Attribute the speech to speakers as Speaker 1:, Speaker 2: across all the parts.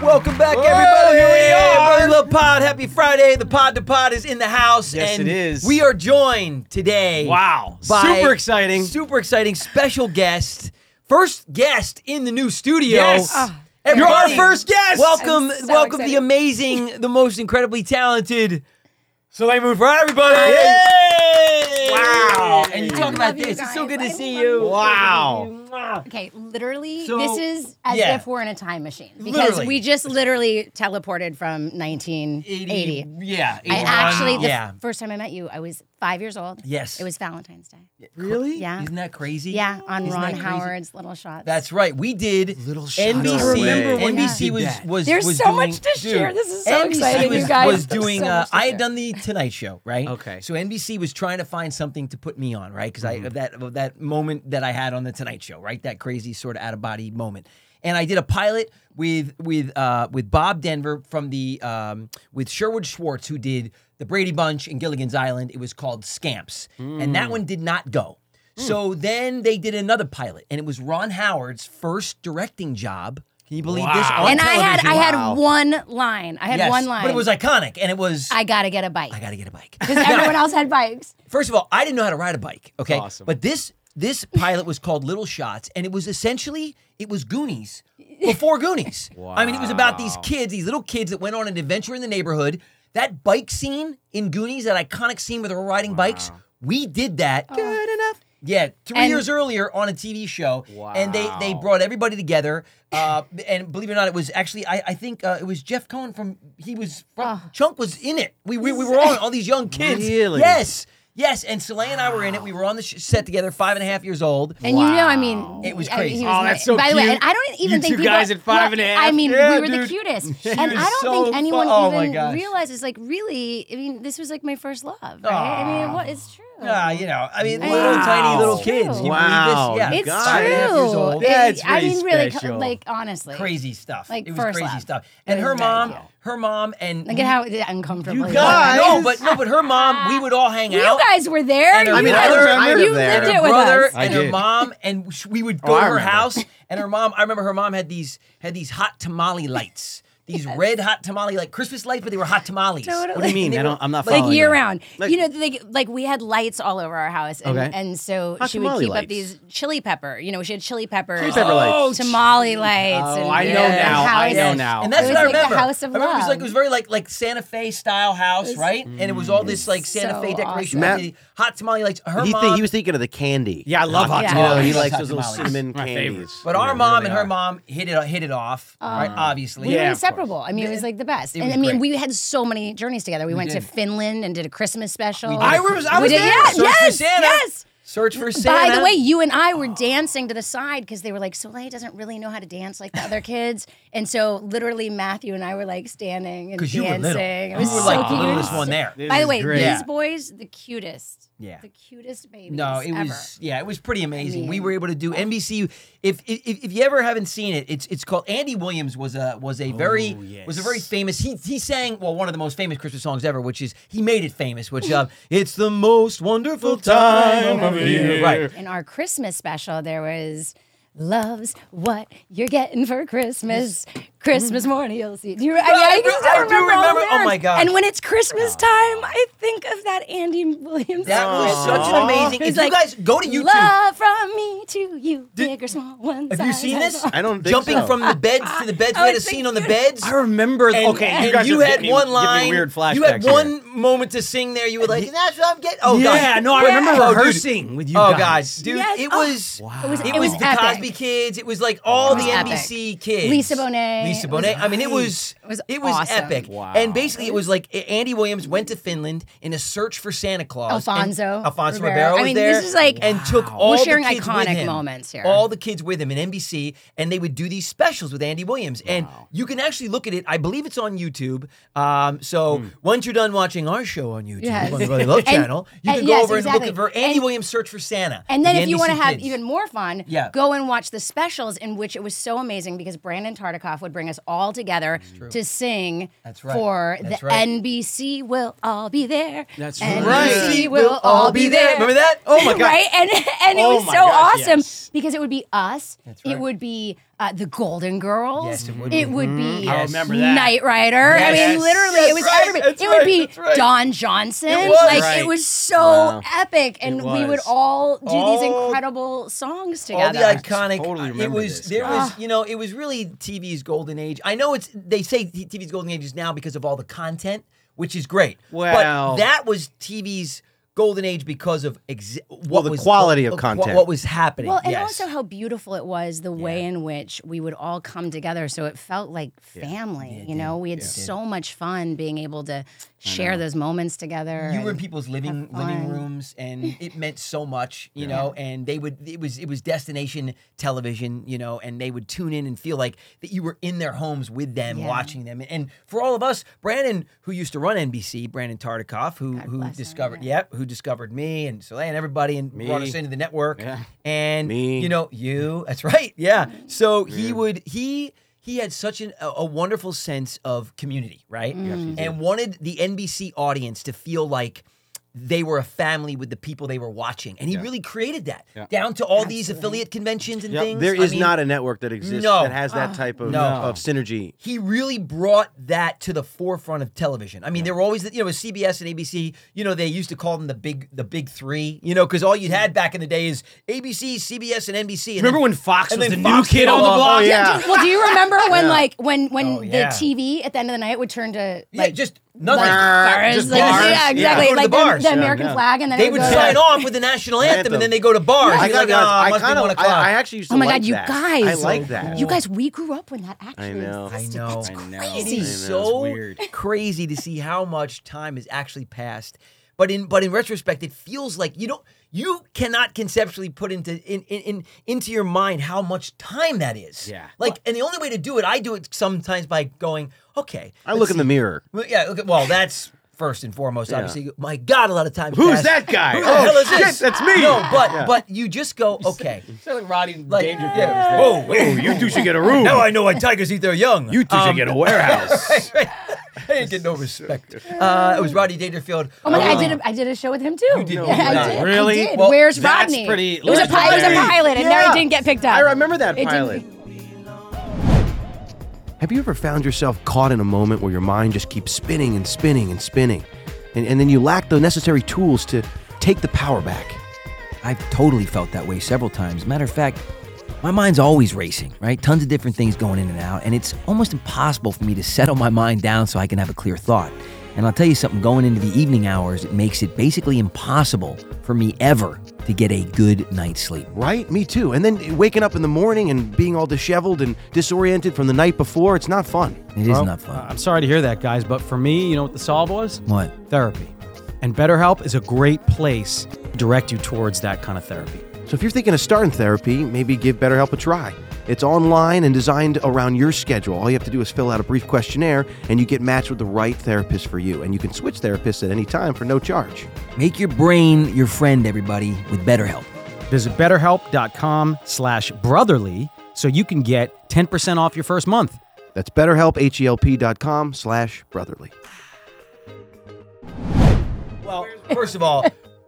Speaker 1: Welcome back,
Speaker 2: Whoa,
Speaker 1: everybody.
Speaker 2: here we are.
Speaker 1: Brother Love Pod. Happy Friday. The Pod to Pod is in the house.
Speaker 2: Yes,
Speaker 1: and
Speaker 2: it is.
Speaker 1: We are joined today.
Speaker 2: Wow.
Speaker 1: by
Speaker 2: Super exciting.
Speaker 1: Super exciting special guest. First guest in the new studio.
Speaker 2: Yes. Ah. You're our
Speaker 1: Everybody,
Speaker 2: first guest.
Speaker 1: Welcome,
Speaker 3: I'm so
Speaker 1: welcome the
Speaker 3: excited.
Speaker 1: amazing, the most incredibly talented.
Speaker 2: Soleil Moon Front, everybody.
Speaker 1: Yay!
Speaker 2: Wow.
Speaker 1: And you
Speaker 2: I
Speaker 1: talk about
Speaker 3: love you
Speaker 1: this. It's so
Speaker 3: guys.
Speaker 1: good
Speaker 3: I
Speaker 1: to see
Speaker 3: love
Speaker 1: you.
Speaker 3: you.
Speaker 2: Wow.
Speaker 3: Okay, literally,
Speaker 1: So-
Speaker 3: this is as
Speaker 1: yeah.
Speaker 3: if we're in a time machine because
Speaker 1: Literally.
Speaker 3: we just literally teleported from 1980.
Speaker 1: Yeah.
Speaker 3: I
Speaker 1: 81.
Speaker 3: actually, the
Speaker 1: yeah.
Speaker 3: first time I met you, I was five years old.
Speaker 1: Yes.
Speaker 3: It was Valentine's Day.
Speaker 1: Really?
Speaker 3: Yeah.
Speaker 1: Isn't that crazy?
Speaker 3: Yeah, on
Speaker 1: Isn't
Speaker 3: Ron
Speaker 1: that crazy?
Speaker 3: Howard's Little Shots.
Speaker 1: That's right. We did
Speaker 2: Little shots.
Speaker 1: NBC.
Speaker 2: No way.
Speaker 3: when you
Speaker 1: NBC
Speaker 2: did
Speaker 1: was
Speaker 2: that.
Speaker 1: was
Speaker 3: There's
Speaker 1: was
Speaker 3: so
Speaker 1: doing-
Speaker 3: much to
Speaker 1: dude,
Speaker 3: share. This is so
Speaker 1: NBC
Speaker 3: exciting,
Speaker 1: was,
Speaker 3: you guys.
Speaker 1: was
Speaker 3: There's
Speaker 1: doing.
Speaker 3: so
Speaker 1: uh,
Speaker 3: much to
Speaker 1: I had
Speaker 3: share.
Speaker 1: done the Tonight Show, right?
Speaker 2: Okay. Mm-hmm.
Speaker 1: So NBC was trying to find something to put me on, right? Because I of that of that moment that I had on the Tonight Show, right? That crazy sort of out of body moment. And I did a pilot with with uh, with Bob Denver from the um, with Sherwood Schwartz who did the Brady Bunch and Gilligan's Island. It was called Scamps, and
Speaker 2: Mm.
Speaker 1: that one did not go.
Speaker 2: Hmm.
Speaker 1: So then they did another pilot, and it was Ron Howard's first directing job. Can you believe this?
Speaker 2: Wow.
Speaker 1: On
Speaker 3: and I had I
Speaker 1: television.
Speaker 2: Wow.
Speaker 3: had one line. I had
Speaker 1: Yes,
Speaker 3: one line.
Speaker 1: But it was iconic, and it was I,
Speaker 3: I gotta get a bike
Speaker 1: gotta get a bike.
Speaker 3: because everyone else had bikes.
Speaker 1: First of all, I didn't know how to ride a bike. Okay,
Speaker 2: awesome.
Speaker 1: but this this pilot was called Little Shots, and it was essentially it was Goonies before Goonies. I mean, it was about these kids, these little kids that went on an adventure in the neighborhood. That bike scene in Goonies, that iconic scene where they're riding bikes, we did that. Good enough. Yeah, three
Speaker 3: And-
Speaker 1: years earlier on a TV show, and they they
Speaker 2: Wow.
Speaker 1: brought everybody together. Uh, and believe it or not, it was actually I, I think uh, it was Jeff Cohen from he was from, Chunk was in it. We we, we were on all these young kids.
Speaker 2: Really?
Speaker 1: Yes, yes. And Soleil and I were in it. We were on the sh- set together, five and a half years old.
Speaker 3: And you know, I mean,
Speaker 1: It was
Speaker 3: I-
Speaker 1: crazy.
Speaker 3: he
Speaker 2: Oh,
Speaker 3: my-
Speaker 2: that's so
Speaker 3: By the way,
Speaker 2: cute.
Speaker 3: and I don't even
Speaker 2: You
Speaker 3: think
Speaker 2: two
Speaker 3: people,
Speaker 2: guys at five and a half.
Speaker 3: I mean,
Speaker 2: Yeah,
Speaker 3: we were
Speaker 2: dude.
Speaker 3: the cutest,
Speaker 2: She
Speaker 3: and I
Speaker 2: was
Speaker 3: don't
Speaker 2: so
Speaker 3: think anyone
Speaker 2: fu- oh my
Speaker 3: even
Speaker 2: gosh.
Speaker 3: realizes. Like, really, I mean, this was like my first love. Right? I mean, what it's true.
Speaker 1: Ah, you know, I mean,
Speaker 3: Wow.
Speaker 1: little tiny little
Speaker 2: It's
Speaker 1: kids.
Speaker 3: true.
Speaker 1: You
Speaker 2: Wow.
Speaker 1: believe this? Yeah,
Speaker 3: it's
Speaker 2: God,
Speaker 1: five and a half years
Speaker 3: true.
Speaker 1: old.
Speaker 2: Yeah, it's
Speaker 3: I
Speaker 2: pretty
Speaker 3: mean, really, co-
Speaker 2: special.
Speaker 3: like honestly,
Speaker 1: Crazy stuff.
Speaker 3: Like
Speaker 1: it was
Speaker 3: first
Speaker 1: crazy
Speaker 3: love.
Speaker 1: stuff.
Speaker 3: It
Speaker 1: And
Speaker 3: was
Speaker 1: her
Speaker 3: very
Speaker 1: mom,
Speaker 3: cute.
Speaker 1: her mom, and
Speaker 3: Look at how uncomfortable. it was.
Speaker 2: guys-
Speaker 1: No, but no, but her mom. We would all hang
Speaker 3: you
Speaker 1: out.
Speaker 3: guys were there.
Speaker 1: And her
Speaker 3: you
Speaker 1: mean,
Speaker 3: guys,
Speaker 1: I
Speaker 3: were-
Speaker 2: remember
Speaker 3: you
Speaker 2: that.
Speaker 1: and
Speaker 3: lived it
Speaker 1: her
Speaker 3: with
Speaker 1: brother
Speaker 3: us.
Speaker 2: I
Speaker 1: and her
Speaker 2: did.
Speaker 1: mom and sh- we would go
Speaker 2: Oh, I
Speaker 1: to her
Speaker 2: remember.
Speaker 1: house and her mom i remember her mom had these had these hot tamale lights these red hot tamale like christmas lights but they were hot tamales
Speaker 3: Totally.
Speaker 2: What do you mean? I don't, I'm not following
Speaker 3: like year
Speaker 2: you.
Speaker 3: round.
Speaker 2: Like-
Speaker 3: you know, like like we had lights all over our house, and,
Speaker 2: Okay.
Speaker 3: and so
Speaker 2: Hot
Speaker 3: she would
Speaker 2: tamale
Speaker 3: keep
Speaker 2: lights.
Speaker 3: up these chili pepper. You know, she had chili peppers,
Speaker 2: Chili pepper lights. Oh,
Speaker 3: tamale lights.
Speaker 2: Oh,
Speaker 3: and
Speaker 2: I know
Speaker 3: the
Speaker 2: now, I
Speaker 3: house.
Speaker 2: know now.
Speaker 1: and that's
Speaker 3: It
Speaker 1: what
Speaker 3: was
Speaker 1: I
Speaker 3: like the
Speaker 1: remember.
Speaker 3: house of
Speaker 1: I remember it was
Speaker 3: love.
Speaker 1: like it was very like like Santa Fe style house, right? And it was all this like Santa
Speaker 3: so
Speaker 1: Fe decoration,
Speaker 3: awesome.
Speaker 1: with
Speaker 4: Matt-
Speaker 1: the hot tamale lites. Her
Speaker 4: He,
Speaker 1: mom,
Speaker 4: think, he was thinking of the candy.
Speaker 2: Yeah, I love hot
Speaker 3: Yeah.
Speaker 4: You know,
Speaker 2: tamales.
Speaker 4: he
Speaker 1: Hot
Speaker 4: likes those little
Speaker 1: tamales.
Speaker 4: cinnamon
Speaker 2: My
Speaker 4: candies.
Speaker 2: favorites.
Speaker 1: but our mom and her mom hit it hit it off, right? Obviously,
Speaker 3: Uh, We
Speaker 2: Yeah,
Speaker 3: were
Speaker 2: of
Speaker 3: inseparable. I mean, it was like the best. And
Speaker 1: was
Speaker 3: I mean,
Speaker 1: great.
Speaker 3: we had so many journeys together. We, went
Speaker 1: did.
Speaker 3: to Finland and did a Christmas special.
Speaker 1: did. I
Speaker 2: was- I
Speaker 3: We
Speaker 2: was
Speaker 3: did-
Speaker 2: there.
Speaker 3: yeah,
Speaker 1: Search for
Speaker 3: yes,
Speaker 1: Santa.
Speaker 3: yes.
Speaker 1: Search for Santa.
Speaker 3: By the way, you and I were dancing to the side because they were like, Soleil doesn't really know how to dance like the other kids. And so literally Matthew and I were like standing and
Speaker 1: because
Speaker 3: dancing.
Speaker 1: you were little,
Speaker 3: It
Speaker 1: you
Speaker 3: was
Speaker 1: were
Speaker 3: so
Speaker 1: like the
Speaker 3: cute.
Speaker 1: littlest one there.
Speaker 3: By the
Speaker 2: is
Speaker 3: way,
Speaker 2: great.
Speaker 1: Yeah.
Speaker 3: these boys, the cutest.
Speaker 1: Yeah.
Speaker 3: The cutest babies.
Speaker 1: No, it
Speaker 3: ever.
Speaker 1: was yeah, it was pretty amazing. we
Speaker 3: mean- oh.
Speaker 1: were able to do NBC. If, if if you ever haven't seen it, it's it's called Andy Williams was a was a very was a very
Speaker 2: yes.
Speaker 1: famous. He he sang well one of the most famous Christmas songs ever, which is he made it famous. Which uh, it's the most wonderful time of year. Right.
Speaker 3: In our Christmas special, there was loves what you're getting for Christmas. Christmas morning, you'll see. Do you? I, mean, I, can
Speaker 1: Mm. I
Speaker 3: still
Speaker 1: do
Speaker 3: remember. all the
Speaker 1: remember- oh my
Speaker 3: lyrics.
Speaker 1: gosh. Oh.
Speaker 3: And when it's Christmas time, I think of that Andy Williams.
Speaker 1: That
Speaker 3: song.
Speaker 1: was such an amazing.
Speaker 3: It's
Speaker 1: If you
Speaker 3: like,
Speaker 1: guys go to YouTube,
Speaker 3: Love from me to you, big or small, one
Speaker 1: have you seen this?
Speaker 4: I don't think
Speaker 1: Jumping
Speaker 4: so.
Speaker 1: from the beds to the beds. we had a
Speaker 3: it's so
Speaker 1: scene on the
Speaker 3: cute.
Speaker 1: beds.
Speaker 2: I remember.
Speaker 1: And,
Speaker 2: okay,
Speaker 1: and
Speaker 2: you guys are
Speaker 1: had
Speaker 2: giving me-
Speaker 1: one
Speaker 2: giving me
Speaker 1: line.
Speaker 2: weird flashbacks.
Speaker 1: you had
Speaker 2: here.
Speaker 1: one moment to sing there. You were like, "That's what I'm getting." Oh
Speaker 2: yeah,
Speaker 1: God.
Speaker 2: no, I
Speaker 1: Yeah.
Speaker 2: remember
Speaker 1: Oh, dude.
Speaker 2: rehearsing with you.
Speaker 1: Oh
Speaker 2: guys.
Speaker 1: guys, dude,
Speaker 3: Yes.
Speaker 1: it
Speaker 3: Oh.
Speaker 1: was
Speaker 3: It was,
Speaker 1: it, was, the
Speaker 3: epic.
Speaker 1: Cosby Kids. It was like all the
Speaker 3: was epic.
Speaker 1: NBC kids.
Speaker 3: Lisa Bonet.
Speaker 1: Lisa
Speaker 3: It was
Speaker 1: Bonet. I mean, it was
Speaker 3: It was
Speaker 1: it was
Speaker 3: awesome.
Speaker 1: epic.
Speaker 2: Wow.
Speaker 1: And basically, it was like A- Andy Williams went to Finland in a search for Santa Claus. and
Speaker 3: Alfonso
Speaker 1: Alfonso Ribeiro.
Speaker 3: Rivero. I
Speaker 1: was
Speaker 3: mean,
Speaker 1: there
Speaker 3: this is like-
Speaker 1: and took all
Speaker 3: We're
Speaker 1: the
Speaker 3: sharing
Speaker 1: kids with
Speaker 3: iconic
Speaker 1: him.
Speaker 3: moments here.
Speaker 1: All the kids with him in NBC, and they would do these specials with Andy Williams. And you can actually look at it. I believe it's on YouTube. Um, so once you're done watching our show on YouTube
Speaker 3: Yes.
Speaker 1: on the Brother Love
Speaker 3: And-
Speaker 1: channel, you
Speaker 3: and
Speaker 1: can go
Speaker 3: yes,
Speaker 1: over
Speaker 3: exactly.
Speaker 1: and look at Andy
Speaker 3: And-
Speaker 1: Williams Search for Santa.
Speaker 3: And then,
Speaker 1: the
Speaker 3: if you want to
Speaker 1: NBC
Speaker 3: have
Speaker 1: kids.
Speaker 3: even more fun,
Speaker 1: Yeah.
Speaker 3: go and watch the specials in which it was so amazing because Brandon Tartikoff would bring us all together to sing
Speaker 1: That's right.
Speaker 3: for
Speaker 1: That's
Speaker 3: the
Speaker 1: right.
Speaker 3: NBC will all be there.
Speaker 2: That's
Speaker 3: NBC
Speaker 2: right.
Speaker 3: will all be there.
Speaker 1: Remember that? Oh my god.
Speaker 3: right? And and it
Speaker 2: Oh
Speaker 3: was
Speaker 2: my
Speaker 3: so
Speaker 2: gosh,
Speaker 3: awesome
Speaker 2: yes.
Speaker 3: because it would be be us. It
Speaker 1: right.
Speaker 3: would be uh, the Golden Girls.
Speaker 1: Yes, it would
Speaker 3: It
Speaker 1: be. Mm-hmm.
Speaker 3: would be
Speaker 2: I remember that.
Speaker 3: Knight Rider. I
Speaker 2: Yes.
Speaker 3: mean, literally,
Speaker 1: That's
Speaker 3: it was
Speaker 1: right,
Speaker 3: everybody.
Speaker 1: that's
Speaker 3: It
Speaker 1: right,
Speaker 3: would be
Speaker 1: that's right.
Speaker 3: Don Johnson.
Speaker 1: It was.
Speaker 3: Like
Speaker 2: Right.
Speaker 3: it was so
Speaker 2: Wow.
Speaker 3: epic, and we would
Speaker 2: was.
Speaker 1: Oh,
Speaker 3: all do these
Speaker 1: All-
Speaker 3: incredible songs
Speaker 1: all
Speaker 3: together.
Speaker 1: the iconic. uh,
Speaker 2: Totally
Speaker 1: it
Speaker 2: remember
Speaker 1: was
Speaker 2: this,
Speaker 1: there
Speaker 2: guys.
Speaker 1: was you know it was really TV's golden age. I know it's they say t- TV's golden age is now because of all the content, which is great.
Speaker 2: Well-
Speaker 1: but that was TV's golden age because of ex- what
Speaker 4: the
Speaker 1: was,
Speaker 4: quality of
Speaker 1: what-
Speaker 4: content.
Speaker 1: what was happening.
Speaker 3: Well, and
Speaker 1: yes.
Speaker 3: also how beautiful it was the way in which we would all come together. So it felt like family. you know, we had so much fun being able to share those moments together.
Speaker 1: you were in
Speaker 3: and-
Speaker 1: people's living living
Speaker 3: fun.
Speaker 1: rooms and it meant so much you know and they would it was it was destination television you know and they would tune in and feel like that you were in their homes with them
Speaker 3: Yeah.
Speaker 1: watching them and for all of us brandon who used to run nbc brandon tartikoff who who
Speaker 3: bless him,
Speaker 1: discovered yep who discovered me and soleil and everybody and brought us into the network
Speaker 2: Yeah.
Speaker 1: and
Speaker 4: Me.
Speaker 1: you know you that's right yeah so he would he he had such an, a, a wonderful sense of community, right? And wanted the NBC audience to feel like they were a family with the people they were watching. And he really created that down to all these affiliate conventions and things.
Speaker 4: There
Speaker 1: I
Speaker 4: is
Speaker 1: mean,
Speaker 4: not a network that exists
Speaker 1: no.
Speaker 4: that has that type of,
Speaker 1: no.
Speaker 4: of synergy.
Speaker 1: he really brought that to the forefront of television. I mean, there were always, the- you know, with CBS and ABC, you know, they used to call them the big, the big three, you know, because all you had back in the day is ABC, CBS, and NBC. And
Speaker 2: Remember
Speaker 1: then-
Speaker 2: when Fox
Speaker 1: and
Speaker 2: was the
Speaker 1: then
Speaker 2: new
Speaker 1: Fox
Speaker 2: kid
Speaker 1: came
Speaker 2: on the
Speaker 1: along.
Speaker 2: block?
Speaker 4: Oh,
Speaker 3: Yeah.
Speaker 4: yeah.
Speaker 3: do- well, do you remember when like when when
Speaker 1: Oh, yeah.
Speaker 3: the TV at the end of the night would turn to
Speaker 1: Yeah,
Speaker 3: like
Speaker 1: just nothing.
Speaker 3: like, bars,
Speaker 2: Just
Speaker 3: like,
Speaker 2: bars.
Speaker 3: yeah,
Speaker 2: Yeah.
Speaker 3: exactly,
Speaker 1: Go to the
Speaker 3: like the,
Speaker 1: bars.
Speaker 3: the
Speaker 1: Yeah,
Speaker 3: American
Speaker 4: yeah.
Speaker 3: flag, and then
Speaker 1: They
Speaker 3: it
Speaker 1: would
Speaker 3: go
Speaker 1: sign
Speaker 3: to-
Speaker 1: off with the national anthem,
Speaker 4: Anthem.
Speaker 1: and then they go to bars.
Speaker 4: I
Speaker 1: You're
Speaker 4: gotta
Speaker 1: like,
Speaker 4: be
Speaker 1: oh,
Speaker 4: honest,
Speaker 1: I must
Speaker 4: I kind
Speaker 1: be
Speaker 4: of,
Speaker 1: one
Speaker 4: I,
Speaker 1: o'clock.
Speaker 4: I actually used to
Speaker 3: Oh my
Speaker 4: like
Speaker 3: god, you
Speaker 4: that.
Speaker 3: guys!
Speaker 4: I like that.
Speaker 3: You guys, we grew up when that actually.
Speaker 4: I know.
Speaker 1: I
Speaker 3: existed.
Speaker 1: know.
Speaker 3: That's
Speaker 1: I
Speaker 2: know.
Speaker 1: It
Speaker 3: crazy.
Speaker 1: is
Speaker 4: I know, it's
Speaker 1: so
Speaker 2: weird.
Speaker 1: crazy to see how much time has actually passed. But in but in retrospect, it feels like you don't you cannot conceptually put into in, in, in into your mind how much time that is.
Speaker 2: Yeah.
Speaker 1: Like, and the only way to do it, I do it sometimes by going, okay.
Speaker 4: I look in the mirror.
Speaker 1: Well, yeah. Okay, well, that's first and foremost. Obviously, my God, a lot of times.
Speaker 2: Who's
Speaker 1: passed.
Speaker 2: that guy?
Speaker 1: Who the hell is
Speaker 4: shit,
Speaker 1: this?
Speaker 4: that's me.
Speaker 1: No, but but you just go okay.
Speaker 2: like Roddy
Speaker 1: Like, yeah. whoa, whoa,
Speaker 2: You two should get a room.
Speaker 1: Now I know why tigers eat their young. Um,
Speaker 2: You two should get a warehouse.
Speaker 1: I ain't getting no respect. Uh, it was Rodney Dangerfield. Um,
Speaker 3: Oh my god,
Speaker 4: Uh,
Speaker 3: I did a, I did a show with him too. You
Speaker 1: did
Speaker 3: yeah,
Speaker 1: not.
Speaker 3: I did. I
Speaker 2: Really?
Speaker 3: did.
Speaker 1: Well,
Speaker 3: Where's
Speaker 2: that's
Speaker 3: Rodney?
Speaker 2: pretty
Speaker 3: It was a pilot. It was a
Speaker 2: legendary.
Speaker 3: pilot, and no,
Speaker 4: Yeah.
Speaker 3: it didn't get picked up.
Speaker 4: I remember that
Speaker 3: It didn't-
Speaker 4: pilot. Have you ever found yourself caught in a moment where your mind just keeps spinning and spinning and spinning, and, and then you lack the necessary tools to take the power back?
Speaker 1: I've totally felt that way several times. Matter of fact, my mind's always racing, right? Tons of different things going in and out, and it's almost impossible for me to settle my mind down so I can have a clear thought. And I'll tell you something, going into the evening hours, it makes it basically impossible for me ever to get a good night's sleep.
Speaker 4: Right? Me too. And then waking up in the morning and being all disheveled and disoriented from the night before, it's not fun.
Speaker 1: It is not
Speaker 5: Uh,
Speaker 1: fun.
Speaker 5: I'm sorry to hear that, guys, but for me, you know what the solve was?
Speaker 1: What?
Speaker 5: Therapy. And BetterHelp is a great place to direct you towards that kind of therapy.
Speaker 4: So if you're thinking of starting therapy, maybe give BetterHelp a try. It's online and designed around your schedule. All you have to do is fill out a brief questionnaire and you get matched with the right therapist for you. And you can switch therapists at any time for no charge.
Speaker 1: Make your brain your friend, everybody, with BetterHelp.
Speaker 5: Visit betterhelp.com slash brotherly so you can get 10% off your first month.
Speaker 4: That's BetterHelp, H-E-L-P dot com slash brotherly.
Speaker 1: Well, first of all,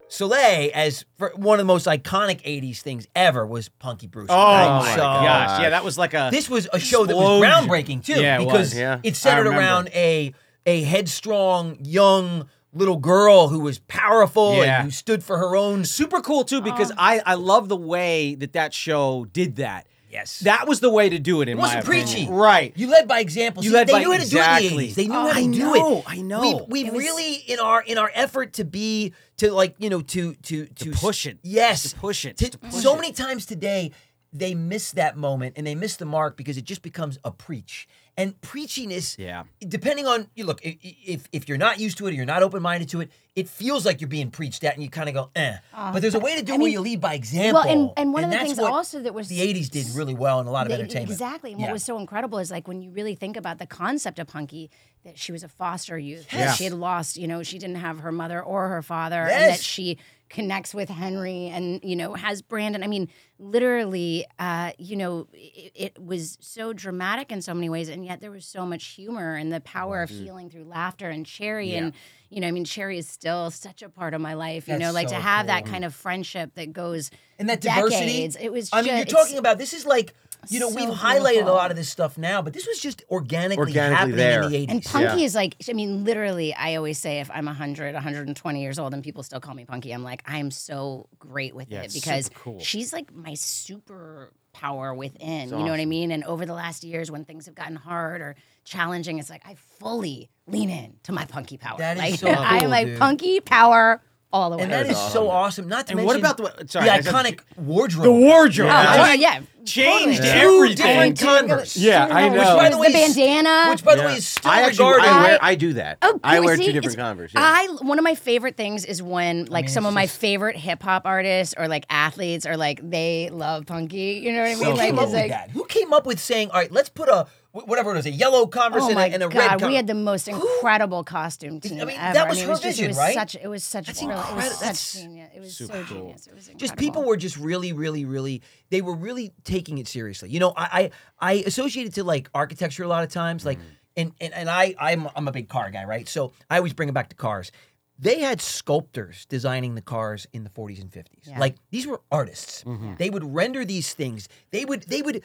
Speaker 1: Soleil, as for one of the most iconic 80s things ever, was Punky Brewster.
Speaker 2: Oh
Speaker 1: right?
Speaker 2: my
Speaker 1: So-
Speaker 2: gosh! Yeah, that was like a.
Speaker 1: This was a show that was
Speaker 2: Explosion.
Speaker 1: groundbreaking, too,
Speaker 2: Yeah, it was,
Speaker 1: because
Speaker 4: yeah.
Speaker 1: it centered
Speaker 2: I remember.
Speaker 1: around a, a headstrong, young little girl who was powerful
Speaker 2: Yeah.
Speaker 1: and who stood for her own.
Speaker 2: super cool too because I I love the way that that show did that.
Speaker 1: Yes.
Speaker 2: that was the way to do it. In
Speaker 1: It wasn't
Speaker 2: my opinion.
Speaker 1: preachy.
Speaker 2: right?
Speaker 1: You led by example.
Speaker 2: You
Speaker 1: See,
Speaker 2: led
Speaker 1: they
Speaker 2: by-
Speaker 1: knew how to do it in
Speaker 2: exactly.
Speaker 1: the 80s. They knew
Speaker 2: Oh,
Speaker 1: how to
Speaker 2: I
Speaker 1: do
Speaker 2: know,
Speaker 1: it.
Speaker 2: I know.
Speaker 1: We, we
Speaker 2: It was-
Speaker 1: really in our in our effort to be to like, you know, to to to,
Speaker 2: push it.
Speaker 1: Yes.
Speaker 2: To push it.
Speaker 1: to-
Speaker 2: To push
Speaker 1: so
Speaker 2: it.
Speaker 1: many times today they miss that moment and they miss the mark because it just becomes a preach. And preachiness,
Speaker 2: Yeah.
Speaker 1: depending on you look, i- i- if if you're not used to it or you're not open minded to it, it feels like you're being preached at and you kind of go, eh. but there's a way to do it where
Speaker 3: Uh, mean-
Speaker 1: you lead by example.
Speaker 3: and one of the
Speaker 1: that's
Speaker 3: things
Speaker 1: what
Speaker 3: also that was
Speaker 1: the eighties did really well in a lot of
Speaker 3: They- e,
Speaker 1: entertainment.
Speaker 3: Exactly. And
Speaker 1: Yeah.
Speaker 3: what was so incredible is like when you really think about the concept of Punky, that she was a foster youth. that
Speaker 1: Yes.
Speaker 3: She had lost, you know, she didn't have her mother or her father, and
Speaker 1: Yes.
Speaker 3: that she connects with Henry and, you know, has Brandon. I mean, literally, uh, you know, it, it was so dramatic in so many ways. And yet there was so much humor and the power
Speaker 1: Mm-hmm.
Speaker 3: of healing through laughter and Cherry. And, you know, I mean, Cherry is still such a part of my life, you
Speaker 1: That's
Speaker 3: know, like to
Speaker 1: so
Speaker 3: have that
Speaker 1: cool.
Speaker 3: kind of friendship that goes
Speaker 1: and that diversity.
Speaker 3: decades. It was
Speaker 1: I mean, you're
Speaker 3: just-
Speaker 1: talking about this is like you know
Speaker 3: so
Speaker 1: we've highlighted a
Speaker 3: beautiful.
Speaker 1: lot of this stuff now, but this was just organically,
Speaker 4: Organically
Speaker 1: happening
Speaker 4: there.
Speaker 1: in the 80s.
Speaker 3: And Punky is like, I mean, literally, I always say if I'm 100, 120 years old and people still call me Punky, I'm like, I'm so great with it because she's like my super power within. You know what I mean? And over the last years, when things have gotten hard or challenging, it's like I fully lean in to my Punky power.
Speaker 1: That is
Speaker 3: like,
Speaker 1: so
Speaker 3: I'm
Speaker 1: cool,
Speaker 3: like
Speaker 1: dude.
Speaker 3: Punky power all the way.
Speaker 1: and that is so awesome. Not to
Speaker 2: And
Speaker 1: mention
Speaker 2: what about the- sorry, I said-
Speaker 1: iconic wardrobe.
Speaker 2: The wardrobe.
Speaker 3: Oh,
Speaker 2: I
Speaker 3: yeah,
Speaker 2: just
Speaker 3: yeah.
Speaker 2: Changed
Speaker 3: Totally.
Speaker 2: everything.
Speaker 1: different Converse.
Speaker 4: Yeah, I
Speaker 3: Which,
Speaker 4: know.
Speaker 3: by
Speaker 1: Which, by
Speaker 3: the,
Speaker 1: the way, is-
Speaker 3: bandana.
Speaker 1: which by the way is still
Speaker 4: I actually
Speaker 1: regarded.
Speaker 4: I,
Speaker 3: I-
Speaker 4: wear, I do that.
Speaker 3: Oh,
Speaker 4: I
Speaker 3: no,
Speaker 4: wear
Speaker 3: see,
Speaker 4: two different
Speaker 3: it's-
Speaker 4: Converse. Yeah.
Speaker 3: I one of my favorite things is when like
Speaker 1: mean,
Speaker 3: some
Speaker 1: it's
Speaker 3: of my
Speaker 1: just-
Speaker 3: favorite hip hop artists or like athletes are like they love punky. You know what I mean?
Speaker 1: Who
Speaker 3: like
Speaker 1: came up
Speaker 3: it's
Speaker 1: with
Speaker 3: like
Speaker 1: that? Who came up with saying, "All right, let's put a wh- whatever it was, a yellow Converse
Speaker 3: oh
Speaker 1: and, a,
Speaker 3: my
Speaker 1: and a
Speaker 3: god,
Speaker 1: red"? Converse?
Speaker 3: we had the most incredible costume team
Speaker 1: mean, that
Speaker 3: ever.
Speaker 1: was
Speaker 3: I mean,
Speaker 1: her
Speaker 3: it was just,
Speaker 1: vision,
Speaker 3: it was
Speaker 1: right?
Speaker 3: Such, it was such
Speaker 1: That's
Speaker 3: brilliant. It
Speaker 1: incredi-
Speaker 3: was
Speaker 1: that's
Speaker 3: such genius. It was so genius. It was incredible.
Speaker 1: just people were just really, really, really. They were really taking it seriously. You know, I I, I associate it to like architecture a lot of times. Like,
Speaker 4: Mm-hmm.
Speaker 1: and and, and I I'm I'm a big car guy, right? So I always bring it back to cars. They had sculptors designing the cars in the 40s and 50s.
Speaker 3: Yeah.
Speaker 1: Like these were artists.
Speaker 4: Mm-hmm.
Speaker 1: They would render these things. They would they would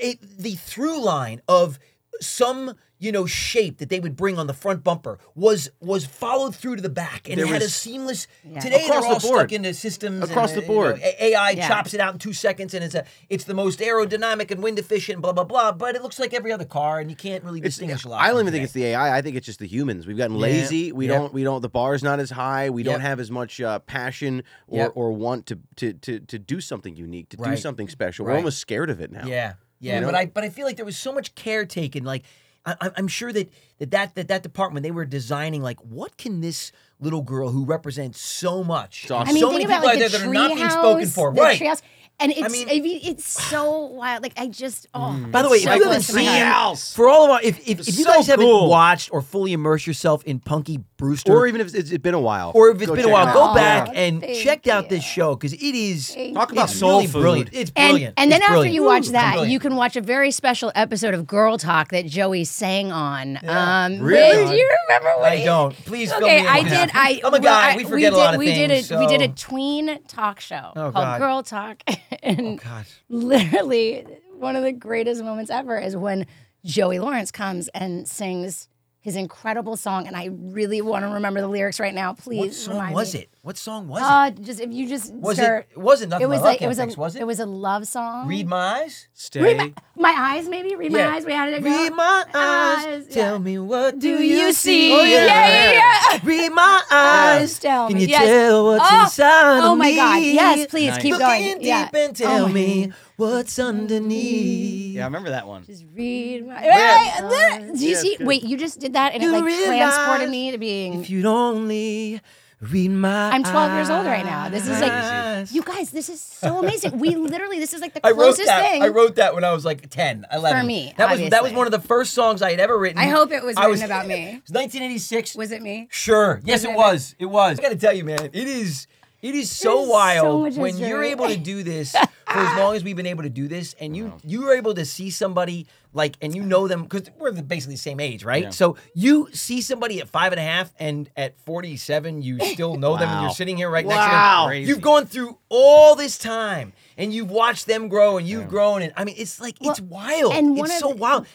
Speaker 1: it, the through line of some you know shape that they would bring on the front bumper was was followed through to the back and it had a seamless today
Speaker 4: Across
Speaker 1: they're all
Speaker 4: the board.
Speaker 1: stuck into systems and,
Speaker 4: Across the
Speaker 1: uh, you
Speaker 4: board.
Speaker 1: know, A- AI
Speaker 3: Yeah.
Speaker 1: chops it out in two seconds, and it's a it's the most aerodynamic and wind efficient, blah blah blah. But it looks like every other car, and you can't really distinguish a lot.
Speaker 4: I don't
Speaker 1: from
Speaker 4: even think it's
Speaker 1: today.
Speaker 4: the AI. I think it's just the humans. We've gotten lazy. We
Speaker 1: Yep.
Speaker 4: don't. We don't. The bar's not as high. We
Speaker 1: Yep.
Speaker 4: don't have as much uh, passion or,
Speaker 1: Yep.
Speaker 4: or want to, to to to do something unique, to do
Speaker 1: Right.
Speaker 4: something special. We're
Speaker 1: Right.
Speaker 4: almost scared of it now.
Speaker 1: yeah, yeah.
Speaker 4: You know?
Speaker 1: But I but I feel like there was so much care taken. Like I, I- I'm sure that that, that that that department they were designing like what can this little girl who represents so much,
Speaker 4: awesome.
Speaker 3: I mean,
Speaker 1: so
Speaker 3: think
Speaker 1: many
Speaker 3: about
Speaker 1: people
Speaker 3: like
Speaker 1: out there
Speaker 3: the
Speaker 1: that are not being spoken
Speaker 3: treehouse,
Speaker 1: for,
Speaker 3: the
Speaker 1: right?
Speaker 3: treehouse. And it's I
Speaker 1: mean- Mm.
Speaker 3: mean, it's so wild. Like I just oh.
Speaker 1: By the way,
Speaker 3: it's
Speaker 1: if
Speaker 3: so
Speaker 1: you haven't
Speaker 3: close to my heart.
Speaker 1: seen,
Speaker 2: house.
Speaker 1: for all of our, if, if, if you
Speaker 2: So
Speaker 1: guys haven't
Speaker 2: cool.
Speaker 1: watched or fully immersed yourself in Punky Brewster,
Speaker 4: Or even if it's, it's been a while.
Speaker 1: or if it's
Speaker 4: Go
Speaker 1: been a
Speaker 4: check it
Speaker 1: while,
Speaker 4: out.
Speaker 1: go
Speaker 3: Aw,
Speaker 1: back and
Speaker 3: thank
Speaker 1: check out
Speaker 3: you.
Speaker 1: this show because it is
Speaker 2: Talk about
Speaker 1: it's
Speaker 2: soul
Speaker 1: really
Speaker 2: food.
Speaker 1: brilliant. It's
Speaker 3: And,
Speaker 1: brilliant.
Speaker 3: and then
Speaker 1: It's
Speaker 3: after
Speaker 1: brilliant.
Speaker 3: you watch
Speaker 1: It's
Speaker 3: that,
Speaker 1: brilliant.
Speaker 3: you can watch a very special episode of Girl Talk that Joey sang on. Um,
Speaker 2: Really?
Speaker 3: Liz, Do you remember what
Speaker 1: I
Speaker 3: he-
Speaker 1: don't. Please. fill
Speaker 3: Okay,
Speaker 1: me in
Speaker 3: I
Speaker 1: on
Speaker 3: did.
Speaker 1: that.
Speaker 3: I
Speaker 1: I'm a
Speaker 3: well,
Speaker 1: guy.
Speaker 3: I-
Speaker 1: We forget a
Speaker 3: did,
Speaker 1: lot of
Speaker 3: we
Speaker 1: things.
Speaker 3: Did a, We did a
Speaker 1: so- Oh,
Speaker 3: tween talk show called
Speaker 1: God.
Speaker 3: Girl Talk, and
Speaker 1: God.
Speaker 3: literally one of the greatest moments ever is when Joey Lawrence comes and sings his incredible song, and I really want to remember the lyrics right now. Please
Speaker 1: What song
Speaker 3: remind
Speaker 1: was
Speaker 3: me.
Speaker 1: it? What song was it?
Speaker 3: Uh, just if you just
Speaker 1: Was
Speaker 3: search-
Speaker 1: it? It wasn't nothing.
Speaker 3: It was
Speaker 1: But I
Speaker 3: like it
Speaker 1: Can't
Speaker 3: was a
Speaker 1: Fix, was it?
Speaker 3: it was a love song.
Speaker 1: Read my eyes.
Speaker 2: Stay.
Speaker 3: My eyes, maybe. Read
Speaker 1: Yeah.
Speaker 3: my eyes. We had it.
Speaker 1: Read my eyes.
Speaker 3: yeah.
Speaker 1: Tell me what do
Speaker 3: Do
Speaker 1: you
Speaker 3: you
Speaker 1: see?
Speaker 3: see? Oh, Yeah, yeah, yeah. Oh,
Speaker 1: Read my eyes.
Speaker 3: tell
Speaker 1: Can
Speaker 3: me.
Speaker 1: you
Speaker 3: Yes.
Speaker 1: tell what's
Speaker 3: Oh,
Speaker 1: inside
Speaker 3: oh
Speaker 1: of
Speaker 3: my God.
Speaker 1: me?
Speaker 3: Yes, please, Nice. keep
Speaker 1: Look
Speaker 3: going.
Speaker 1: in
Speaker 3: Yeah.
Speaker 1: deep and
Speaker 3: Oh
Speaker 1: tell
Speaker 3: my
Speaker 1: me
Speaker 3: God.
Speaker 1: what's underneath.
Speaker 2: Yeah, I remember that one.
Speaker 3: Just read my.
Speaker 1: Yeah.
Speaker 3: Wait, look, do you see? Wait, you just did that, and
Speaker 1: You
Speaker 3: it like
Speaker 1: realize
Speaker 3: transported me to being.
Speaker 1: If you'd only read my
Speaker 3: I'm 12 years old right now. This is like,
Speaker 1: eyes.
Speaker 3: you guys, this is so amazing. We literally, this is like the
Speaker 1: I wrote
Speaker 3: closest
Speaker 1: that.
Speaker 3: thing.
Speaker 1: I wrote that when I was like 10, 11.
Speaker 3: me,
Speaker 1: That was that was
Speaker 3: obviously.
Speaker 1: one of the first songs I had ever written.
Speaker 3: I hope it was
Speaker 1: I
Speaker 3: written about me.
Speaker 1: It was 1986.
Speaker 3: Was it me?
Speaker 1: Sure. Yes, it
Speaker 3: it-
Speaker 1: was. It was. I got to tell you, man, it is. It is so
Speaker 3: is so
Speaker 1: wild
Speaker 3: much
Speaker 1: when you're
Speaker 3: history.
Speaker 1: able to do this for as long as we've been able to do this, and you you are able to see somebody like, and you know them because we're the- basically the same age, right? So you see somebody at five and a half, and at forty seven, you still know them, and
Speaker 4: Wow.
Speaker 1: you're sitting here right
Speaker 2: Wow.
Speaker 1: next to them.
Speaker 2: Crazy.
Speaker 1: You've gone through all this time, and you've watched them grow, and you've grown, and I mean, it's like it's wild.
Speaker 3: and one
Speaker 1: it's
Speaker 3: of
Speaker 1: so
Speaker 3: the-
Speaker 1: wild.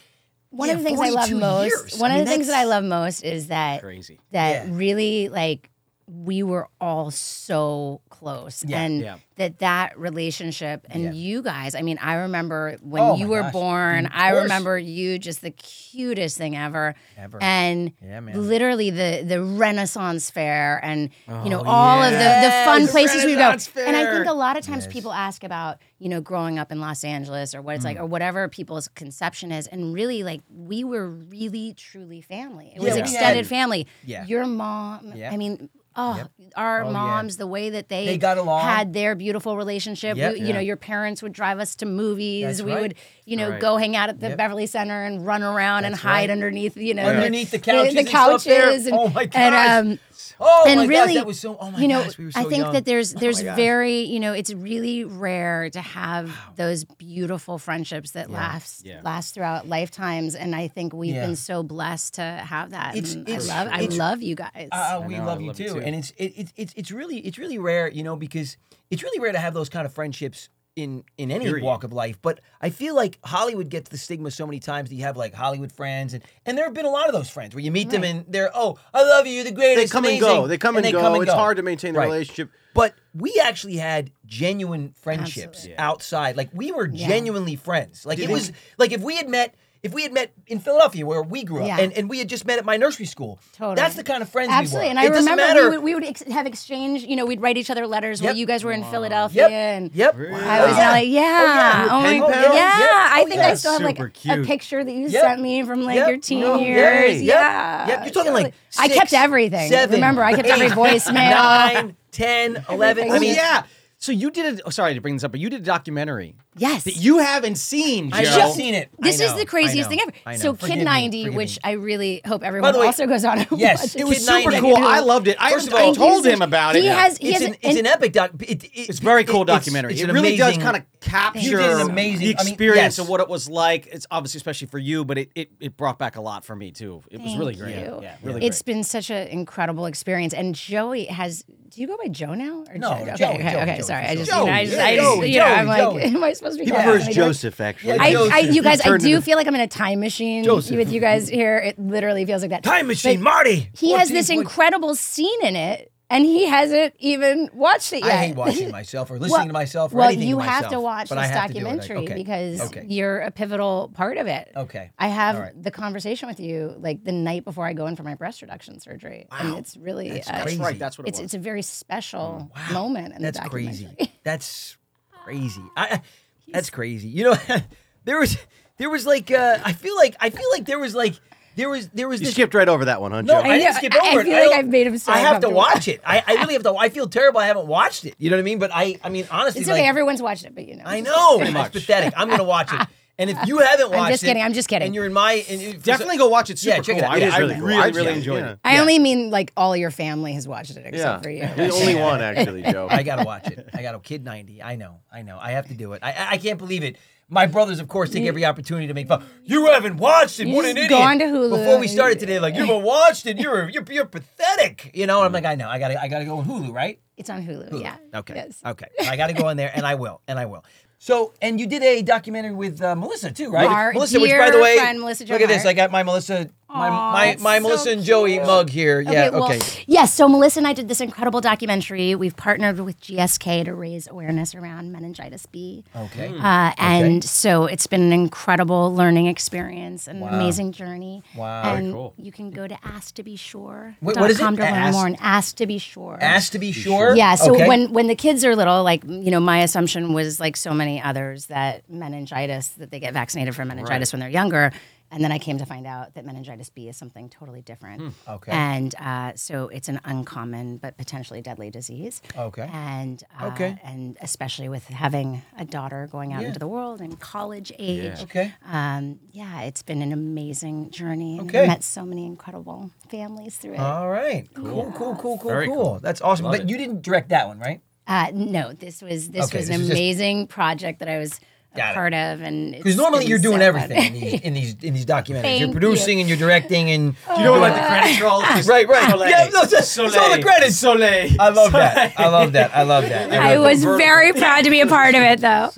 Speaker 3: one
Speaker 1: Yeah,
Speaker 3: of the things I love
Speaker 1: 42
Speaker 3: most.
Speaker 1: years.
Speaker 3: One
Speaker 1: I
Speaker 3: of
Speaker 1: mean,
Speaker 3: the things that I
Speaker 1: that's-
Speaker 3: love most is that
Speaker 2: Crazy.
Speaker 3: that
Speaker 1: Yeah.
Speaker 3: really like we were all so close,
Speaker 1: Yeah,
Speaker 3: and
Speaker 2: yeah.
Speaker 3: that that relationship and
Speaker 1: Yeah.
Speaker 3: you guys. I mean, I remember when
Speaker 1: Oh,
Speaker 3: you
Speaker 1: my
Speaker 3: were
Speaker 1: gosh.
Speaker 3: born.
Speaker 1: Of
Speaker 3: I
Speaker 1: course.
Speaker 3: remember you just the cutest thing ever,
Speaker 1: Ever.
Speaker 3: and.
Speaker 1: Yeah, man.
Speaker 3: Literally the the Renaissance Fair and you know all of the the
Speaker 1: Oh, yes,
Speaker 3: fun
Speaker 1: the
Speaker 3: places we go
Speaker 1: Renaissance
Speaker 3: and I
Speaker 1: Fair.
Speaker 3: think a lot of times people ask about you know growing up in Los Angeles or what
Speaker 1: Mm.
Speaker 3: it's like or whatever people's conception is and really like we were really truly family it was
Speaker 1: we
Speaker 3: extended
Speaker 1: had-
Speaker 3: family
Speaker 1: Yeah.
Speaker 3: your mom
Speaker 1: Yep.
Speaker 3: I mean oh our
Speaker 1: Oh, yeah.
Speaker 3: moms the way that they
Speaker 1: They got along.
Speaker 3: had their beautiful relationship
Speaker 1: Yep.
Speaker 3: we, you know your parents would drive us to movies
Speaker 1: That's
Speaker 3: we
Speaker 1: right.
Speaker 3: would you know go hang out at the Beverly Center and run around and hide underneath you know
Speaker 1: Underneath the couches and stuff there.
Speaker 3: couches and,
Speaker 1: Oh my
Speaker 3: and,
Speaker 1: gosh.
Speaker 3: um,
Speaker 2: Yes.
Speaker 1: Oh
Speaker 3: and
Speaker 1: my gosh,
Speaker 3: really,
Speaker 1: that was so. Oh my
Speaker 3: you know,
Speaker 1: gosh, we were so
Speaker 3: I think
Speaker 1: young. Oh
Speaker 3: that there's there's
Speaker 1: gosh.
Speaker 3: very you know it's really rare to have those beautiful friendships that last
Speaker 2: Yeah.
Speaker 3: last throughout lifetimes, and I think we've
Speaker 1: Yeah.
Speaker 3: been so blessed to have that.
Speaker 1: It's-
Speaker 3: and
Speaker 1: it's-
Speaker 3: I love
Speaker 1: it's-
Speaker 3: I love you guys.
Speaker 1: Uh, we
Speaker 2: know, I
Speaker 1: love you
Speaker 2: love you
Speaker 1: too.
Speaker 2: too.
Speaker 1: and it's it, it, it's it's really it's really rare, you know, because it's really rare to have those kind of friendships in in any walk of life. But I feel like Hollywood gets the stigma so many times that you have like Hollywood friends, and and there have been a lot of those friends where you meet them and they're oh I love you, you're the
Speaker 4: They
Speaker 1: greatest.
Speaker 4: come and
Speaker 1: amazing,"
Speaker 4: go. They come and, go. it's hard to maintain the
Speaker 1: Right.
Speaker 4: relationship.
Speaker 1: But we actually had genuine friendships outside. Like we were genuinely friends. Like it was like if we had met if we had met in Philadelphia where we grew up
Speaker 3: Yeah.
Speaker 1: and, and we had just met at my nursery school.
Speaker 3: Totally.
Speaker 1: That's the kind of friends
Speaker 3: Absolutely,
Speaker 1: we were.
Speaker 3: and I
Speaker 1: it doesn't
Speaker 3: remember
Speaker 1: matter
Speaker 3: we would, we would ex- have exchange. You know, we'd write each other letters while
Speaker 1: Yep.
Speaker 3: you guys were in Philadelphia,
Speaker 1: Yep.
Speaker 3: and
Speaker 1: Yep.
Speaker 3: I was
Speaker 1: Yeah.
Speaker 3: like, yeah,
Speaker 1: Oh,
Speaker 3: oh,
Speaker 1: yeah.
Speaker 3: my
Speaker 1: Pen
Speaker 3: god,
Speaker 1: pals?
Speaker 3: yeah.
Speaker 1: Yep.
Speaker 3: I
Speaker 1: Oh,
Speaker 3: think
Speaker 1: yeah.
Speaker 3: I still have like
Speaker 2: Super
Speaker 3: a
Speaker 2: cute.
Speaker 3: picture that you
Speaker 1: Yep.
Speaker 3: sent me from like
Speaker 1: Yep.
Speaker 3: your teen
Speaker 1: No,
Speaker 3: years.
Speaker 1: yep,
Speaker 3: Yeah,
Speaker 1: Yep. You're talking like
Speaker 3: I
Speaker 1: six,
Speaker 3: kept everything.
Speaker 1: seven,
Speaker 3: Remember, I kept every
Speaker 1: eight,
Speaker 3: voicemail.
Speaker 1: Nine, 10, 11. I
Speaker 2: Oh,
Speaker 1: mean,
Speaker 2: yeah. So you did a, oh, sorry to bring this up, but you did a documentary
Speaker 3: Yes.
Speaker 2: that you haven't seen, Joe.
Speaker 1: I just seen it.
Speaker 3: This
Speaker 1: I
Speaker 3: is
Speaker 1: know,
Speaker 3: the craziest
Speaker 1: I
Speaker 3: thing
Speaker 1: know,
Speaker 3: ever.
Speaker 1: I know.
Speaker 3: So
Speaker 1: Forgive
Speaker 3: Kid
Speaker 1: me,
Speaker 3: 90,
Speaker 1: forgive
Speaker 3: which
Speaker 1: me.
Speaker 3: I really hope everyone
Speaker 1: the way-
Speaker 3: also goes on and
Speaker 1: Yes,
Speaker 3: watches.
Speaker 1: it
Speaker 2: It was
Speaker 1: Kid 90.
Speaker 2: super cool. I loved it. I,
Speaker 1: First of
Speaker 2: I
Speaker 1: all-
Speaker 2: told him about it.
Speaker 3: He has he
Speaker 1: It's,
Speaker 3: has
Speaker 1: an, it's an epic doc. It, it,
Speaker 2: It's a very cool
Speaker 1: it's-
Speaker 2: documentary.
Speaker 1: it's
Speaker 2: it
Speaker 1: an
Speaker 2: really
Speaker 1: amazing-
Speaker 2: does kind of capture
Speaker 1: You did an amazing-
Speaker 2: the
Speaker 1: I mean,
Speaker 2: experience
Speaker 1: yes.
Speaker 2: of what it was like. It's obviously especially for you, but it, it, it brought back a lot for me too. It was
Speaker 3: Thank
Speaker 2: really great.
Speaker 3: you.
Speaker 2: Yeah, really
Speaker 3: It's been such an incredible experience. And Joey has. Do you go by Joe now? Or
Speaker 1: No,
Speaker 3: Joe?
Speaker 1: Joey,
Speaker 3: Okay, okay,
Speaker 1: Joey,
Speaker 3: okay.
Speaker 1: Joey,
Speaker 3: Sorry,
Speaker 1: for
Speaker 3: I just,
Speaker 1: sure.
Speaker 3: you know, I just,
Speaker 1: Joey,
Speaker 3: I just, you know,
Speaker 1: Joey,
Speaker 3: I'm like,
Speaker 1: Joey.
Speaker 3: am I supposed to be?
Speaker 4: He
Speaker 3: calling
Speaker 4: prefers
Speaker 3: somebody?
Speaker 4: Joseph, actually.
Speaker 1: Yeah,
Speaker 3: I,
Speaker 1: Joseph.
Speaker 3: I, you guys, I
Speaker 4: turned
Speaker 3: do
Speaker 4: into-
Speaker 3: feel like I'm in a time machine
Speaker 4: Joseph.
Speaker 3: with you guys here. It literally feels like that.
Speaker 1: Time machine, Marty.
Speaker 3: He has this
Speaker 1: 14.
Speaker 3: incredible scene in it, and he hasn't even watched it yet.
Speaker 1: I hate watching myself or listening
Speaker 3: Well-
Speaker 1: to myself or
Speaker 3: well,
Speaker 1: anything
Speaker 3: you
Speaker 1: to
Speaker 3: have to
Speaker 1: myself,
Speaker 3: watch
Speaker 1: but I
Speaker 3: this
Speaker 1: have to do it. I-
Speaker 3: documentary
Speaker 1: okay.
Speaker 3: because
Speaker 1: okay.
Speaker 3: you're a pivotal part of it.
Speaker 1: Okay.
Speaker 3: I have
Speaker 1: All right.
Speaker 3: the conversation with you like the night before I go in for my breast reduction surgery, and it's really uh,
Speaker 1: crazy.
Speaker 2: great. Right, that's what it
Speaker 3: it's
Speaker 2: was.
Speaker 3: it's a very special moment
Speaker 1: Oh,
Speaker 3: in
Speaker 1: That's
Speaker 3: the
Speaker 1: crazy.
Speaker 3: documentary.
Speaker 1: That's crazy. I, I that's crazy. You know, there was there was like uh, I feel like I feel like there was like there was there was
Speaker 4: You
Speaker 1: this
Speaker 4: skipped right over that one, huh,
Speaker 1: No,
Speaker 4: Joe?
Speaker 1: I,
Speaker 3: I
Speaker 1: didn't
Speaker 3: know.
Speaker 1: skip
Speaker 3: I- I
Speaker 1: over it.
Speaker 3: feel like
Speaker 1: don't-
Speaker 3: I've made him so
Speaker 1: I have to
Speaker 3: uncomfortable.
Speaker 1: watch it. I, I really have to. I feel terrible. I haven't watched it. You know what I mean? But I, I mean, honestly,
Speaker 3: It's okay.
Speaker 1: like,
Speaker 3: Everyone's watched it, but you know.
Speaker 1: I
Speaker 3: just-
Speaker 1: know it's pathetic. I'm gonna watch it. And if you haven't watched it,
Speaker 3: just kidding, I'm just kidding.
Speaker 1: And you're in my and you,
Speaker 2: Definitely go watch it. Super
Speaker 1: Yeah, check it
Speaker 2: cool.
Speaker 1: out.
Speaker 2: I,
Speaker 1: It is
Speaker 2: I
Speaker 1: really
Speaker 2: really,
Speaker 1: cool.
Speaker 2: really,
Speaker 4: Yeah.
Speaker 2: enjoyed
Speaker 4: Yeah.
Speaker 2: it.
Speaker 3: I only mean like all your family has watched it
Speaker 4: Yeah.
Speaker 3: except for you.
Speaker 4: The only one, actually, Joe.
Speaker 1: I gotta watch it. I gotta kid ninety. I know. I know. I have to do it. I- I, I can't believe it. My brothers, of course, take every opportunity to make fun. You haven't watched it.
Speaker 3: You
Speaker 1: what an
Speaker 3: just
Speaker 1: idiot!
Speaker 3: go onto Hulu
Speaker 1: Before we
Speaker 3: and-
Speaker 1: started today, like you haven't watched it. You're you're, you're pathetic. You know. And I'm like, I know. I gotta I gotta go on Hulu, right?
Speaker 3: It's on Hulu. Yeah.
Speaker 1: Okay.
Speaker 3: Yes.
Speaker 1: Okay. I got to go in there, and I will, and I will. So, and you did a documentary with uh, Melissa too, right?
Speaker 3: Our
Speaker 1: Melissa, which by the
Speaker 3: dear
Speaker 1: way,
Speaker 3: friend, Melissa Jo
Speaker 1: look at this.
Speaker 3: Hart.
Speaker 1: I got my Melissa, my
Speaker 3: Aw,
Speaker 1: my,
Speaker 3: that's
Speaker 1: my
Speaker 3: so
Speaker 1: Melissa and Joey mug here. yeah.
Speaker 3: well,
Speaker 1: okay.
Speaker 3: Yes. So Melissa and I did this incredible documentary. We've partnered with GSK to raise awareness around meningitis B.
Speaker 1: Oh. Okay.
Speaker 3: Uh, and so it's been an incredible learning experience and an amazing journey.
Speaker 1: Wow.
Speaker 3: And you can go to ask to be sure.
Speaker 1: Wait, what is it?
Speaker 3: to learn
Speaker 1: Ask-
Speaker 3: more and ask to be sure.
Speaker 1: Asked to be sure.
Speaker 3: Yeah. So
Speaker 1: Okay.
Speaker 3: when when the kids are little, like you know, my assumption was like so many others that meningitis that they get vaccinated for meningitis when they're younger, and then I came to find out that meningitis B is something totally different.
Speaker 1: Hmm, Okay.
Speaker 3: And uh, so it's an uncommon but potentially deadly disease.
Speaker 1: Okay.
Speaker 3: And uh,
Speaker 1: Okay.
Speaker 3: And especially with having a daughter going out into the world and college age.
Speaker 1: Okay.
Speaker 3: Um, yeah, it's been an amazing journey. And
Speaker 1: Okay.
Speaker 3: I've met so many incredible families through it.
Speaker 1: All right. Cool. Cool. Cool. Cool. Cool. That's awesome. but you didn't direct that one, right?
Speaker 3: Uh, no, this was this
Speaker 1: Okay,
Speaker 3: was
Speaker 1: this
Speaker 3: an
Speaker 1: was just-
Speaker 3: amazing project that I was a
Speaker 1: Got it.
Speaker 3: part of, and
Speaker 1: Because
Speaker 3: it's
Speaker 1: normally
Speaker 3: been
Speaker 1: you're doing
Speaker 3: so
Speaker 1: everything in
Speaker 3: fun.
Speaker 1: these, in these in these documentaries. You're
Speaker 3: Thank Oh.
Speaker 1: producing and you're directing and
Speaker 2: You know what about the credits roll?
Speaker 1: right, right. Yeah, no, so, so
Speaker 2: Soleil.
Speaker 1: the credits.
Speaker 2: Soleil.
Speaker 1: I love that. I love that. I love that.
Speaker 3: I
Speaker 1: love that.
Speaker 3: was very proud to be a part of it, though.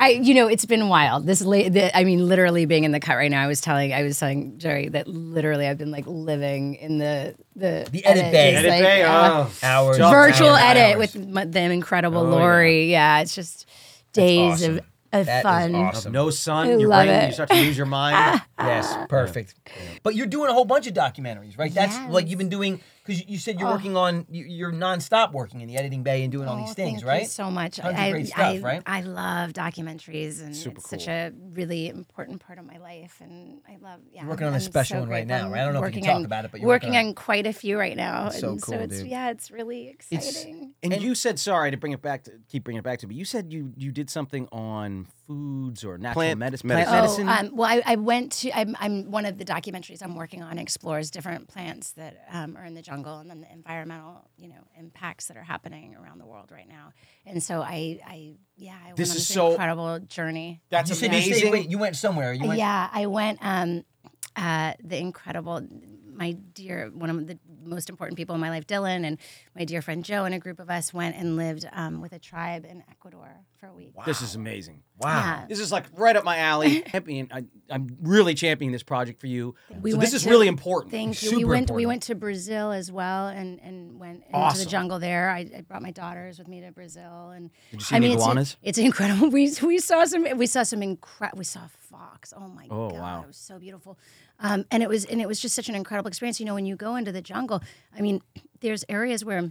Speaker 3: I, you know, it's been wild. This, la- the, I mean, literally being in the cut right now. I was telling, I was telling Jerry that literally I've been like living in the the
Speaker 1: The edit bay.
Speaker 3: is,
Speaker 1: Edit
Speaker 3: like,
Speaker 2: Hey,
Speaker 3: uh,
Speaker 2: oh.
Speaker 1: hours.
Speaker 3: virtual
Speaker 1: hours,
Speaker 3: edit
Speaker 1: hours. Oh,
Speaker 3: with m- the incredible Lori. Yeah. it's just days
Speaker 1: awesome.
Speaker 3: of, of
Speaker 1: That is
Speaker 3: fun.
Speaker 1: awesome.
Speaker 2: No sun.
Speaker 3: I
Speaker 2: your
Speaker 3: love
Speaker 2: brain,
Speaker 3: it.
Speaker 2: You start to lose your mind.
Speaker 1: Yes, perfect. But you're doing a whole bunch of documentaries, right? That's like you've been doing because you said you're working on you- you're nonstop working in the editing bay and doing all these
Speaker 3: Oh. Oh,
Speaker 1: things,
Speaker 3: thank
Speaker 1: right?
Speaker 3: You so much.
Speaker 1: Tons of
Speaker 3: I,
Speaker 1: great stuff,
Speaker 3: I,
Speaker 1: right?
Speaker 3: I love documentaries, and it's such a really important part of my life. And I love. Yeah,
Speaker 1: working on
Speaker 3: I'm-
Speaker 1: a
Speaker 3: I'm
Speaker 1: special
Speaker 3: so
Speaker 1: one right
Speaker 3: grateful.
Speaker 1: now,
Speaker 3: I'm
Speaker 1: right? I don't know if you can
Speaker 3: working
Speaker 1: talk
Speaker 3: on-
Speaker 1: about it, but you're
Speaker 3: working
Speaker 1: working
Speaker 3: on quite a few right now.
Speaker 1: That's so
Speaker 3: and
Speaker 1: cool,
Speaker 3: it's,
Speaker 1: dude.
Speaker 3: Yeah, it's really exciting.
Speaker 2: And, you said sorry to bring it back to keep bringing it back to me. You said you you did something on foods or natural
Speaker 4: Plant
Speaker 2: medicine.
Speaker 4: medicine.
Speaker 2: Plant medicine.
Speaker 3: Oh, um, well, I, I went to. I'm, I'm one of the documentaries I'm working on explores different plants that um, are in the jungle and then the environmental, you know, impacts that are happening around the world right now. And so I, I yeah, I went
Speaker 2: This
Speaker 3: on
Speaker 2: is
Speaker 3: this
Speaker 2: so-
Speaker 3: incredible journey.
Speaker 2: That's
Speaker 1: you said you,
Speaker 2: amazing.
Speaker 1: stayed, wait, you went somewhere. You went,
Speaker 3: Uh, yeah, I went. Um, uh, the incredible, my dear, one of the most important people in my life, Dylan, and my dear friend Joe, and a group of us went and lived um, with a tribe in Ecuador for a week.
Speaker 2: This is amazing.
Speaker 3: Yeah.
Speaker 2: This is like right up my alley. Champion, I, I'm really championing this project for you.
Speaker 3: We
Speaker 2: so this
Speaker 3: went
Speaker 2: is
Speaker 3: to-
Speaker 2: really important.
Speaker 3: Thank you.
Speaker 2: Super
Speaker 3: we went.
Speaker 2: important.
Speaker 3: We went to Brazil as well, and and went into
Speaker 2: Awesome.
Speaker 3: the jungle there. I, I brought my daughters with me to Brazil, and
Speaker 2: Did you see
Speaker 3: I
Speaker 2: any
Speaker 3: mean, it's-
Speaker 2: iguanas?
Speaker 3: It's, incredible. We we saw some. We saw some incredible. We saw a fox. Oh my
Speaker 2: Oh,
Speaker 3: god!
Speaker 2: wow.
Speaker 3: It was so beautiful, um, and it was and it was just such an incredible experience. You know, when you go into the jungle, I mean, there's areas where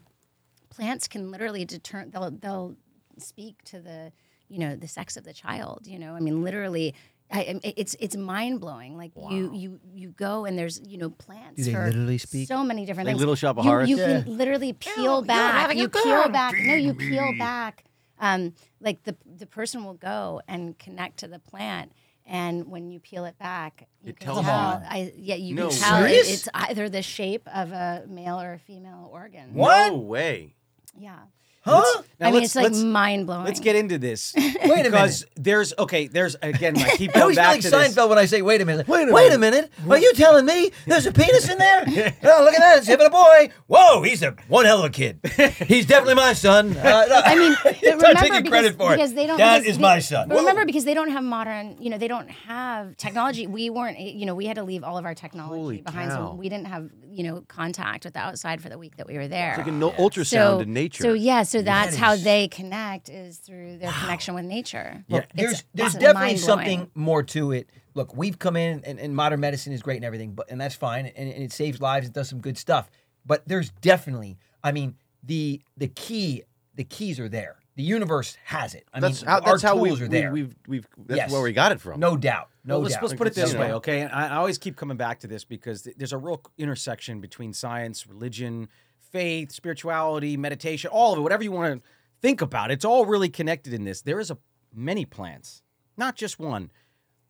Speaker 3: plants can literally deter they'll they'll speak to the you know the sex of the child you know i mean literally I, I- it's it's mind blowing. Like you you you go and there's you know plants.
Speaker 5: Do they
Speaker 3: for
Speaker 5: literally speak?
Speaker 3: So many different
Speaker 2: Like
Speaker 3: things.
Speaker 2: Little Shop of Horrors?
Speaker 3: You, you can literally peel back. You peel back. No, you peel back. Um, like the the person will go and connect to the plant, and when you peel it back, you can
Speaker 2: tells
Speaker 3: tell.
Speaker 2: you.
Speaker 3: I, yeah, you
Speaker 4: No
Speaker 3: can tell it,
Speaker 1: Serious?
Speaker 3: it's either the shape of a male or a female organ.
Speaker 1: What?
Speaker 4: No way.
Speaker 3: Yeah.
Speaker 1: Huh?
Speaker 2: Now
Speaker 3: I mean,
Speaker 2: let's-
Speaker 3: it's like
Speaker 2: let's-
Speaker 3: mind blowing.
Speaker 2: Let's get into this.
Speaker 1: minute.
Speaker 2: because there's okay. There's again. I keep
Speaker 1: I
Speaker 2: going
Speaker 1: always feel
Speaker 2: back
Speaker 1: like
Speaker 2: to
Speaker 1: Seinfeld
Speaker 2: this.
Speaker 1: when I say, "Wait a minute, wait
Speaker 4: Wait
Speaker 1: a,
Speaker 4: a
Speaker 1: minute. Are you telling me there's a penis in there? oh, look at that, it's him and a boy. Whoa, he's a one hell of a kid. He's definitely my son. Uh, no,
Speaker 3: I mean, but
Speaker 1: Start
Speaker 3: remember
Speaker 1: taking
Speaker 3: because,
Speaker 1: credit for it.
Speaker 3: because they don't.
Speaker 1: That
Speaker 3: because
Speaker 1: is
Speaker 3: they-
Speaker 1: my son.
Speaker 3: but remember, because they don't have modern, you know, they don't have technology. We weren't, you know, we had to leave all of our technology behind.
Speaker 4: cow.
Speaker 3: So we didn't have, you know, contact with the outside for the week that we were there.
Speaker 4: Like a no ultrasound in nature.
Speaker 3: So yeah, so that's how they connect is through their connection with nature.
Speaker 1: Look,
Speaker 3: It's-
Speaker 1: there's there's
Speaker 3: it's
Speaker 1: definitely
Speaker 3: mind-blowing.
Speaker 1: something more to it. Look, we've come in, and, and modern medicine is great and everything, but and that's fine, and, and it saves lives, it does some good stuff. But there's definitely, I mean, the the key, the keys are there. The universe has it. I
Speaker 4: That's
Speaker 1: mean,
Speaker 4: how. That's
Speaker 1: our
Speaker 4: how
Speaker 1: tools
Speaker 4: we,
Speaker 1: are there.
Speaker 4: We, we've. We've. That's
Speaker 1: Yes.
Speaker 4: where we got it from.
Speaker 1: no doubt, no
Speaker 2: let's,
Speaker 1: doubt.
Speaker 2: let's put it
Speaker 4: Like,
Speaker 2: this
Speaker 4: you
Speaker 2: way,
Speaker 4: know.
Speaker 2: okay? And I, I always keep coming back to this because th- there's a real intersection between science, religion, faith, spirituality, meditation, all of it, whatever you want to think about. It's all really connected in this. There is a many plants, not just one.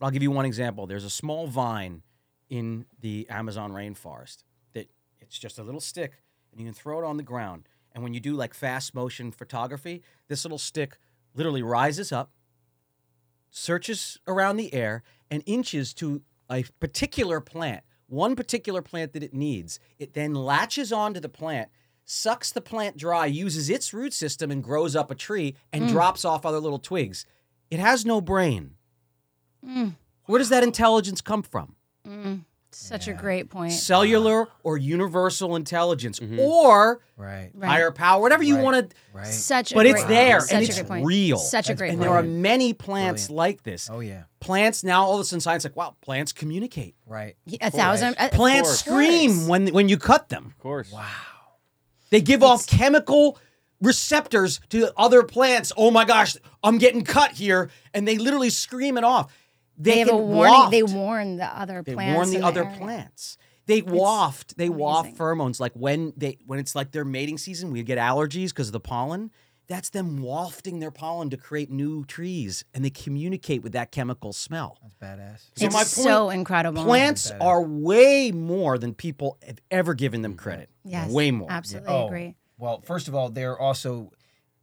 Speaker 2: I'll give you one example. There's a small vine in the Amazon rainforest that it's just a little stick and you can throw it on the ground. And when you do like fast motion photography, this little stick literally rises up searches around the air and inches to a particular plant, one particular plant that it needs. It then latches onto the plant, sucks the plant dry, uses its root system and grows up a tree and drops off other little twigs. It has no brain.
Speaker 3: Mm,
Speaker 2: Where does that intelligence come from?
Speaker 3: mm, such a great point.
Speaker 2: Cellular or universal intelligence or
Speaker 1: right,
Speaker 3: Right.
Speaker 2: higher power, whatever you
Speaker 1: Mm-hmm. Right.
Speaker 2: want to.
Speaker 1: right.
Speaker 3: Such a
Speaker 2: But it's
Speaker 3: great-
Speaker 2: there
Speaker 3: such
Speaker 2: and
Speaker 3: a
Speaker 2: it's
Speaker 3: great point.
Speaker 2: real.
Speaker 3: Such a great
Speaker 2: and
Speaker 3: point.
Speaker 2: there are many plants like this.
Speaker 1: Oh yeah,
Speaker 2: Plants now, all of a sudden, science like, wow, plants communicate.
Speaker 1: right.
Speaker 3: a thousand uh,
Speaker 2: plants
Speaker 3: of
Speaker 2: scream
Speaker 3: course.
Speaker 2: when when you cut them.
Speaker 6: Of course.
Speaker 2: They give off chemical receptors to other plants. Oh my gosh, I'm getting cut here, and they literally scream it off. They,
Speaker 3: They have a
Speaker 2: can
Speaker 3: warning. They
Speaker 2: waft.
Speaker 3: warn the other
Speaker 2: They
Speaker 3: plants.
Speaker 2: warn the
Speaker 3: in
Speaker 2: other
Speaker 3: area.
Speaker 2: plants. They waft. They waft
Speaker 3: amazing.
Speaker 2: pheromones like when they when it's like their mating season. We get allergies because of the pollen. That's them wafting their pollen to create new trees, and they communicate with that chemical smell.
Speaker 1: Badass.
Speaker 2: So
Speaker 3: it's
Speaker 2: my
Speaker 3: so
Speaker 2: point,
Speaker 3: incredible.
Speaker 2: Plants are way more than people have ever given them credit.
Speaker 3: Mm. Yes,
Speaker 2: way more.
Speaker 3: Absolutely
Speaker 1: Oh,
Speaker 3: agree.
Speaker 1: Well, first of all, they're also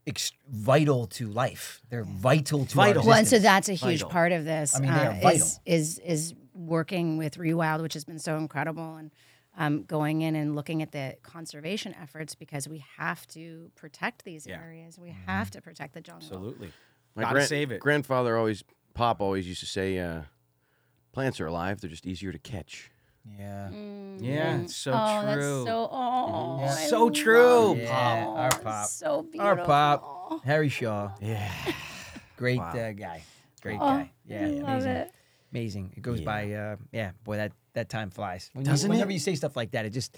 Speaker 1: ex- vital to life. They're vital to
Speaker 2: Vital.
Speaker 1: Our
Speaker 3: Well, and so
Speaker 1: existence.
Speaker 3: that's a huge
Speaker 2: Vital.
Speaker 3: part of this.
Speaker 1: I mean, they are
Speaker 3: uh,
Speaker 1: vital.
Speaker 3: is, is is working with Rewild, which has been so incredible, and um, going in and looking at the conservation efforts because we have to protect these areas. We have to protect the jungle.
Speaker 2: Mm-hmm. Absolutely.
Speaker 4: My
Speaker 2: Gotta
Speaker 4: gran-
Speaker 2: save it.
Speaker 4: Grandfather always, Pop always used to say, uh, "Plants are alive. They're just easier to catch."
Speaker 1: yeah.
Speaker 2: Yeah, it's so
Speaker 3: oh, that's
Speaker 2: true. Mm-hmm.
Speaker 3: so oh, I
Speaker 2: So
Speaker 3: love
Speaker 2: true,
Speaker 3: it.
Speaker 1: Pop.
Speaker 3: Oh,
Speaker 1: Our
Speaker 3: it's
Speaker 1: Pop.
Speaker 3: So beautiful.
Speaker 1: Our pop, Harry Shaw.
Speaker 4: Yeah.
Speaker 1: Great uh, guy. Great
Speaker 3: Oh,
Speaker 1: guy. Yeah,
Speaker 3: I love
Speaker 1: amazing.
Speaker 3: it.
Speaker 1: Amazing. It goes by. Uh, yeah, boy, that that time flies. When
Speaker 2: Doesn't
Speaker 1: you,
Speaker 2: it?
Speaker 1: whenever you say stuff like that, it just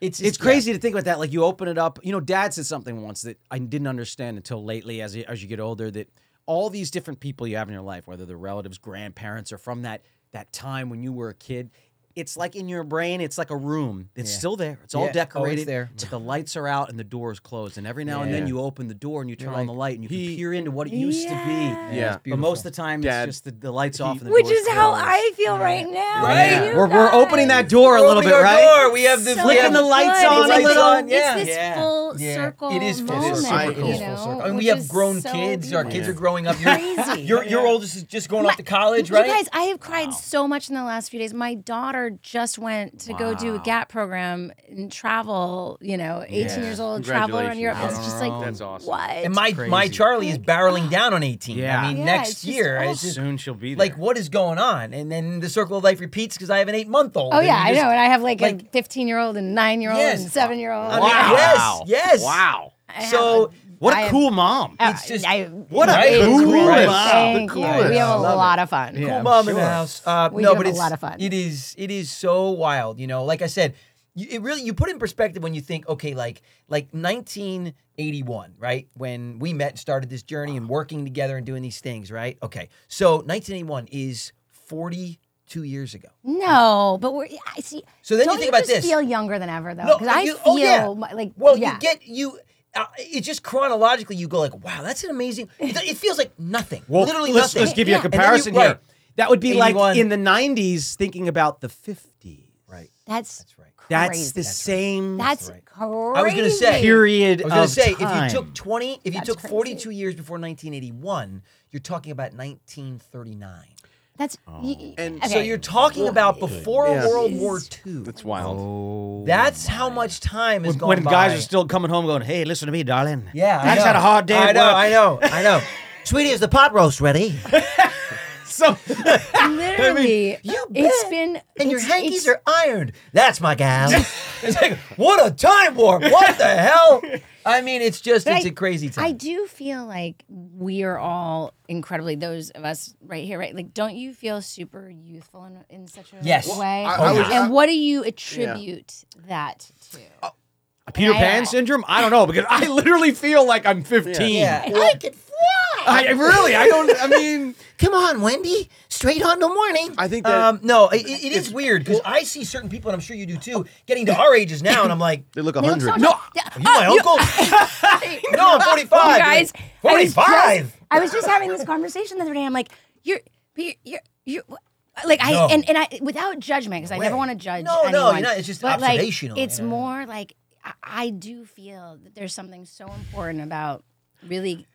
Speaker 1: it's
Speaker 2: It's
Speaker 1: just-
Speaker 2: crazy to think about that. Like you open it up. You know, Dad said something once that I didn't understand until lately, as you- as you get older, that all these different people you have in your life, whether they're relatives, grandparents, or from that that time when you were a kid, it's like in your brain, it's like a room. It's still there. It's all
Speaker 1: Yeah. Oh, it's
Speaker 2: decorated.
Speaker 1: there.
Speaker 2: But the lights are out and the door is closed. And every now and then you open the door and you turn on the light and you can peer into what it used to be.
Speaker 1: Yeah.
Speaker 2: But most of the time,
Speaker 6: Dad,
Speaker 2: it's just the, the lights off and the
Speaker 3: Which
Speaker 2: door's
Speaker 3: is how
Speaker 2: closed.
Speaker 3: I feel right now.
Speaker 1: Right.
Speaker 3: with you
Speaker 2: We're, we're opening
Speaker 3: guys.
Speaker 2: that door a little bit, right?
Speaker 1: We have the
Speaker 3: So
Speaker 2: flicking the
Speaker 3: good.
Speaker 2: lights on
Speaker 3: It's
Speaker 2: a
Speaker 3: like
Speaker 2: little.
Speaker 3: full-
Speaker 2: Yeah.
Speaker 3: It's this
Speaker 2: Yeah.
Speaker 3: full
Speaker 1: Yeah.
Speaker 3: circle.
Speaker 1: It is full
Speaker 3: moment,
Speaker 6: circle. It is
Speaker 3: You
Speaker 6: full
Speaker 3: know,
Speaker 6: circle.
Speaker 1: I mean, we
Speaker 3: which
Speaker 1: have
Speaker 3: is
Speaker 1: grown
Speaker 3: so
Speaker 1: kids. Our kids are
Speaker 3: beautiful.
Speaker 1: growing up. Your-
Speaker 3: Crazy.
Speaker 1: Your your oldest is just going off to college, right?
Speaker 3: You guys, I have cried so much in the last few days. My daughter just went to go do a GAP program and travel, you know, 18 years old, travel around
Speaker 6: Congratulations.
Speaker 3: Europe.
Speaker 6: Wow.
Speaker 3: It's just like,
Speaker 6: That's awesome.
Speaker 3: what?
Speaker 1: and my my Charlie is barreling down on 18.
Speaker 2: Yeah.
Speaker 1: I mean,
Speaker 3: Yeah, it's
Speaker 1: next
Speaker 3: just
Speaker 1: year,
Speaker 3: awful.
Speaker 1: it's just
Speaker 6: Soon she'll be there.
Speaker 1: like, what is going on? And then the circle of life repeats because I have an eight month old.
Speaker 3: oh, yeah, I know. And I have like, a
Speaker 1: like-
Speaker 3: 15 year old and nine year old
Speaker 1: Yes.
Speaker 3: and seven year old.
Speaker 1: I mean,
Speaker 2: Wow.
Speaker 1: Yes, yes.
Speaker 6: wow.
Speaker 1: So,
Speaker 2: What
Speaker 3: I
Speaker 2: a
Speaker 3: am-
Speaker 2: cool mom.
Speaker 1: It's just-
Speaker 3: what
Speaker 1: a cool
Speaker 6: mom.
Speaker 3: Thank
Speaker 6: The
Speaker 3: you.
Speaker 6: coolest.
Speaker 3: We have a
Speaker 1: Love it.
Speaker 3: lot of fun.
Speaker 1: cool mom in the house. Uh,
Speaker 3: We
Speaker 1: no,
Speaker 3: do have
Speaker 1: but
Speaker 3: a
Speaker 1: it's
Speaker 3: lot of fun.
Speaker 1: It is it is so wild. You know, like I said, you, it really you put it in perspective when you think, okay, like like 1981, right? When we met and started this journey and working together and doing these things, right? Okay, so 1981 is 42 years ago.
Speaker 3: No, but we're I see.
Speaker 1: So then you
Speaker 3: don't
Speaker 1: think about
Speaker 3: just
Speaker 1: this.
Speaker 3: Feel younger than ever though,
Speaker 1: No,
Speaker 3: because I
Speaker 1: you-
Speaker 3: feel
Speaker 1: oh, yeah.
Speaker 3: my- like
Speaker 1: Well,
Speaker 3: yeah.
Speaker 1: you get you. Uh, it's just chronologically, you go like, "Wow, that's an amazing." It, it feels like nothing, literally
Speaker 2: let's,
Speaker 1: nothing.
Speaker 2: let's give you a
Speaker 1: And then
Speaker 2: comparison
Speaker 1: right,
Speaker 2: here. That would be like
Speaker 1: 81.
Speaker 2: in the 90s thinking about the 50s.
Speaker 1: Right.
Speaker 3: that's that's
Speaker 1: right.
Speaker 2: That's
Speaker 3: crazy.
Speaker 2: the same
Speaker 3: That's
Speaker 1: right.
Speaker 3: crazy.
Speaker 1: I was gonna say
Speaker 2: period
Speaker 1: I was gonna
Speaker 2: of
Speaker 1: say
Speaker 2: time.
Speaker 1: if you took twenty, if you
Speaker 3: That's
Speaker 1: took
Speaker 3: crazy.
Speaker 1: forty-two years before nineteen eighty-one, you're talking about nineteen thirty-nine.
Speaker 3: that's y- y-
Speaker 6: And
Speaker 3: okay.
Speaker 1: So you're talking about before
Speaker 6: Yeah.
Speaker 1: World War II.
Speaker 6: That's wild.
Speaker 3: Oh.
Speaker 1: That's how much time has gone
Speaker 2: Oh. when
Speaker 1: by.
Speaker 2: guys are still coming home going, hey, listen to me, darling.
Speaker 1: yeah,
Speaker 2: I, just had a hard day.
Speaker 1: I
Speaker 2: at
Speaker 1: know,
Speaker 2: work."
Speaker 1: I know, I know. Sweetie, is the pot roast ready?
Speaker 2: So,
Speaker 3: literally
Speaker 1: You bet.
Speaker 3: it's been
Speaker 1: and your
Speaker 3: it's-
Speaker 1: hankies
Speaker 3: it's-
Speaker 1: are ironed. That's my gal. it's like what a time warp. What the hell? I mean, it's just
Speaker 3: But
Speaker 1: it's
Speaker 3: I-
Speaker 1: a crazy time.
Speaker 3: I do feel like we are all incredibly those of us right here, right? Like, don't you feel super youthful in, in such a
Speaker 1: Yes.
Speaker 3: way?
Speaker 6: I- I
Speaker 1: was-
Speaker 3: and what do you attribute that to?
Speaker 2: Peter
Speaker 3: I-
Speaker 2: Pan syndrome? I don't know because I literally feel like I'm 15.
Speaker 1: yeah.
Speaker 3: I could fly.
Speaker 2: I I really, I don't, I mean,
Speaker 1: Come on, Wendy. Straight on till morning.
Speaker 6: I think that-
Speaker 1: um, no, it, it- it is weird because I see certain people, and I'm sure you do too, getting to our ages now, and I'm like,
Speaker 6: They look
Speaker 3: They look
Speaker 6: 100.
Speaker 3: so
Speaker 1: no,
Speaker 3: Yeah.
Speaker 1: are you my uncle? no, I'm 45.
Speaker 3: You guys, I was just-
Speaker 1: 45.
Speaker 3: I was just having this conversation the other day. I'm like, you're, you're, you're, you're like I
Speaker 1: No.
Speaker 3: and, and I without judgment because I never
Speaker 1: way.
Speaker 3: want to judge.
Speaker 1: No, no,
Speaker 3: anyone,
Speaker 1: you're not. It's just
Speaker 3: but, like,
Speaker 1: observational,
Speaker 3: it's
Speaker 1: yeah.
Speaker 3: more like I, I do feel that there's something so important about really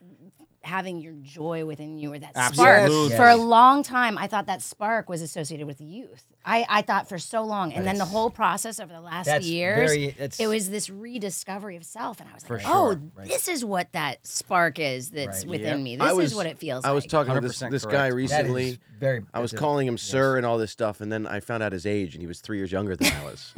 Speaker 3: having your joy within you or that spark.
Speaker 6: Absolutely.
Speaker 3: For a long time, I thought that spark was associated with youth. I, I thought for so long, and then the whole process over the last
Speaker 1: That's
Speaker 3: years,
Speaker 1: very- that's-
Speaker 3: it was this rediscovery of self, and I was like,
Speaker 1: sure,
Speaker 3: oh,
Speaker 1: right.
Speaker 3: this is what that spark is that's
Speaker 1: Right.
Speaker 3: within me.
Speaker 6: I
Speaker 3: This
Speaker 6: was-
Speaker 3: is what it feels
Speaker 6: I was
Speaker 3: like.
Speaker 6: talking to this,
Speaker 2: 100%
Speaker 6: this guy
Speaker 2: correct.
Speaker 1: That is
Speaker 6: recently.
Speaker 1: very.
Speaker 6: I was
Speaker 1: that's a-
Speaker 6: calling him sir and all this stuff, and then I found out his age, and he was three years younger than I was.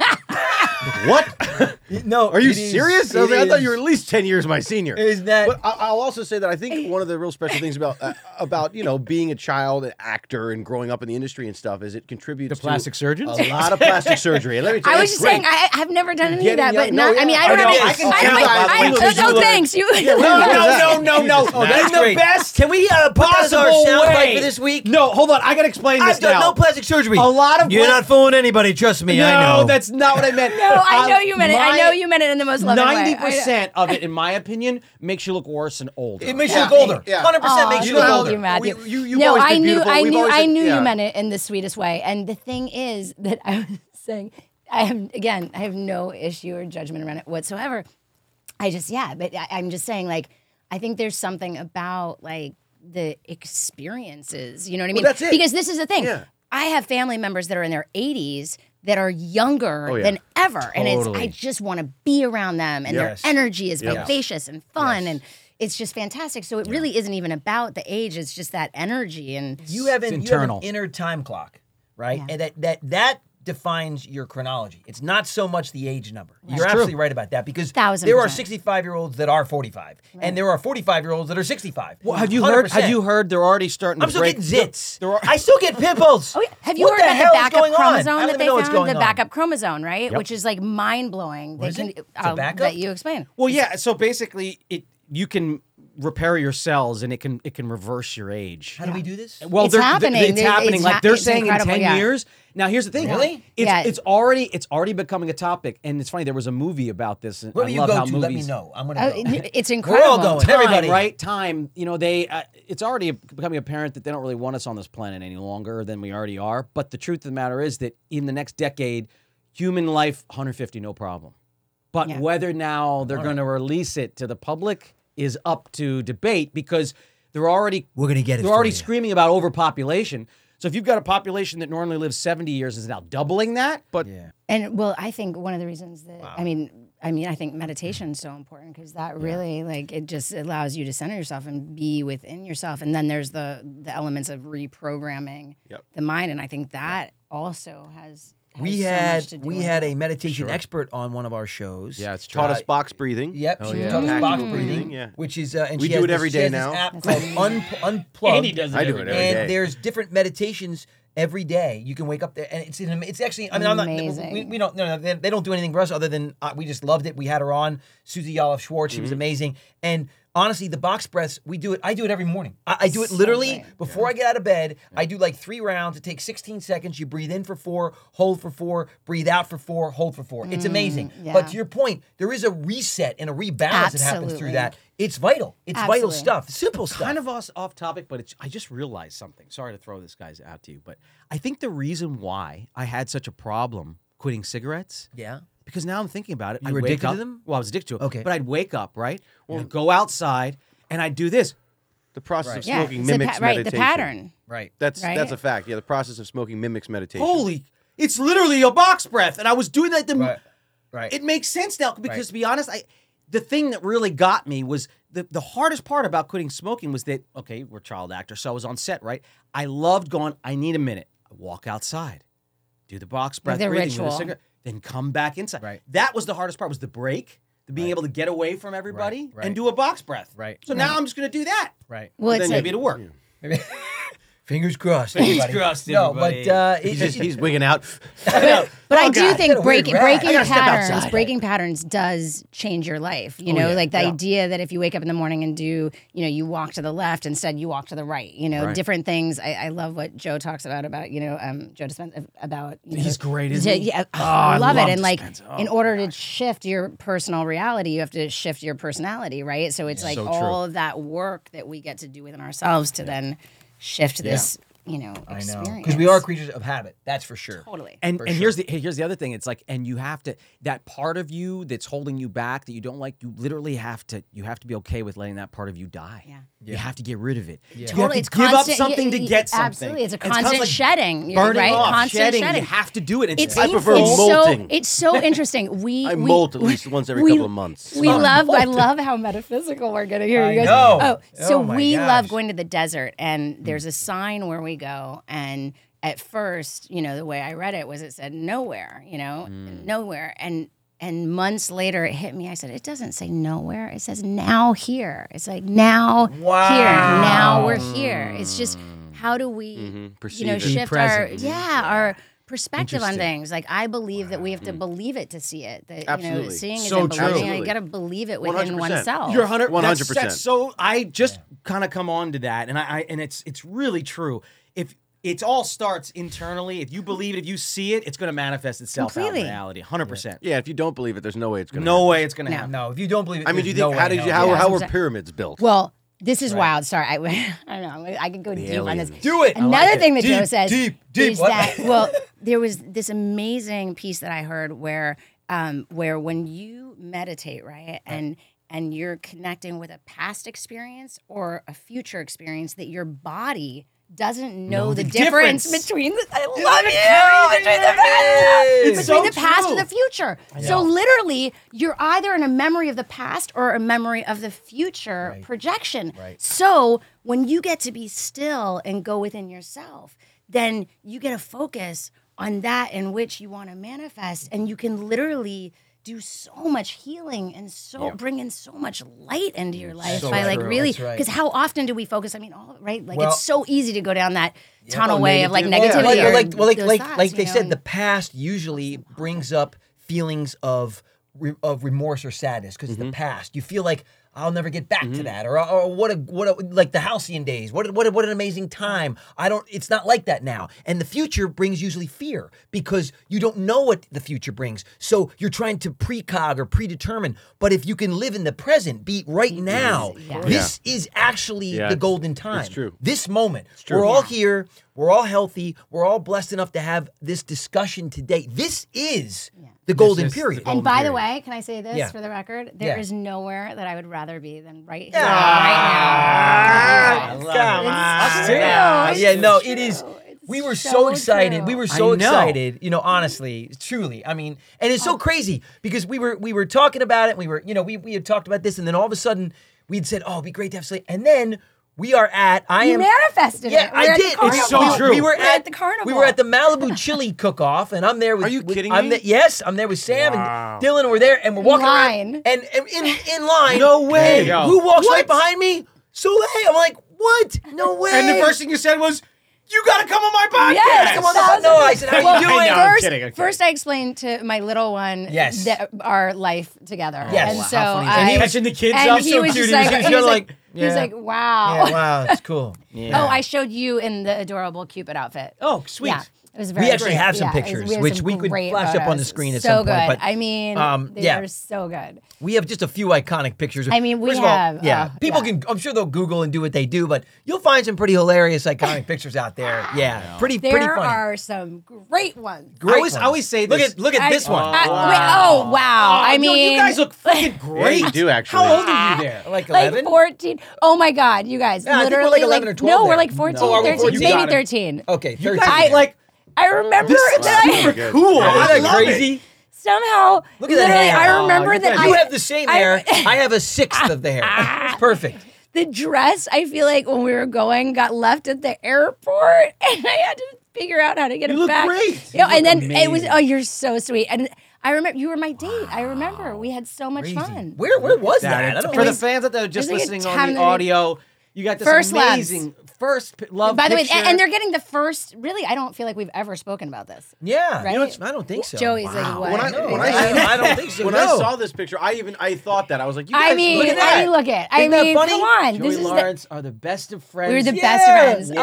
Speaker 2: what?
Speaker 1: No,
Speaker 6: Are you
Speaker 1: it is-
Speaker 6: serious? I, was
Speaker 1: it
Speaker 6: like, I thought
Speaker 1: is-
Speaker 6: you were at least ten years my senior.
Speaker 1: Is that-
Speaker 6: But I, I'll also say that I think one of the real special things about uh, about you know being a child, an actor, and growing up in the industry and stuff is it contributes
Speaker 2: The plastic
Speaker 6: to
Speaker 2: surgeons?
Speaker 6: a lot of plastic surgery. And Let me tell you,
Speaker 3: I was
Speaker 6: it's
Speaker 3: just
Speaker 6: great.
Speaker 3: saying, I, I've never done any
Speaker 6: Getting
Speaker 3: of that, but
Speaker 6: young- no,
Speaker 3: not, I
Speaker 6: yeah.
Speaker 3: mean, I don't
Speaker 1: I
Speaker 3: have.
Speaker 1: know, I can
Speaker 3: I,
Speaker 1: tell
Speaker 3: don't-
Speaker 1: by
Speaker 3: I,
Speaker 1: when
Speaker 3: no,
Speaker 1: you
Speaker 3: no,
Speaker 1: were-
Speaker 3: thanks. You.
Speaker 2: No, no, no, no, no.
Speaker 1: Oh,
Speaker 2: That's
Speaker 1: that's
Speaker 2: the
Speaker 1: great.
Speaker 2: best.
Speaker 1: Can we uh, put that as our
Speaker 2: possible
Speaker 1: soundbite
Speaker 2: way.
Speaker 1: for this week?
Speaker 2: No, hold on. I got to explain this
Speaker 1: I've done
Speaker 2: now.
Speaker 1: no plastic surgery.
Speaker 2: A lot of
Speaker 1: you're
Speaker 2: pla-
Speaker 1: not fooling anybody. Trust me,
Speaker 2: no,
Speaker 1: I know.
Speaker 2: that's not what I meant.
Speaker 3: No, I know
Speaker 2: Uh,
Speaker 3: you meant it.
Speaker 2: my-
Speaker 3: I know you meant it in the most loving way.
Speaker 2: Ninety
Speaker 3: I-
Speaker 2: percent of it, in my opinion, makes you look worse and older.
Speaker 1: it makes you look older.
Speaker 6: yeah.
Speaker 1: Hundred percent makes
Speaker 3: Aw,
Speaker 1: you look
Speaker 3: thank
Speaker 1: older.
Speaker 3: you, Matthew.
Speaker 6: We- you- you've
Speaker 3: no,
Speaker 6: always been
Speaker 3: I knew,
Speaker 6: beautiful.
Speaker 3: I
Speaker 6: We've
Speaker 3: knew,
Speaker 6: always
Speaker 3: I
Speaker 6: been-
Speaker 3: knew
Speaker 6: yeah.
Speaker 3: you meant it in the sweetest way. And the thing is that I was saying, I have again, I have no issue or judgment around it whatsoever. I just, yeah, but I, I'm just saying, like, I think there's something about like the experiences. You know what I mean?
Speaker 6: that's it.
Speaker 3: Because this is the thing.
Speaker 6: Yeah.
Speaker 3: I have family members that are in their 80s that are younger
Speaker 1: Oh,
Speaker 6: yeah.
Speaker 3: than ever, and it's
Speaker 2: Totally.
Speaker 3: I just want to be around them, and
Speaker 6: Yes.
Speaker 3: their energy is vivacious and fun, and it's just fantastic. So it really isn't even about the age; it's just that energy and
Speaker 1: you have an, you have
Speaker 2: internal.
Speaker 1: an inner time clock, right?
Speaker 3: Yeah.
Speaker 1: And that that that defines your chronology. It's not so much the age number. You're
Speaker 2: true.
Speaker 1: absolutely right about that because
Speaker 3: Thousand
Speaker 1: there are
Speaker 3: percent.
Speaker 1: 65 year olds that are 45, and there are 45 year olds that are 65.
Speaker 2: Well, have you heard? Have
Speaker 1: 100%.
Speaker 2: you heard? They're already starting.
Speaker 1: I'm
Speaker 2: to
Speaker 1: still
Speaker 2: break.
Speaker 1: getting zits.
Speaker 2: There are-
Speaker 1: I still get pimples.
Speaker 3: Oh, yeah. Have you
Speaker 1: What
Speaker 3: heard
Speaker 1: the
Speaker 3: about the
Speaker 1: hell is
Speaker 3: backup
Speaker 1: going on? I
Speaker 3: chromosome
Speaker 1: don't
Speaker 3: that
Speaker 1: even
Speaker 3: they
Speaker 1: know what's
Speaker 3: found? The
Speaker 1: going on.
Speaker 3: backup chromosome, right? Which is like mind blowing. They
Speaker 1: is
Speaker 3: can.
Speaker 1: it? It's a
Speaker 3: I'll
Speaker 1: backup?
Speaker 3: let you explain.
Speaker 2: Well, yeah. So basically, it you can repair your cells and it can it can reverse your age.
Speaker 1: How do we do this?
Speaker 2: Well,
Speaker 3: It's
Speaker 2: they're- th-
Speaker 3: happening.
Speaker 2: It's
Speaker 3: It's-
Speaker 2: happening.
Speaker 3: it's
Speaker 2: like
Speaker 3: hap-
Speaker 2: they're
Speaker 3: it's
Speaker 2: saying in
Speaker 3: incredible,
Speaker 2: ten
Speaker 3: yeah.
Speaker 2: years. Now, here's the thing.
Speaker 1: Really?
Speaker 2: It's,
Speaker 3: Yeah.
Speaker 2: it's already it's already becoming a topic, and it's funny. There was a movie about this. and
Speaker 1: Where
Speaker 2: I
Speaker 1: you
Speaker 2: love
Speaker 1: go
Speaker 2: how
Speaker 1: to,
Speaker 2: movies,
Speaker 1: let me know. I'm gonna.
Speaker 3: Uh,
Speaker 1: go.
Speaker 3: it- it's
Speaker 1: We're
Speaker 3: incredible.
Speaker 1: all going.
Speaker 2: Time,
Speaker 1: Everybody,
Speaker 2: right? Time. You know, they. Uh, it's already becoming apparent that they don't really want us on this planet any longer than we already are. But the truth of the matter is that in the next decade, human life 150, no problem. But
Speaker 3: Yeah.
Speaker 2: whether now they're going to release it to the public is up to debate because they're already
Speaker 1: We're gonna get it.
Speaker 2: they're
Speaker 1: for
Speaker 2: already
Speaker 1: you.
Speaker 2: screaming about overpopulation. So if you've got a population that normally lives 70 years is now doubling that, but
Speaker 3: And well, I think one of the reasons that I mean, I mean, I think meditation is so important because that really like it just allows you to center yourself and be within yourself. And then there's the the elements of reprogramming the mind, and I think that also has. has
Speaker 1: We
Speaker 3: so much
Speaker 1: had
Speaker 3: to do
Speaker 1: we
Speaker 3: with
Speaker 1: had
Speaker 3: it.
Speaker 1: a meditation expert on one of our shows.
Speaker 6: Yeah, it's taught us box breathing.
Speaker 1: Uh, Yep, she taught us
Speaker 6: Active
Speaker 1: box
Speaker 6: breathing,
Speaker 1: breathing,
Speaker 6: yeah.
Speaker 1: which is uh, and
Speaker 6: We
Speaker 1: she
Speaker 6: do
Speaker 1: has
Speaker 6: it
Speaker 1: this-
Speaker 6: every
Speaker 1: she
Speaker 6: day
Speaker 1: has
Speaker 6: now.
Speaker 1: This app called Unpl- Unplugged.
Speaker 6: I do it every day.
Speaker 1: and there's different meditations every day. You can wake up there, and it's an, am- it's actually. I mean, I'm not.
Speaker 3: Amazing.
Speaker 1: We, we don't. No, no, they, they don't do anything for us other than uh, we just loved it. We had her on Susie Olive Schwartz. She was amazing. And honestly, the box breaths we do it. I do it every morning. I, I do it literally
Speaker 3: great.
Speaker 1: before I get out of bed. I do like three rounds. It takes 16 seconds. You breathe in for four, hold for four, breathe out for four, hold for four. It's amazing. But
Speaker 3: Mm, yeah.
Speaker 1: to your point, there is a reset and a rebalance that happens through
Speaker 3: Absolutely.
Speaker 1: that. It's vital. It's vital
Speaker 3: Absolutely.
Speaker 1: stuff. Simple stuff.
Speaker 2: kind of us off topic, but it's, I just realized something. Sorry to throw this guys out to you, but I think the reason why I had such a problem quitting cigarettes
Speaker 1: yeah.
Speaker 2: because now I'm thinking about it. I
Speaker 1: were
Speaker 2: wake
Speaker 1: addicted to
Speaker 2: up-
Speaker 1: them?
Speaker 2: Well, I was addicted to it.
Speaker 1: Okay.
Speaker 2: but I'd wake up right, well, go outside, and I'd do this.
Speaker 6: The process of
Speaker 3: yeah,
Speaker 6: smoking
Speaker 3: it's a
Speaker 6: mimics
Speaker 3: pa- right
Speaker 6: meditation.
Speaker 3: the pattern.
Speaker 1: Right.
Speaker 6: That's
Speaker 3: Right?
Speaker 6: that's a fact. Yeah, the process of smoking mimics meditation.
Speaker 2: Holy, it's literally a box breath, and I was doing that. The,
Speaker 1: Right. Right.
Speaker 2: It makes sense now because to be honest, I the thing that really got me was the, the hardest part about quitting smoking was that okay, we're child actors, so I was on set, right? I loved going, I need a minute. I walk outside, do the box breath
Speaker 3: the
Speaker 2: breathing with a
Speaker 3: ritual.
Speaker 2: cigarette, then come back inside.
Speaker 1: Right.
Speaker 2: That was the hardest part was the break, the being able to get away from everybody
Speaker 1: right.
Speaker 2: and do a box breath.
Speaker 1: Right.
Speaker 2: So now I'm just gonna do that.
Speaker 1: Right.
Speaker 3: Well,
Speaker 2: then
Speaker 3: it's
Speaker 2: maybe
Speaker 3: like,
Speaker 2: it'll work.
Speaker 1: Fingers crossed.
Speaker 2: Fingers
Speaker 1: everybody.
Speaker 2: crossed,
Speaker 1: No,
Speaker 2: everybody.
Speaker 1: but uh, it,
Speaker 6: He's just he's winging out.
Speaker 3: but I
Speaker 2: Oh,
Speaker 3: do
Speaker 2: God.
Speaker 1: Got a
Speaker 3: think
Speaker 1: weird
Speaker 3: break,
Speaker 1: rag. I
Speaker 3: breaking
Speaker 1: gotta step
Speaker 3: patterns,
Speaker 1: outside.
Speaker 3: breaking patterns does change your life. You know, like the idea that if you wake up in the morning and do, you know, you walk to the left instead you walk to the right. You know, different things. I, I love what Joe talks about about you know um, Joe Dispenza about. You know,
Speaker 2: He's great, isn't
Speaker 3: to-
Speaker 2: he?
Speaker 3: Yeah,
Speaker 2: Oh, I
Speaker 3: I love
Speaker 2: love
Speaker 3: it. And like,
Speaker 2: Dispenza.
Speaker 3: in order to shift your personal reality, you have to shift your personality, right? So it's like all of that work that we get to do within ourselves to then shift this, you know,
Speaker 1: I
Speaker 3: experience.
Speaker 1: know because we are creatures of habit. That's for sure.
Speaker 3: totally.
Speaker 2: And and here's the hey, here's the other thing. It's like and you have to that part of you that's holding you back that you don't like. You literally have to you have to be okay with letting that part of you die.
Speaker 3: Yeah.
Speaker 2: You have to get rid of it. You have
Speaker 3: Totally,
Speaker 2: to
Speaker 3: it's
Speaker 2: give
Speaker 3: constant-
Speaker 2: up something to
Speaker 3: y- y-
Speaker 2: get something.
Speaker 3: absolutely. It's a
Speaker 2: kind of
Speaker 3: constant shedding, you're
Speaker 2: burning
Speaker 3: right?
Speaker 2: off,
Speaker 3: Constant
Speaker 2: shedding.
Speaker 3: shedding.
Speaker 2: You have to do it. It's,
Speaker 3: It's,
Speaker 6: I prefer
Speaker 3: it's
Speaker 6: molting.
Speaker 3: So, it's so interesting. We
Speaker 6: I
Speaker 3: we-
Speaker 6: molt at least once every
Speaker 3: we-
Speaker 6: couple of months.
Speaker 3: We love I love how metaphysical we're getting here.
Speaker 1: I
Speaker 3: you guys.
Speaker 1: know.
Speaker 3: Oh, so
Speaker 1: Oh my
Speaker 3: we
Speaker 1: gosh. Hmm.
Speaker 3: love going to the desert and there's a sign where we go and at first, you know, the way I read it was it said nowhere, you know,
Speaker 1: Hmm.
Speaker 3: nowhere and and months later it hit me. I said it doesn't say nowhere. It says now here. It's like now here. Now we're here. It's just how do we
Speaker 1: Mm-hmm.
Speaker 6: Mm-hmm.
Speaker 3: you know
Speaker 6: Perceive it.
Speaker 3: shift our
Speaker 2: present.
Speaker 3: yeah, our perspective on things like i believe that we have to believe it to see it that you know
Speaker 6: Mm. Absolutely.
Speaker 3: seeing is
Speaker 6: So
Speaker 3: in
Speaker 6: true.
Speaker 3: believing i gotta believe it within
Speaker 6: 100%.
Speaker 3: oneself
Speaker 2: You're 100
Speaker 6: 100%.
Speaker 2: That's, that's so I just kind of come on to that and I, I and it's it's really true. If it all starts internally, if you believe it, if you see it, it's going to manifest itself out in
Speaker 3: Completely.
Speaker 2: reality. 100%.
Speaker 6: Yeah, if you don't believe it, there's no way it's gonna.
Speaker 2: No
Speaker 6: happen.
Speaker 2: way it's going to
Speaker 3: No.
Speaker 2: happen.
Speaker 1: No, if you don't believe it,
Speaker 6: I mean, do you
Speaker 1: there's
Speaker 6: think
Speaker 1: no
Speaker 6: how
Speaker 1: way in
Speaker 6: did you
Speaker 1: hell.
Speaker 6: how,
Speaker 3: Yeah,
Speaker 6: how were
Speaker 3: 100%.
Speaker 6: pyramids built?
Speaker 3: well this is wild sorry i, I don't know i could go deep on
Speaker 6: aliens.
Speaker 3: this
Speaker 1: Do it. I like
Speaker 3: another
Speaker 1: it.
Speaker 3: thing that
Speaker 1: Deep,
Speaker 3: joe says
Speaker 1: deep, deep.
Speaker 3: is
Speaker 1: What?
Speaker 3: that well there was this amazing piece that i heard where um where when you meditate right and and you're connecting with a past experience or a future experience that your body doesn't know, the, difference.
Speaker 2: difference.
Speaker 3: between the, I love
Speaker 1: that
Speaker 3: you
Speaker 1: crazy?
Speaker 3: between the past
Speaker 1: It's
Speaker 3: between
Speaker 2: so
Speaker 3: the past
Speaker 2: true.
Speaker 3: and the future. So literally, you're either in a memory of the past or a memory of the future projection. So when you get to be still and go within yourself, then you get to focus on that in which you want to manifest, and you can literally do so much healing and so bring in so much light into your life
Speaker 1: Mm, So
Speaker 3: by like
Speaker 1: true.
Speaker 3: really
Speaker 1: That's right.
Speaker 3: because how often do we focus i mean all right like
Speaker 1: Well-
Speaker 3: it's so easy to go down that tunnel
Speaker 1: Oh,
Speaker 3: way of like
Speaker 1: negative-
Speaker 3: negativity
Speaker 1: Well,
Speaker 3: or
Speaker 1: like, well, like,
Speaker 3: those
Speaker 1: like,
Speaker 3: thoughts,
Speaker 1: like
Speaker 3: you
Speaker 1: they
Speaker 3: know,
Speaker 1: said,
Speaker 3: and-
Speaker 1: the past usually brings up feelings of re- of remorse or sadness because it's the past. You feel like I'll never get back to that, or or what a what a, like the halcyon days. What a- what a, what an amazing time. I don't. It's not like that now. And the future brings usually fear because you don't know what the future brings. So you're trying to precog or predetermine. But if you can live in the present, be right now.
Speaker 7: yeah.
Speaker 1: This is actually
Speaker 6: Yeah,
Speaker 1: the
Speaker 6: it's-
Speaker 1: golden time. It's
Speaker 6: true.
Speaker 1: This moment. We're all here. We're all healthy. We're all blessed enough to have this discussion today. This is the golden
Speaker 2: is the
Speaker 1: period.
Speaker 2: golden
Speaker 3: And by the
Speaker 2: period.
Speaker 3: way, can I say this
Speaker 1: Yeah.
Speaker 3: for the record? There
Speaker 1: Yeah.
Speaker 3: is nowhere that I would rather be than right here,
Speaker 1: Ah,
Speaker 3: right now.
Speaker 1: come on.
Speaker 3: It's true.
Speaker 1: Yeah,
Speaker 3: It's
Speaker 1: yeah, no,
Speaker 3: true.
Speaker 1: it is.
Speaker 3: It's
Speaker 1: We were so,
Speaker 3: so
Speaker 1: excited.
Speaker 3: true.
Speaker 1: We were so
Speaker 2: I know.
Speaker 1: excited. You know, honestly, truly. I mean, and it's
Speaker 3: Oh.
Speaker 1: so crazy because we were we were talking about it. We were, you know, we we had talked about this, and then all of a sudden we'd said, "Oh, it'd be great to have sleep." And then we are at I
Speaker 3: You
Speaker 1: am.
Speaker 3: manifested
Speaker 1: yeah,
Speaker 3: it. We're
Speaker 1: I
Speaker 3: at the
Speaker 1: did.
Speaker 3: carnival.
Speaker 2: so
Speaker 1: we,
Speaker 2: true.
Speaker 1: We were
Speaker 3: We're
Speaker 1: at,
Speaker 3: at the carnival.
Speaker 1: We were at the Malibu Chili Cook-Off, and I'm there with.
Speaker 6: Are you
Speaker 1: with-
Speaker 6: kidding
Speaker 1: I'm
Speaker 6: me?
Speaker 1: there- yes, I'm there with Sam and Dylan. and We're there, and we're walking
Speaker 3: line.
Speaker 1: around, and, and in in line.
Speaker 2: No way.
Speaker 1: And
Speaker 2: There you go.
Speaker 1: Who walks right behind me? Soleil. I'm like, what? No way.
Speaker 2: And the first thing you said was, "You got to come on my podcast."
Speaker 3: Yes,
Speaker 1: Come on the phone. No, I said, how you doing?
Speaker 2: I'm
Speaker 3: first,
Speaker 2: kidding, I'm kidding.
Speaker 3: first I explained to my little one
Speaker 1: Yes.
Speaker 3: that our life together.
Speaker 1: Yes.
Speaker 3: And
Speaker 1: Wow.
Speaker 3: so
Speaker 1: How funny is that?
Speaker 3: I,
Speaker 2: And he- Catching the kids
Speaker 3: and
Speaker 2: up,
Speaker 3: he
Speaker 2: so
Speaker 3: was
Speaker 2: cute.
Speaker 3: just
Speaker 2: He was
Speaker 3: like,
Speaker 2: just
Speaker 3: he was
Speaker 2: kinda
Speaker 3: like,
Speaker 2: like,
Speaker 3: he was
Speaker 2: yeah.
Speaker 3: like, wow.
Speaker 1: Yeah, wow, it's cool.
Speaker 3: Oh, I showed you in the adorable Cupid outfit.
Speaker 1: Oh, sweet.
Speaker 3: Yeah. It was very
Speaker 1: We actually
Speaker 3: great.
Speaker 1: have some
Speaker 3: Yeah, it was-
Speaker 1: pictures,
Speaker 3: had
Speaker 1: which
Speaker 3: some
Speaker 1: we could
Speaker 3: great
Speaker 1: flash up on the
Speaker 3: photos.
Speaker 1: screen at
Speaker 3: so
Speaker 1: some point,
Speaker 3: Good.
Speaker 1: but,
Speaker 3: I mean,
Speaker 1: um,
Speaker 3: they
Speaker 1: yeah.
Speaker 3: were so good.
Speaker 1: We have just a few iconic pictures.
Speaker 3: I mean, we
Speaker 1: First of all,
Speaker 3: have,
Speaker 1: yeah,
Speaker 3: uh,
Speaker 1: people
Speaker 3: yeah.
Speaker 1: can. I'm sure they'll Google and do what they do, but you'll find some pretty hilarious iconic pictures out there. Yeah, pretty
Speaker 3: There
Speaker 1: pretty funny.
Speaker 3: are some great ones.
Speaker 1: Great
Speaker 2: I always- I
Speaker 1: ones.
Speaker 2: always say
Speaker 1: look
Speaker 2: this-
Speaker 1: at look at
Speaker 3: I-
Speaker 1: this one.
Speaker 3: I- wait, oh wow! I
Speaker 2: Yo,
Speaker 3: mean,
Speaker 2: you guys look fucking great.
Speaker 6: you do, actually.
Speaker 2: How old are you there?
Speaker 1: like
Speaker 3: like
Speaker 1: 11.
Speaker 3: 14. Oh my god, you guys!
Speaker 1: Yeah, I think we're
Speaker 3: literally,
Speaker 1: like 11 or 12
Speaker 3: No, we're
Speaker 1: there.
Speaker 3: like 14,
Speaker 1: No, are we
Speaker 3: 13,
Speaker 1: 14?
Speaker 2: You got
Speaker 3: maybe
Speaker 2: it.
Speaker 3: 13.
Speaker 1: okay, 13.
Speaker 2: You guys,
Speaker 3: I-
Speaker 2: like
Speaker 3: I remember that I
Speaker 6: super good.
Speaker 2: cool.
Speaker 1: Isn't
Speaker 2: I
Speaker 1: that
Speaker 2: love
Speaker 1: crazy?
Speaker 2: it.
Speaker 3: somehaw.
Speaker 1: Look at that
Speaker 3: literally,
Speaker 1: hair.
Speaker 3: I remember
Speaker 2: Oh,
Speaker 3: that
Speaker 1: you
Speaker 3: I
Speaker 1: have the same
Speaker 3: I-
Speaker 1: hair. I have a sixth of the hair. It's perfect.
Speaker 3: the dress I feel like when we were going got left at the airport and I had to figure out how to get
Speaker 2: You
Speaker 3: it
Speaker 2: look
Speaker 3: back.
Speaker 2: great.
Speaker 3: You know,
Speaker 2: You
Speaker 3: and
Speaker 2: look
Speaker 3: then it was
Speaker 2: amazing.
Speaker 3: oh you're so sweet. And I remember you were my date. I remember. We had so much
Speaker 1: Crazy.
Speaker 3: fun.
Speaker 1: Where where was that? I don't
Speaker 2: For
Speaker 1: know.
Speaker 2: the fans that are just
Speaker 3: There's like a
Speaker 2: listening on
Speaker 3: ton
Speaker 2: the
Speaker 3: of-
Speaker 2: audio, you got this
Speaker 3: First loves.
Speaker 2: amazing first p- love.
Speaker 3: By the way,
Speaker 2: picture.
Speaker 3: and- and they're getting the first really I don't feel like we've ever spoken about this.
Speaker 1: yeah,
Speaker 3: Right?
Speaker 1: you know, it's- I don't think so.
Speaker 3: Joey's like what?
Speaker 6: When I,
Speaker 1: No,
Speaker 6: when
Speaker 1: I,
Speaker 6: I,
Speaker 1: don't- I don't think so.
Speaker 6: when
Speaker 1: no.
Speaker 6: I saw this picture, I even I thought that I was like, you guys
Speaker 3: I mean,
Speaker 1: look at
Speaker 3: I
Speaker 1: that.
Speaker 3: mean, look at. I
Speaker 1: Isn't that
Speaker 3: mean,
Speaker 1: funny?
Speaker 3: come on.
Speaker 2: Joey
Speaker 3: this is the,
Speaker 2: Lawrence are the best of friends.
Speaker 3: we were the
Speaker 1: Yeah.
Speaker 3: best friends.
Speaker 1: Yeah.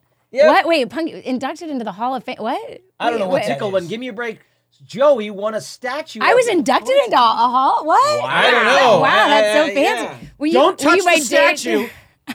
Speaker 3: Oh.
Speaker 1: Yeah.
Speaker 3: What? Wait, Punk inducted into the Hall of Fame. What?
Speaker 1: I don't know
Speaker 3: Wait,
Speaker 1: what that
Speaker 2: Tickle
Speaker 1: is.
Speaker 2: one. Give me a break. Joey won a statue.
Speaker 3: I
Speaker 2: of
Speaker 3: was
Speaker 2: the-
Speaker 3: inducted into a hall. What?
Speaker 1: I don't know.
Speaker 3: Wow, that's
Speaker 1: I-
Speaker 3: so
Speaker 1: I-
Speaker 3: fancy.
Speaker 1: yeah.
Speaker 3: Were you-
Speaker 2: Don't
Speaker 3: were
Speaker 2: touch
Speaker 3: you my
Speaker 2: the
Speaker 3: date?
Speaker 2: statue.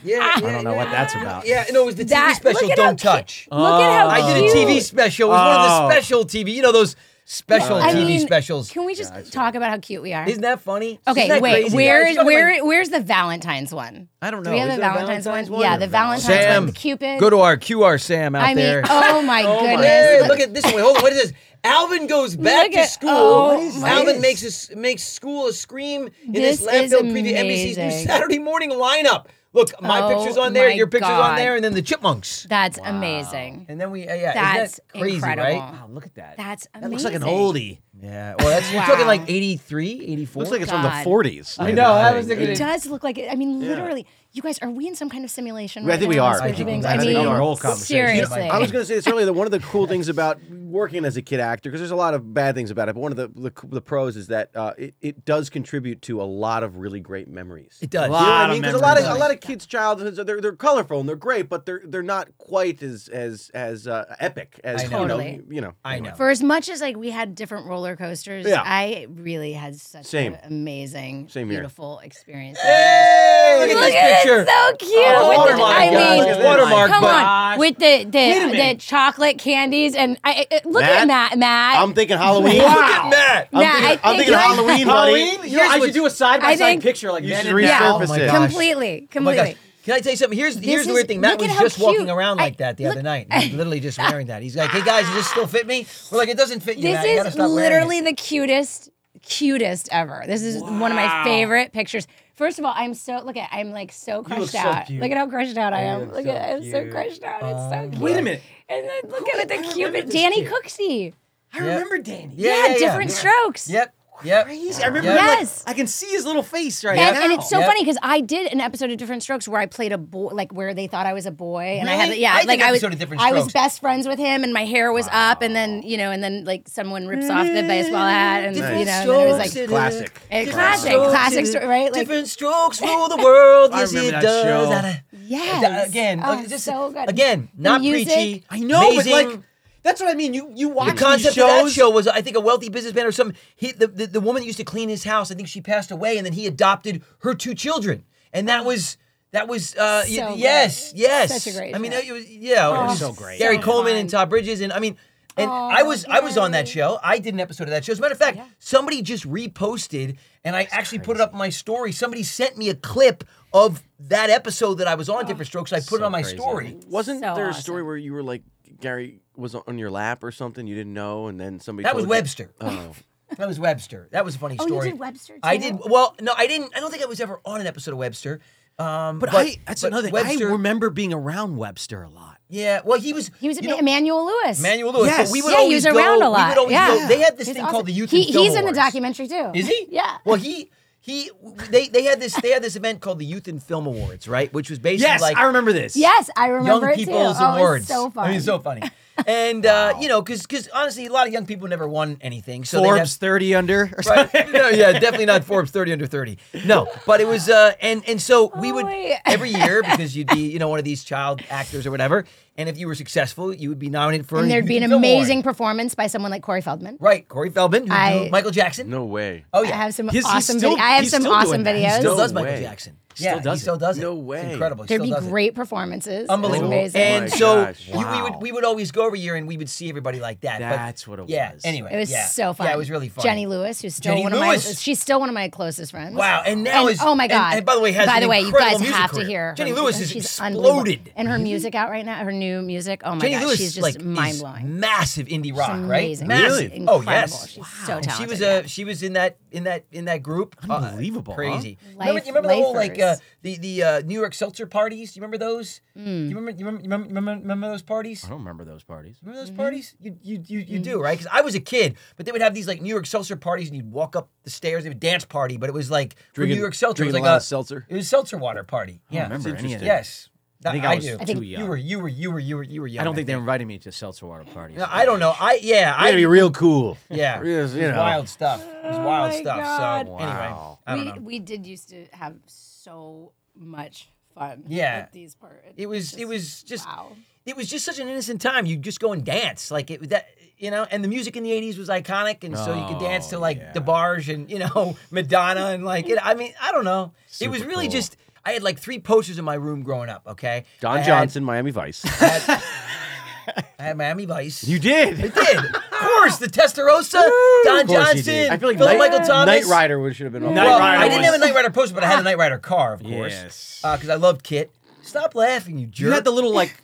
Speaker 1: Yeah,
Speaker 8: I don't know what that's about.
Speaker 1: Yeah, no, it was the TV
Speaker 3: That- look
Speaker 1: special
Speaker 3: at how
Speaker 1: Don't
Speaker 3: cute-
Speaker 1: Touch.
Speaker 3: Look at how
Speaker 1: I did a
Speaker 3: cute.
Speaker 1: TV special. It was one of
Speaker 2: Oh.
Speaker 1: the special TV, you know, those special
Speaker 3: I
Speaker 1: TV
Speaker 3: mean,
Speaker 1: specials.
Speaker 3: Can we just talk about how cute we are?
Speaker 1: Isn't that funny?
Speaker 3: okay,
Speaker 1: Isn't that
Speaker 3: wait.
Speaker 1: crazy?
Speaker 3: where
Speaker 1: She's
Speaker 3: is
Speaker 1: talking
Speaker 3: where
Speaker 1: like-
Speaker 3: where's the Valentine's one?
Speaker 1: I don't know.
Speaker 3: Do we have
Speaker 1: Is
Speaker 3: the
Speaker 1: there a
Speaker 3: Valentine's,
Speaker 1: Valentine's
Speaker 3: one?
Speaker 1: one?
Speaker 3: Yeah, the Valentine's
Speaker 1: Sam,
Speaker 3: one. The Cupid.
Speaker 1: Go to our QR Sam out
Speaker 3: I mean,
Speaker 1: there.
Speaker 3: oh my goodness.
Speaker 1: Hey,
Speaker 3: Look-
Speaker 1: look at this one. Hold on. What is this? Alvin goes back
Speaker 3: Look
Speaker 1: to
Speaker 3: at-
Speaker 1: school.
Speaker 3: oh, What is
Speaker 1: Alvin
Speaker 3: this?
Speaker 1: makes us makes school a scream in
Speaker 3: This
Speaker 1: this,
Speaker 3: is
Speaker 1: landfill preview NBC's new
Speaker 3: amazing.
Speaker 1: Saturday morning lineup. Look, my
Speaker 3: Oh
Speaker 1: picture's on there,
Speaker 3: my
Speaker 1: your picture's on
Speaker 3: God.
Speaker 1: there, and then the chipmunks.
Speaker 3: That's amazing.
Speaker 1: And then we, uh, yeah,
Speaker 3: That's
Speaker 1: isn't that crazy,
Speaker 3: incredible.
Speaker 1: right?
Speaker 2: Wow, look at that.
Speaker 3: That's amazing.
Speaker 9: That looks like an oldie.
Speaker 1: Yeah. Well, that's, you're talking like 83, 84.
Speaker 9: Looks like it's
Speaker 3: God.
Speaker 9: from the 40s.
Speaker 2: I know. That was the
Speaker 3: It does look like it. I mean, literally, you guys, are we in some kind of simulation?
Speaker 9: I
Speaker 3: right
Speaker 9: think
Speaker 3: now
Speaker 9: we are.
Speaker 3: as
Speaker 9: I
Speaker 3: spiritual
Speaker 1: think-
Speaker 3: beings?
Speaker 1: I
Speaker 3: I
Speaker 1: think
Speaker 3: mean,
Speaker 1: we are.
Speaker 8: Whole conversation.
Speaker 3: seriously.
Speaker 6: I was going to say this earlier that one of the cool things about working as a kid actor, because there's a lot of bad things about it, but one of the the, the pros is that uh, it, it does contribute to a lot of really great memories.
Speaker 1: It does.
Speaker 6: You know what
Speaker 8: Lot
Speaker 6: I
Speaker 8: of
Speaker 6: mean? Because a lot of a
Speaker 8: memories.
Speaker 6: lot of kids' childhoods they're they're colorful and they're great, but they're they're not quite as as as uh, epic as
Speaker 1: I
Speaker 6: you
Speaker 1: know.
Speaker 6: know
Speaker 3: Totally.
Speaker 6: you know.
Speaker 1: I know.
Speaker 3: For as much as like we had different roller coasters,
Speaker 6: Yeah.
Speaker 3: I really had such
Speaker 6: Same.
Speaker 3: an amazing,
Speaker 6: Same here.
Speaker 3: beautiful experience.
Speaker 1: Hey, look at
Speaker 3: Look
Speaker 1: this
Speaker 3: at
Speaker 1: picture.
Speaker 3: it, so cute.
Speaker 1: Oh,
Speaker 3: with the,
Speaker 1: my
Speaker 3: I
Speaker 1: God,
Speaker 3: mean,
Speaker 1: it's watermarked,
Speaker 3: come
Speaker 1: but-
Speaker 3: on, with the the, the
Speaker 2: minute.
Speaker 3: chocolate candies, and I, I- I- look at Matt.
Speaker 6: Matt,
Speaker 3: Matt,
Speaker 6: I'm thinking Halloween.
Speaker 1: Look at Matt.
Speaker 3: Matt,
Speaker 6: I'm thinking,
Speaker 3: I
Speaker 6: I'm
Speaker 3: think
Speaker 6: thinking
Speaker 3: I-
Speaker 6: Halloween, buddy.
Speaker 2: Halloween. You know,
Speaker 1: Here's
Speaker 2: I
Speaker 1: what's-
Speaker 2: should do a side
Speaker 3: I
Speaker 2: by side
Speaker 3: think-
Speaker 2: picture like
Speaker 6: You
Speaker 2: that.
Speaker 6: should
Speaker 2: and now.
Speaker 1: Oh
Speaker 6: resurface
Speaker 1: my
Speaker 6: it.
Speaker 1: gosh.
Speaker 3: completely,
Speaker 1: Oh my gosh.
Speaker 3: completely.
Speaker 1: Can I tell you something? Here's here's the
Speaker 3: is-
Speaker 1: weird thing. Matt
Speaker 3: look
Speaker 1: was
Speaker 3: at how
Speaker 1: just walking
Speaker 3: cute.
Speaker 1: around
Speaker 3: I-
Speaker 1: like that the other
Speaker 3: look-
Speaker 1: night. He was literally just wearing that. He's like, hey guys, does this still fit me? We're like, it doesn't fit you. Matt. You
Speaker 3: This
Speaker 1: gotta
Speaker 3: is
Speaker 1: stop wearing it."
Speaker 3: literally the cutest, cutest ever. This is one of my favorite pictures. First of all, I'm so look at I'm like so crushed
Speaker 2: so
Speaker 3: out.
Speaker 2: cute.
Speaker 3: look at how crushed out I am.
Speaker 2: look
Speaker 3: Look
Speaker 2: so
Speaker 3: at I'm so
Speaker 2: cute.
Speaker 3: crushed out. It's
Speaker 1: Um,
Speaker 3: so cute.
Speaker 2: Wait a minute.
Speaker 3: And then look at the Cupid Danny Cooksey.
Speaker 2: I remember Danny.
Speaker 3: Yeah,
Speaker 1: yeah, yeah.
Speaker 3: different strokes.
Speaker 1: Yep. Yep.
Speaker 2: crazy. I remember.
Speaker 1: Yep.
Speaker 2: like,
Speaker 3: Yes.
Speaker 2: I can see his little face right
Speaker 3: And,
Speaker 2: now.
Speaker 3: and it's so
Speaker 1: Yep.
Speaker 3: funny because I did an episode of Different Strokes where I played a boy, like where they thought I was a boy, and I had
Speaker 1: Really?
Speaker 3: yeah,
Speaker 1: I did
Speaker 3: like
Speaker 1: an
Speaker 3: I was
Speaker 1: episode of Different
Speaker 3: I was
Speaker 1: Strokes.
Speaker 3: best friends with him, and my hair was up, and then you know, and then like someone rips off the baseball hat, and you know, and then it was like
Speaker 6: Classic.
Speaker 3: a
Speaker 1: Different
Speaker 3: classic,
Speaker 1: strokes
Speaker 3: classic
Speaker 1: and
Speaker 3: story, right? Like
Speaker 1: different strokes rule the world.
Speaker 2: I
Speaker 1: Yes, it
Speaker 2: remember that
Speaker 1: does.
Speaker 2: show.
Speaker 1: Da-da.
Speaker 3: yes,
Speaker 1: Da- Again,
Speaker 3: Oh,
Speaker 1: uh, just
Speaker 3: so good.
Speaker 1: again,
Speaker 3: The
Speaker 1: not
Speaker 3: music.
Speaker 1: preachy.
Speaker 2: I know,
Speaker 1: amazing.
Speaker 2: but like, that's what I mean. You you watch
Speaker 1: the concept
Speaker 2: these shows.
Speaker 1: of that show was, I think, a wealthy businessman or something. He, the, the the woman that used to clean his house, I think she passed away, and then he adopted her two children, and that was. That was uh, y-
Speaker 3: So
Speaker 1: yes,
Speaker 3: good.
Speaker 1: yes.
Speaker 3: Such a great
Speaker 1: I mean,
Speaker 3: show.
Speaker 1: it was yeah. it was
Speaker 2: Oh, so great.
Speaker 1: Gary
Speaker 3: so
Speaker 1: Coleman
Speaker 3: fun.
Speaker 1: and Todd Bridges, and I mean, and I was I was on that show. I did an episode of that show. As a matter of fact, somebody just reposted, and I actually put it up on my story. Somebody sent me a clip of that episode that I was
Speaker 3: Oh.
Speaker 1: on Different Strokes. I put it on my story.
Speaker 6: Wasn't
Speaker 3: So
Speaker 6: there a
Speaker 3: awesome.
Speaker 6: story where you were like Gary was on your lap or something you didn't know, and then somebody
Speaker 1: That was
Speaker 6: told you-
Speaker 1: Webster.
Speaker 6: Oh,
Speaker 1: That was Webster. That was a funny
Speaker 3: Oh, you
Speaker 1: story.
Speaker 3: did Webster
Speaker 1: I
Speaker 3: too?
Speaker 1: did. Well, no, I didn't. I don't think I was ever on an episode of Webster. Um,
Speaker 2: But, I that's
Speaker 1: but
Speaker 2: another thing.
Speaker 1: Webster,
Speaker 2: I remember being around Webster a lot.
Speaker 1: yeah. Well, he was.
Speaker 3: He was
Speaker 1: you know,
Speaker 3: Emmanuel Lewis.
Speaker 1: Manuel Lewis.
Speaker 2: Yes.
Speaker 1: But we would
Speaker 3: yeah, he
Speaker 1: always
Speaker 3: was around
Speaker 1: go,
Speaker 3: a lot.
Speaker 1: We would always
Speaker 3: yeah,
Speaker 1: go, they had this
Speaker 3: He's
Speaker 1: thing
Speaker 3: awesome.
Speaker 1: called the Youth
Speaker 3: He,
Speaker 1: and Film
Speaker 3: He's in the
Speaker 1: Awards.
Speaker 3: documentary too.
Speaker 1: Is he?
Speaker 3: Yeah.
Speaker 1: Well, he he they they had this they had this event called the Youth and Film Awards, right? Which was basically
Speaker 2: Yes,
Speaker 1: like
Speaker 2: I remember this.
Speaker 3: Yes, I remember
Speaker 1: young
Speaker 3: it too.
Speaker 1: people's
Speaker 3: oh,
Speaker 1: awards.
Speaker 3: It's so fun.
Speaker 1: I mean, it's so funny. And uh, you know, because honestly, a lot of young people never won anything. So they'd have-
Speaker 2: Forbes thirty under or something.
Speaker 1: Right. no, yeah, definitely not Forbes 30 under 30. No, but it was, uh, and and so we would
Speaker 3: wait.
Speaker 1: every year because you'd be, you know, one of these child actors or whatever, and if you were successful, you would be nominated for.
Speaker 3: and
Speaker 1: a
Speaker 3: there'd be
Speaker 1: Hugo
Speaker 3: an
Speaker 1: Film Award.
Speaker 3: amazing performance by someone like Corey Feldman.
Speaker 1: Right, Corey Feldman, who
Speaker 3: I-
Speaker 1: do Michael Jackson.
Speaker 6: no way.
Speaker 1: Oh
Speaker 3: I
Speaker 1: yeah,
Speaker 3: have some
Speaker 2: He's- he's
Speaker 3: awesome.
Speaker 2: still-
Speaker 3: vid- I have
Speaker 2: he's
Speaker 3: some
Speaker 2: still doing
Speaker 3: awesome
Speaker 2: that. He
Speaker 3: videos.
Speaker 1: still
Speaker 6: No
Speaker 1: does Michael
Speaker 6: way.
Speaker 1: Jackson.
Speaker 2: Still
Speaker 1: yeah,
Speaker 2: does
Speaker 1: he still
Speaker 2: it.
Speaker 1: does it.
Speaker 6: No
Speaker 1: it's
Speaker 6: way.
Speaker 1: incredible. He
Speaker 3: There'd
Speaker 1: still
Speaker 3: be
Speaker 1: does it.
Speaker 3: great performances. It's
Speaker 1: Unbelievable.
Speaker 3: amazing.
Speaker 1: And
Speaker 6: my
Speaker 1: so
Speaker 6: gosh.
Speaker 1: you- we would we would always go every year and we would see everybody like that. but
Speaker 2: That's what it
Speaker 1: yeah,
Speaker 2: was.
Speaker 1: Anyway,
Speaker 3: it was
Speaker 1: yeah.
Speaker 3: so fun.
Speaker 1: Yeah, it was really fun.
Speaker 3: Jenny Lewis, who's still
Speaker 1: Jenny
Speaker 3: one of my
Speaker 1: Lewis.
Speaker 3: she's still one of my closest friends.
Speaker 1: Wow, and now
Speaker 3: And-
Speaker 1: is
Speaker 3: oh my
Speaker 1: and-
Speaker 3: god!
Speaker 1: And, by the way, has
Speaker 3: by
Speaker 1: an
Speaker 3: the way, you
Speaker 1: incredible
Speaker 3: guys
Speaker 1: music
Speaker 3: have
Speaker 1: career.
Speaker 3: to hear. her
Speaker 1: Jenny
Speaker 3: music.
Speaker 1: Lewis is
Speaker 3: She's
Speaker 1: exploded.
Speaker 3: unbelievable. and her music out right now. Her new music. Oh my
Speaker 1: Jenny
Speaker 3: god,
Speaker 1: Lewis
Speaker 3: she's just
Speaker 1: like
Speaker 3: mind
Speaker 1: is
Speaker 3: blowing.
Speaker 1: massive indie rock,
Speaker 3: amazing.
Speaker 1: right?
Speaker 3: Really?
Speaker 1: Massive.
Speaker 3: She's
Speaker 1: Oh yes.
Speaker 3: incredible. She's so
Speaker 1: And she was uh,
Speaker 3: talented, yeah.
Speaker 1: she was in that in that in that group. Uh,
Speaker 2: Unbelievable, huh?
Speaker 1: crazy.
Speaker 3: Life-
Speaker 1: remember, you remember the whole like uh,
Speaker 3: lifers.
Speaker 1: the the uh, New York seltzer parties? You remember those?
Speaker 3: Hmm.
Speaker 1: Do you remember you remember, you remember- remember remember those parties?
Speaker 2: I don't remember those parties.
Speaker 1: Remember
Speaker 3: Mm-hmm.
Speaker 1: those parties? You you you,
Speaker 3: Mm.
Speaker 1: you do right? Because I was a kid, but they would have these like New York seltzer parties, and you'd walk up the stairs. They would dance party, but it was like for
Speaker 6: Drinking-
Speaker 1: New York seltzer. It was
Speaker 6: drinking
Speaker 1: like
Speaker 6: a lot of seltzer?
Speaker 1: It was seltzer water party.
Speaker 2: I
Speaker 1: yeah,
Speaker 2: don't remember any of that.
Speaker 1: Yes,
Speaker 2: I think I, was
Speaker 1: do.
Speaker 2: too
Speaker 3: think-
Speaker 2: young.
Speaker 1: You were you were you were you were you were young.
Speaker 2: I don't think they invited me to seltzer water parties.
Speaker 1: No, I don't know. I yeah.
Speaker 6: I
Speaker 1: I
Speaker 6: gotta be real cool.
Speaker 1: yeah.
Speaker 6: you
Speaker 1: It was
Speaker 6: know.
Speaker 1: wild stuff. It was wild
Speaker 3: Oh my
Speaker 1: stuff.
Speaker 3: God.
Speaker 1: So anyway, I don't
Speaker 3: We
Speaker 1: know.
Speaker 3: we did used to have so much fun.
Speaker 1: Yeah.
Speaker 3: at these parties.
Speaker 1: It was it was just
Speaker 3: wow.
Speaker 1: it was just such an innocent time. You just go and dance like it was that you know. And the music in the '80s was iconic, and so you could dance
Speaker 6: Oh,
Speaker 1: to like DeBarge and you know Madonna and like it, I mean I don't know. it was really just I had like three posters in my room growing up. Okay, I
Speaker 6: Don
Speaker 1: had-
Speaker 6: Johnson, Miami Vice.
Speaker 1: I had, I had Miami Vice.
Speaker 2: You did.
Speaker 1: I did. Of course, the Testarossa, Don
Speaker 2: course you did.
Speaker 1: Johnson,
Speaker 6: I feel like
Speaker 1: Phil
Speaker 6: Night,
Speaker 1: Michael Thomas.
Speaker 6: Night Rider would should have been on.
Speaker 2: Knight
Speaker 1: Well,
Speaker 2: Rider
Speaker 1: Oh, I didn't
Speaker 2: was-
Speaker 1: have a Knight Rider poster, but I had a Knight Rider car, of course. Uh,
Speaker 2: Yes.
Speaker 1: Because I loved Kit. Stop laughing, you jerk.
Speaker 2: You had the little like.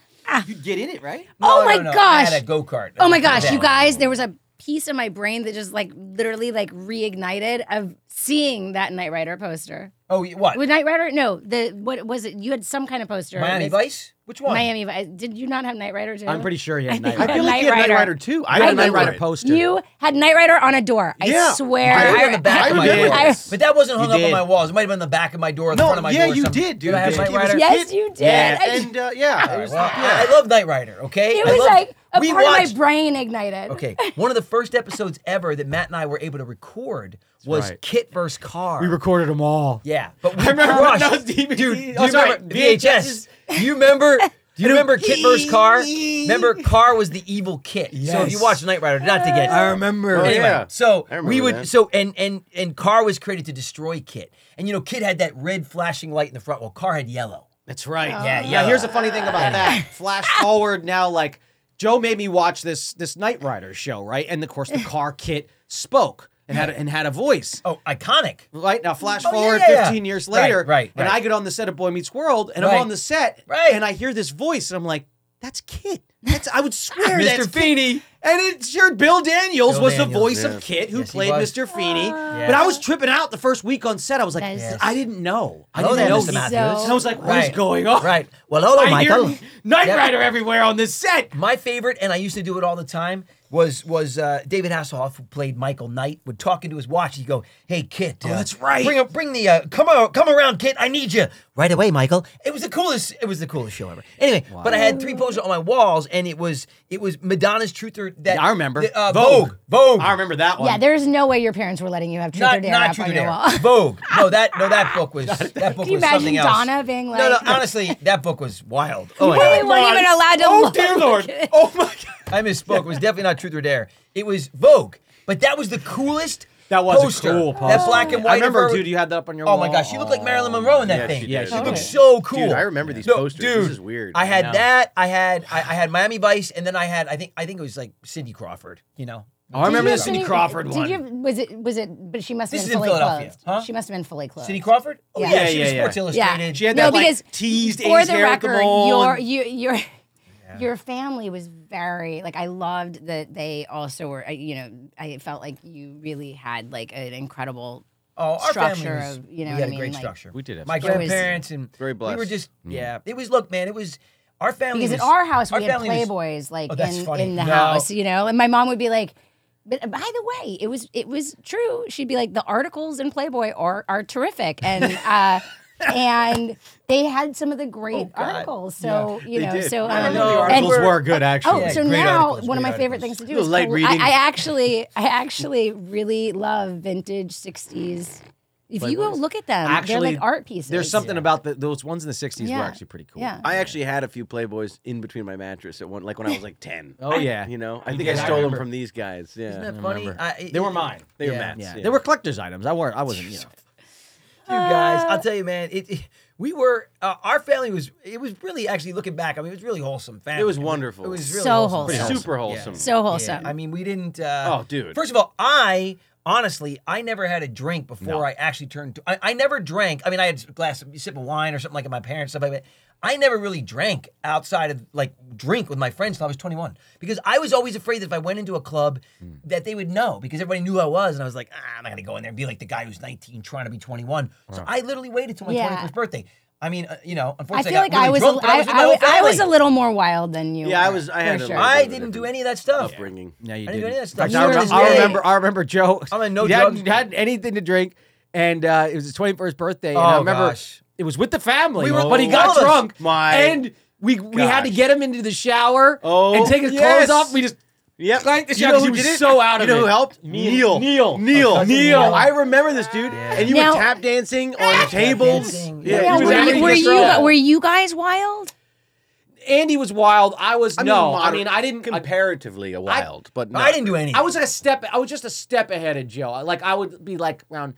Speaker 2: You'd get in it, right?
Speaker 3: Oh my
Speaker 1: I had a
Speaker 3: gosh.
Speaker 1: go kart.
Speaker 3: Oh my gosh, you guys, there was a piece of my brain that just like literally like reignited of seeing that Knight Rider poster.
Speaker 1: Oh, you- what?
Speaker 3: With Knight Rider? No, the what was it? You had some kind of poster.
Speaker 1: Miami
Speaker 3: It's-
Speaker 1: Vice? Which one?
Speaker 3: Miami Vice. Did you not have Knight Rider too?
Speaker 2: I'm pretty sure he had
Speaker 6: I
Speaker 3: think I
Speaker 2: Knight Rider.
Speaker 6: feel like you
Speaker 3: Knight
Speaker 6: had Knight
Speaker 3: Rider.
Speaker 6: Rider too. I had
Speaker 3: I
Speaker 6: a Knight
Speaker 3: remember
Speaker 6: Rider
Speaker 3: it.
Speaker 6: poster.
Speaker 3: You had Knight Rider on a door. I
Speaker 6: Yeah.
Speaker 3: swear.
Speaker 1: I had it on the back
Speaker 6: I
Speaker 1: of my
Speaker 6: remember
Speaker 1: door.
Speaker 6: this.
Speaker 1: But that wasn't hung
Speaker 2: You
Speaker 1: up on
Speaker 2: did.
Speaker 1: my walls. It might have been the back of my door, the
Speaker 2: No,
Speaker 1: front of my
Speaker 2: yeah,
Speaker 1: door. or
Speaker 2: you
Speaker 1: something.
Speaker 2: did, dude.
Speaker 1: I have
Speaker 2: You
Speaker 1: Knight
Speaker 2: did. It was
Speaker 1: Rider?
Speaker 2: your
Speaker 3: yes, you did.
Speaker 1: Yeah,
Speaker 3: I-
Speaker 6: And uh, yeah, it was,
Speaker 1: Well, I
Speaker 6: yeah.
Speaker 1: I love Knight Rider, okay?
Speaker 3: it
Speaker 1: I
Speaker 3: was
Speaker 1: love-
Speaker 3: like a
Speaker 1: we
Speaker 3: part
Speaker 1: watched,
Speaker 3: of my brain ignited.
Speaker 1: Okay, one of the first episodes ever that Matt and I were able to record was
Speaker 2: right.
Speaker 1: Kit vs. Car.
Speaker 2: We recorded them all.
Speaker 1: Yeah, but we
Speaker 2: remember when
Speaker 1: crushed.
Speaker 2: those DVDs
Speaker 1: Dude, do you
Speaker 2: oh, sorry,
Speaker 1: remember VHS? Do you remember? Do you remember Kit versus Car? Remember, Car was the evil Kit. So if you
Speaker 2: Yes.
Speaker 1: watch Knight Rider, not to get.
Speaker 2: I remember.
Speaker 1: Anyway,
Speaker 6: yeah.
Speaker 1: so
Speaker 6: I remember
Speaker 1: we would
Speaker 6: that.
Speaker 1: so and and and Car was created to destroy Kit, and you know Kit had that red flashing light in the front. Well, Car had yellow.
Speaker 2: That's right.
Speaker 1: Yeah,
Speaker 2: Oh. Now
Speaker 1: yeah.
Speaker 2: here's the funny thing about that. Flash forward now, like Joe made me watch this this Knight Rider show, right? And of course, the car kit spoke and had a- and had a voice.
Speaker 1: Oh, iconic.
Speaker 2: Right now, flash
Speaker 1: Oh, yeah,
Speaker 2: forward
Speaker 1: yeah, yeah.
Speaker 2: 15 years
Speaker 1: Right,
Speaker 2: later,
Speaker 1: right,
Speaker 2: and
Speaker 1: right.
Speaker 2: I get on the set of Boy Meets World, and
Speaker 1: Right.
Speaker 2: I'm on the set,
Speaker 1: Right.
Speaker 2: and I hear this voice, and I'm like, "That's Kit." That's, I would swear that's
Speaker 1: Mr. Feeney.
Speaker 2: And it's sure Bill Daniels
Speaker 1: Bill
Speaker 2: was the
Speaker 1: Daniels,
Speaker 2: voice
Speaker 6: yeah.
Speaker 2: of Kit who
Speaker 1: Yes, he
Speaker 2: played
Speaker 1: was. Ah.
Speaker 2: Mr. Feeney. But I was tripping out the first week on set. I was like,
Speaker 3: That is- Yes.
Speaker 2: I didn't know. I
Speaker 1: Hello
Speaker 2: didn't
Speaker 1: there,
Speaker 2: know
Speaker 1: Mr.
Speaker 2: he-
Speaker 1: Matthews.
Speaker 2: And I was like, what is
Speaker 1: Right.
Speaker 2: going on?
Speaker 1: Right. Well, hello,
Speaker 2: I
Speaker 1: Michael.
Speaker 2: hear Knight
Speaker 1: Yep.
Speaker 2: Rider everywhere on this set.
Speaker 1: My favorite, and I used to do it all the time, was was uh, David Hasselhoff, who played Michael Knight, would talk into his watch. He'd go, "Hey, Kit, uh,
Speaker 2: Oh, that's right.
Speaker 1: Bring up, bring the uh, come on, come around, Kit. I need you right away, Michael." It was the coolest. It was the coolest show ever. Anyway, but I had three posters on my walls, and it was it was Madonna's Truth or that
Speaker 2: Yeah, I remember.
Speaker 1: the, uh,
Speaker 2: Vogue.
Speaker 1: Vogue, Vogue.
Speaker 2: I remember that one.
Speaker 10: Yeah, there's no way your parents were letting you have truth or
Speaker 1: not
Speaker 10: dare
Speaker 1: not
Speaker 10: up
Speaker 1: Truth
Speaker 10: on
Speaker 1: or
Speaker 10: your
Speaker 1: Dare.
Speaker 10: wall.
Speaker 1: Vogue. No, that no that book was that book
Speaker 10: Can you
Speaker 1: was something
Speaker 10: imagine
Speaker 1: else.
Speaker 10: Donna being like?
Speaker 1: no, no, honestly, that book was wild. Oh my
Speaker 10: We
Speaker 1: god.
Speaker 10: weren't even allowed to.
Speaker 2: Oh,
Speaker 10: look.
Speaker 2: dear Lord. Oh, my God.
Speaker 1: I misspoke. It was definitely not Truth or Dare. It was Vogue. But that was the coolest.
Speaker 2: That was a
Speaker 1: poster.
Speaker 2: cool
Speaker 1: That
Speaker 2: poster.
Speaker 1: black and white.
Speaker 2: I remember,
Speaker 1: of her-
Speaker 2: dude, you had that up on your
Speaker 1: Oh
Speaker 2: wall.
Speaker 1: my gosh, she looked like Marilyn Monroe in that
Speaker 6: Yeah,
Speaker 1: thing.
Speaker 6: she did.
Speaker 1: she
Speaker 6: Yeah, she
Speaker 1: looked
Speaker 6: did.
Speaker 1: so cool.
Speaker 6: Oh. Dude, I remember these posters. This
Speaker 1: Dude,
Speaker 6: is weird.
Speaker 1: I had
Speaker 2: know.
Speaker 1: that. I had I, I had Miami Vice, and then I had I think I think it was like Cindy Crawford. You know,
Speaker 2: Oh, I
Speaker 10: Did
Speaker 2: remember
Speaker 10: you
Speaker 2: the
Speaker 10: have
Speaker 2: Cindy
Speaker 10: any-
Speaker 2: Crawford
Speaker 10: did
Speaker 2: one.
Speaker 10: you have- was it? Was it? But she must have
Speaker 1: This
Speaker 10: been
Speaker 1: is in
Speaker 10: fully
Speaker 1: Philadelphia,
Speaker 10: clothed.
Speaker 1: huh?
Speaker 10: She must have been fully clothed.
Speaker 1: Cindy Crawford. Oh yeah,
Speaker 10: Yeah.
Speaker 1: she was
Speaker 2: Yeah, yeah,
Speaker 1: Sports
Speaker 2: yeah.
Speaker 1: Illustrated.
Speaker 2: She had
Speaker 10: no,
Speaker 2: that, like,
Speaker 10: because
Speaker 2: teased
Speaker 10: for
Speaker 2: A's
Speaker 10: the
Speaker 2: hair at the
Speaker 10: record,
Speaker 2: mall
Speaker 10: your
Speaker 2: and-
Speaker 10: you, your your family was very like I loved that they also were. I- You know, I felt like you really had like an incredible.
Speaker 1: Oh, our
Speaker 10: structure
Speaker 1: family was,
Speaker 10: of- you know what
Speaker 1: we had
Speaker 10: I
Speaker 1: a
Speaker 10: mean,
Speaker 1: great
Speaker 10: like-
Speaker 1: structure.
Speaker 6: We did have
Speaker 1: My
Speaker 6: some-
Speaker 10: It was-
Speaker 1: grandparents and
Speaker 6: Very
Speaker 1: We were
Speaker 6: blessed. Mm.
Speaker 1: just yeah. It was look, man. It was our family
Speaker 10: Because
Speaker 1: was,
Speaker 10: at our house we had
Speaker 1: family was-
Speaker 10: playboys like
Speaker 1: Oh, that's
Speaker 10: in,
Speaker 1: funny.
Speaker 10: in the
Speaker 1: No.
Speaker 10: house, you know, and my mom would be like. But uh, by the way, it was it was true. She'd be like, the articles in Playboy are are terrific, and uh, and they had some of the great
Speaker 1: Oh, God.
Speaker 10: articles. So you
Speaker 6: They
Speaker 10: know,
Speaker 6: did.
Speaker 10: so um,
Speaker 6: I
Speaker 1: remember the
Speaker 10: and-
Speaker 2: Articles were good,
Speaker 10: Oh,
Speaker 2: actually.
Speaker 1: Yeah,
Speaker 10: so
Speaker 1: great
Speaker 10: now
Speaker 1: articles,
Speaker 10: one of
Speaker 1: great
Speaker 10: my favorite things
Speaker 1: articles.
Speaker 10: to do
Speaker 6: Little
Speaker 10: is
Speaker 6: light
Speaker 10: coll-
Speaker 6: reading.
Speaker 10: I, I actually, I actually really love vintage '60s. If you go look at them, they're
Speaker 2: Actually,
Speaker 10: like art pieces.
Speaker 2: There's something about the, those ones in the 60s
Speaker 10: Yeah.
Speaker 2: were actually pretty cool.
Speaker 10: Yeah.
Speaker 6: I actually had a few Playboys in between my mattress at one, like when I was like ten.
Speaker 2: Oh, yeah.
Speaker 6: you know, I think
Speaker 1: did,
Speaker 6: I
Speaker 1: I
Speaker 6: stole them
Speaker 1: remember.
Speaker 6: from these guys. Yeah,
Speaker 1: Isn't that funny?
Speaker 2: remember.
Speaker 1: I-
Speaker 2: They were mine.
Speaker 6: they were
Speaker 1: Yeah.
Speaker 6: Matt's.
Speaker 1: Yeah.
Speaker 6: yeah.
Speaker 2: They were collector's items. I weren't. I wasn't. You know.
Speaker 1: you guys.
Speaker 10: Uh.
Speaker 1: I'll tell you, man. It, it- we were uh, our family was it was really actually looking back. I mean, it was really wholesome family.
Speaker 6: was
Speaker 1: I mean,
Speaker 6: wonderful.
Speaker 1: It was really
Speaker 10: So
Speaker 1: wholesome.
Speaker 10: wholesome.
Speaker 1: Yeah.
Speaker 6: super wholesome.
Speaker 10: so
Speaker 1: Yeah,
Speaker 10: wholesome.
Speaker 1: I mean, we didn't. Uh,
Speaker 6: Oh, dude.
Speaker 1: First of all, I honestly, I never had a drink before I actually turned. I, I never drank. I mean, I had a glass, of, sip of wine or something like at my parents' stuff like that. I never really drank outside of like drink with my friends until I was 21 because I was always afraid that if I went into a club that they would know because everybody knew who I was and I was like ah, I'm not gonna go in there and be like the guy who's 19 trying to be 21. So I literally waited till my
Speaker 10: Yeah.
Speaker 1: 21st birthday. I mean, uh, you know,
Speaker 10: I
Speaker 1: unfortunately,
Speaker 10: feel like
Speaker 1: got really
Speaker 10: I was,
Speaker 1: drunk,
Speaker 10: a,
Speaker 1: but I
Speaker 10: I,
Speaker 1: was with my whole
Speaker 10: I- I was a
Speaker 1: family.
Speaker 10: little more wild than you.
Speaker 6: Yeah, I
Speaker 10: were,
Speaker 6: was- I
Speaker 10: for
Speaker 6: had a
Speaker 10: sure.
Speaker 6: little-
Speaker 1: I didn't do any of that stuff.
Speaker 6: upbringing.
Speaker 2: No, you
Speaker 1: I didn't
Speaker 2: didn't.
Speaker 1: do any of that
Speaker 2: In fact,
Speaker 1: stuff.
Speaker 2: I,
Speaker 1: You were
Speaker 2: remember,
Speaker 1: just
Speaker 2: I
Speaker 1: gay.
Speaker 2: remember. I remember Joe.
Speaker 1: I'm on no
Speaker 2: he hadn't
Speaker 1: drugs.
Speaker 2: had anything to drink, and uh, it was his 21st birthday. And I
Speaker 1: Oh,
Speaker 2: remember
Speaker 1: gosh.
Speaker 2: it was with the family.
Speaker 1: We were-
Speaker 2: but he
Speaker 1: all
Speaker 2: got
Speaker 1: of us.
Speaker 2: drunk.
Speaker 6: My
Speaker 2: and we we had to
Speaker 6: gosh.
Speaker 2: get him into the shower
Speaker 6: Oh,
Speaker 2: and take his
Speaker 6: yes.
Speaker 2: clothes off. We just
Speaker 6: Yep.
Speaker 2: clanked the
Speaker 6: You
Speaker 2: shower
Speaker 6: know
Speaker 2: 'cause he
Speaker 6: who
Speaker 2: was
Speaker 6: did it?
Speaker 2: so out of
Speaker 6: you know
Speaker 2: it.
Speaker 6: who helped?
Speaker 2: Neil.
Speaker 6: Neil.
Speaker 2: Oh,
Speaker 6: Neil.
Speaker 2: cousin Neil.
Speaker 6: I remember this dude. And you
Speaker 10: Now-
Speaker 6: were tap dancing on tables.
Speaker 1: dancing.
Speaker 10: Yeah,
Speaker 1: Yeah,
Speaker 6: he was
Speaker 10: were,
Speaker 6: acting
Speaker 10: you, were,
Speaker 6: a
Speaker 10: you,
Speaker 6: star.
Speaker 10: gu- were you guys wild?
Speaker 2: Andy was wild. I was
Speaker 6: I mean,
Speaker 2: no. I
Speaker 6: moder-
Speaker 2: mean, I didn't. I,
Speaker 6: comparatively a wild, but
Speaker 1: I didn't do anything.
Speaker 2: I was like a step. I was just a step ahead of Joe. I- Like I would be like around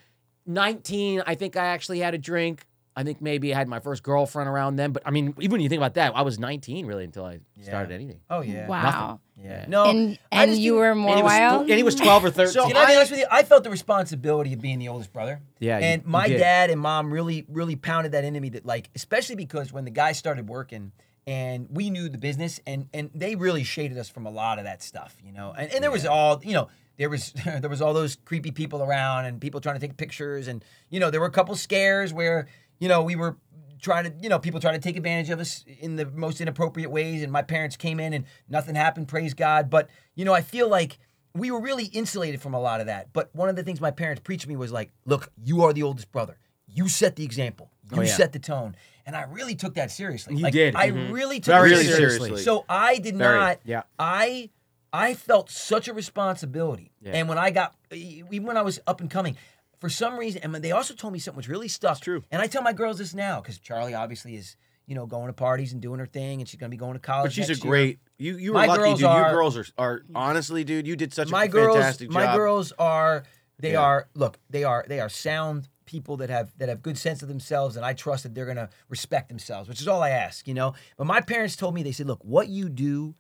Speaker 2: 19. I think I actually had a drink. I think maybe I had my first girlfriend around then. But I mean, even when you think about that, I was 19 really until I started anything.
Speaker 1: Oh yeah.
Speaker 10: Wow.
Speaker 1: Yeah. No.
Speaker 10: And
Speaker 1: Oh, I
Speaker 10: and
Speaker 1: just
Speaker 10: you
Speaker 1: didn't-
Speaker 10: were more wild.
Speaker 2: And he was 12 or 13.
Speaker 1: Can I be honest with you? I felt the responsibility of being the oldest brother.
Speaker 2: Yeah, you-
Speaker 1: And
Speaker 2: you
Speaker 1: my
Speaker 2: did.
Speaker 1: dad and mom really, really pounded that into me that like, especially because when the guy started working and we knew the business and and they really shaded us from a lot of that stuff, you know. And and there was all, you know, there was there was all those creepy people around and people trying to take pictures and you know, there were a couple scares where, you know, we were trying to you know people trying to take advantage of us in the most inappropriate ways and my parents came in and nothing happened praise god but you know i feel like we were really insulated from a lot of that but one of the things my parents preached to me was like look you are the oldest brother you set the example
Speaker 6: Oh,
Speaker 1: you set the tone and i really took that seriously you like,
Speaker 2: did,
Speaker 1: i really took
Speaker 6: Mm-hmm. Very
Speaker 1: it
Speaker 6: seriously. seriously.
Speaker 1: so I did
Speaker 6: Very,
Speaker 1: not.
Speaker 2: yeah.
Speaker 1: I I felt such a responsibility, and when I got, e, even when I was up and coming, for some reason, and they also told me something was really stuck. true. And I tell my girls this now because Charlie obviously is, you know, going to parties and doing her thing, and she's going to be going to college.
Speaker 6: But she's a
Speaker 1: next year.
Speaker 6: great. You you were
Speaker 1: My
Speaker 6: lucky,
Speaker 1: girls
Speaker 6: dude.
Speaker 1: are-
Speaker 6: you girls are, are honestly, dude. You did such
Speaker 1: my
Speaker 6: a
Speaker 1: girls.
Speaker 6: fantastic job.
Speaker 1: My girls are. They are. Look, they are. They are sound people that have that have good sense of themselves, and I trust that they're going to respect themselves, which is all I ask, you know. But my parents told me they said, look, what you do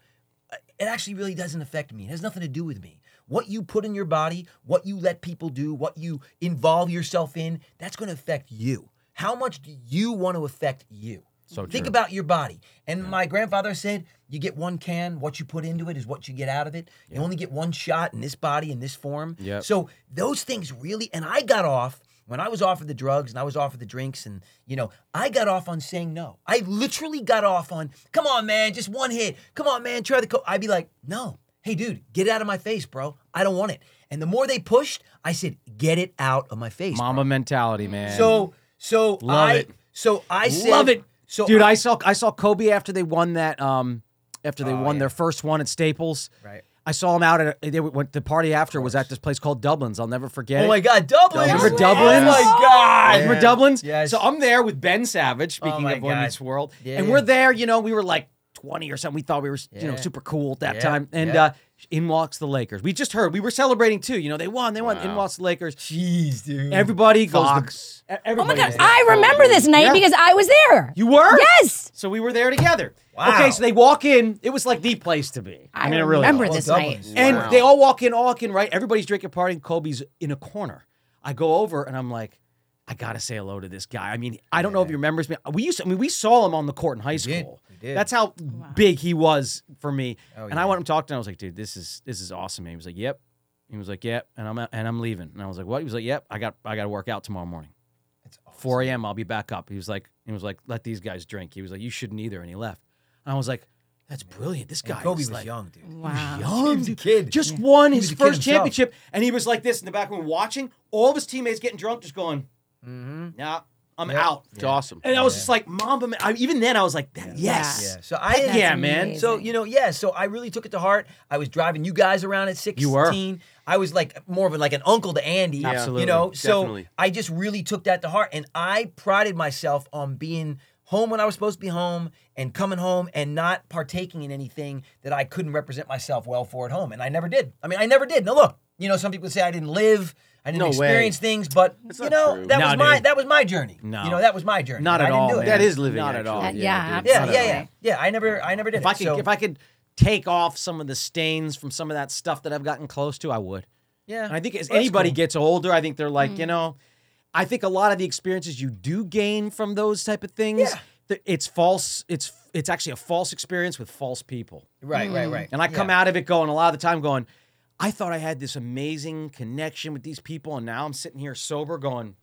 Speaker 1: uh, it actually really doesn't affect me. It has nothing to do with me. What you put in your body, what you let people do, what you involve yourself in, that's going to affect you. How much do you want to affect you?
Speaker 2: So
Speaker 1: Think
Speaker 2: true.
Speaker 1: about your body. And my grandfather said, you get one can, what you put into it is what you get out of it. You only get one shot in this body, in this form.
Speaker 2: Yep.
Speaker 1: So those things really, and I got off when I was off of the drugs and I was off of the drinks, and you know, I got off on saying no. I literally got off on, come on, man, just one hit. Come on, man, try the coke. I'd be like, no, hey, dude, get it out of my face, bro. I don't want it. And the more they pushed, I said, get it out of my face.
Speaker 2: mama mentality, man.
Speaker 1: So, so
Speaker 2: Love
Speaker 1: I,
Speaker 2: it.
Speaker 1: so I said,
Speaker 2: love it.
Speaker 1: So
Speaker 2: dude, I saw I saw Kobe after they won that um after
Speaker 1: Oh,
Speaker 2: they won their first one at Staples.
Speaker 1: Right.
Speaker 2: I saw him out at a, they went the party after was at this place called Dublin's. I'll never forget.
Speaker 1: Oh
Speaker 2: it.
Speaker 1: my God, Dublin!
Speaker 2: Remember Dublin?
Speaker 1: Oh my God!
Speaker 2: Remember Dublin's?
Speaker 1: Yes. Oh
Speaker 2: So I'm there with Ben Savage, speaking
Speaker 1: my
Speaker 2: of Boy
Speaker 1: God.
Speaker 2: Meets World.
Speaker 1: Yeah,
Speaker 2: and
Speaker 1: yeah.
Speaker 2: we're there, you know, we were like 20 or something. We thought we were, you know,
Speaker 1: Yeah.
Speaker 2: super cool at that
Speaker 1: Yeah,
Speaker 2: time. And
Speaker 1: yeah.
Speaker 2: uh, in walks the Lakers. We just heard, we were celebrating too. You know, they won, they won. In walks the Lakers.
Speaker 1: Jeez, dude.
Speaker 2: Everybody
Speaker 6: Fox.
Speaker 2: goes. The, e,
Speaker 10: Oh my
Speaker 2: everybody
Speaker 10: god,
Speaker 2: goes-
Speaker 10: I remember this night
Speaker 2: Yeah.
Speaker 10: because I was there.
Speaker 2: You were?
Speaker 10: Yes.
Speaker 2: So we were there together.
Speaker 1: Wow.
Speaker 2: Okay, so they walk in. It was like the place to be.
Speaker 10: I,
Speaker 2: mean, it really
Speaker 1: Oh,
Speaker 10: remember
Speaker 2: was.
Speaker 10: this
Speaker 1: Well,
Speaker 10: night.
Speaker 1: Dublin.
Speaker 2: And
Speaker 6: Wow.
Speaker 2: they all walk in, all walk in, right? Everybody's drinking, partying. Kobe's in a corner. I go over and I'm like, I gotta say hello to this guy. I mean, I don't know if he remembers me. We used, to, I mean, we saw him on the court in high
Speaker 1: did.
Speaker 2: school.
Speaker 1: We did.
Speaker 2: That's how big he was for me.
Speaker 1: Oh,
Speaker 2: and I
Speaker 1: yeah.
Speaker 2: went and talked to him. I was like, dude, this is this is awesome. man." he was like, yep. He was like, yep. And I'm out- and I'm leaving. And I was like, what? He was like, yep. I got I got to work out tomorrow morning. 4 a.m. I'll be back up. He was like, he was like, let these guys drink. He was like, you shouldn't either. And he left. And I was like, that's brilliant. This guy.
Speaker 1: And Kobe
Speaker 2: is
Speaker 1: was
Speaker 2: like,
Speaker 1: young, dude.
Speaker 10: Wow.
Speaker 2: young
Speaker 1: was a
Speaker 2: dude.
Speaker 1: kid.
Speaker 2: Just won
Speaker 1: He
Speaker 2: his
Speaker 1: was a kid
Speaker 2: first
Speaker 1: himself.
Speaker 2: championship, and he was like this in the back room watching all of his teammates getting drunk, just going,
Speaker 1: Mm-hmm.
Speaker 2: "Nah, I'm out."
Speaker 6: It's awesome.
Speaker 2: And I was just like, "Mamba!" Man. I, even then, I was like, that,
Speaker 1: Yeah.
Speaker 2: "Yes,
Speaker 1: So I
Speaker 2: Heck
Speaker 1: had
Speaker 2: yeah,
Speaker 1: to-
Speaker 2: man."
Speaker 10: amazing.
Speaker 1: So you know, yeah. So I really took it to heart. I was driving you guys around at sixteen.
Speaker 2: You were.
Speaker 1: I was like more of a, like an uncle to Andy.
Speaker 2: Absolutely.
Speaker 1: You know. So
Speaker 6: Definitely.
Speaker 1: I just really took that to heart, and I prided myself on being home when I was supposed to be home and coming home and not partaking in anything that I couldn't represent myself well for at home, and I never did. I mean, I never did. Now look, you know, some people say I didn't live. I didn't
Speaker 6: No way.
Speaker 1: experience things, but you
Speaker 6: not
Speaker 1: know
Speaker 6: true.
Speaker 1: that
Speaker 2: No,
Speaker 1: was my
Speaker 2: dude.
Speaker 1: that was my journey.
Speaker 2: No.
Speaker 1: You know that was my journey.
Speaker 2: Not
Speaker 1: I
Speaker 2: at
Speaker 1: didn't
Speaker 2: all,
Speaker 1: do it.
Speaker 2: man.
Speaker 6: that is living.
Speaker 2: Not at
Speaker 6: actually.
Speaker 2: all.
Speaker 10: Uh, yeah,
Speaker 6: dude.
Speaker 1: Yeah,
Speaker 10: Not
Speaker 1: yeah,
Speaker 10: at all.
Speaker 1: yeah, yeah. I never, I never did.
Speaker 2: If
Speaker 1: it.
Speaker 2: I could,
Speaker 1: so,
Speaker 2: if I could take off some of the stains from some of that stuff that I've gotten close to, I would."
Speaker 1: yeah,
Speaker 2: And I think as
Speaker 1: Well, that's
Speaker 2: anybody
Speaker 1: cool.
Speaker 2: gets older, I think they're like, you know, I think a lot of the experiences you do gain from those type of things,
Speaker 1: Yeah.
Speaker 2: th- it's false. It's it's actually a false experience with false people.
Speaker 1: right,
Speaker 10: Mm.
Speaker 1: right, right.
Speaker 2: And I come
Speaker 1: yeah.
Speaker 2: out of it going a lot of the time going, I thought I had this amazing connection with these people, and now I'm sitting here sober going,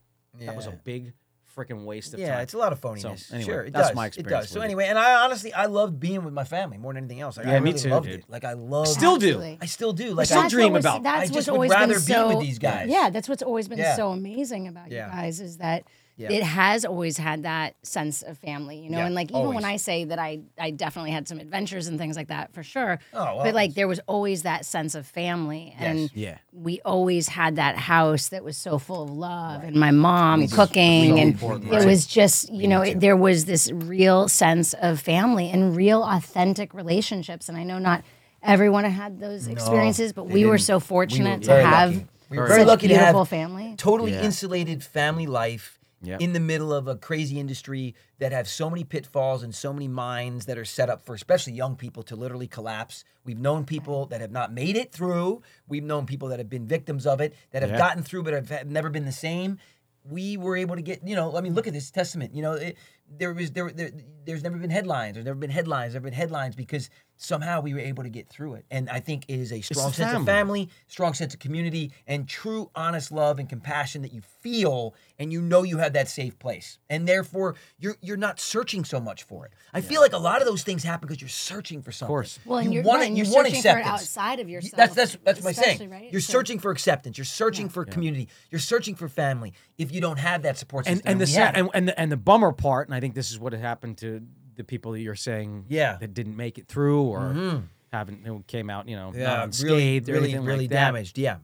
Speaker 2: that was a
Speaker 1: Yeah.
Speaker 2: big freaking waste of
Speaker 1: Yeah,
Speaker 2: time.
Speaker 1: it's a lot of phoniness.
Speaker 2: So, anyway,
Speaker 1: sure, it
Speaker 2: that's
Speaker 1: does.
Speaker 2: my
Speaker 1: It
Speaker 2: experience
Speaker 1: does. So
Speaker 2: with it.
Speaker 1: anyway, and I honestly, I loved being with my family more than anything else. Like,
Speaker 2: Yeah,
Speaker 1: I
Speaker 2: me
Speaker 1: really
Speaker 2: too,
Speaker 1: loved
Speaker 2: dude.
Speaker 1: it. Like I love.
Speaker 2: Still do.
Speaker 1: I still do. Like
Speaker 2: still
Speaker 1: I
Speaker 2: dream
Speaker 10: always-
Speaker 2: about.
Speaker 1: I
Speaker 10: That's
Speaker 1: just
Speaker 10: what's
Speaker 1: would
Speaker 10: always
Speaker 1: rather
Speaker 10: been
Speaker 1: be
Speaker 10: so,
Speaker 1: with these guys.
Speaker 10: Yeah, that's what's always been
Speaker 1: Yeah.
Speaker 10: so amazing about
Speaker 1: Yeah.
Speaker 10: you guys is that
Speaker 1: Yeah.
Speaker 10: it has always had that sense of family, you know.
Speaker 1: Yeah,
Speaker 10: and like even
Speaker 1: always.
Speaker 10: when I say that I I definitely had some adventures and things like that for sure.
Speaker 1: Oh,
Speaker 10: but
Speaker 1: always.
Speaker 10: like there was always that sense of family and
Speaker 2: Yeah.
Speaker 10: we always had that house that was so full of love and my mom cooking and
Speaker 1: important,
Speaker 10: it was just you know it, there was this real sense of family and real authentic relationships and i know not everyone had those experiences but we were so fortunate to
Speaker 1: very
Speaker 10: have
Speaker 1: lucky. We were
Speaker 10: such
Speaker 1: very lucky to have
Speaker 10: beautiful family
Speaker 1: totally insulated family life
Speaker 2: Yep.
Speaker 1: in the middle of a crazy industry that have so many pitfalls and so many mines that are set up for especially young people to literally collapse. We've known people that have not made it through. We've known people that have been victims of it that have gotten through but have, have never been the same. We were able to get, you know, I mean, look at this testament. You know, it, there was there, there there's never been headlines. There's never been headlines. There've been headlines because somehow we were able to get through it. And I think it is a strong sense of
Speaker 2: family.
Speaker 1: family family, strong sense of community, and true, honest love and compassion that you feel, and you know you have that safe place, and therefore you're you're not searching so much for it. I feel like a lot of those things happen because you're searching for something. Of
Speaker 2: course.
Speaker 10: Well, and
Speaker 1: you
Speaker 10: you're-
Speaker 1: want
Speaker 10: right,
Speaker 1: it.
Speaker 10: and
Speaker 1: You
Speaker 10: you're
Speaker 1: want
Speaker 10: searching for it
Speaker 1: acceptance
Speaker 10: outside of
Speaker 1: You-
Speaker 10: yourself,
Speaker 1: That's that's that's my
Speaker 10: especially,
Speaker 1: saying.
Speaker 10: right?
Speaker 1: You're
Speaker 10: So-
Speaker 1: searching for acceptance. You're searching for community. You're searching for family. If you don't have that support
Speaker 2: and
Speaker 1: system,
Speaker 2: and the
Speaker 1: we
Speaker 2: sa-
Speaker 1: have it.
Speaker 2: and, and the and the bummer part, and I think this is what had happened to the people that you're saying,
Speaker 1: Yeah. Mm-hmm.
Speaker 2: that didn't make it through or haven't who came out, you know,
Speaker 1: yeah,
Speaker 2: not
Speaker 1: really,
Speaker 2: unscathed or
Speaker 1: really,
Speaker 2: anything
Speaker 1: really
Speaker 2: like that.
Speaker 1: damaged. Yeah.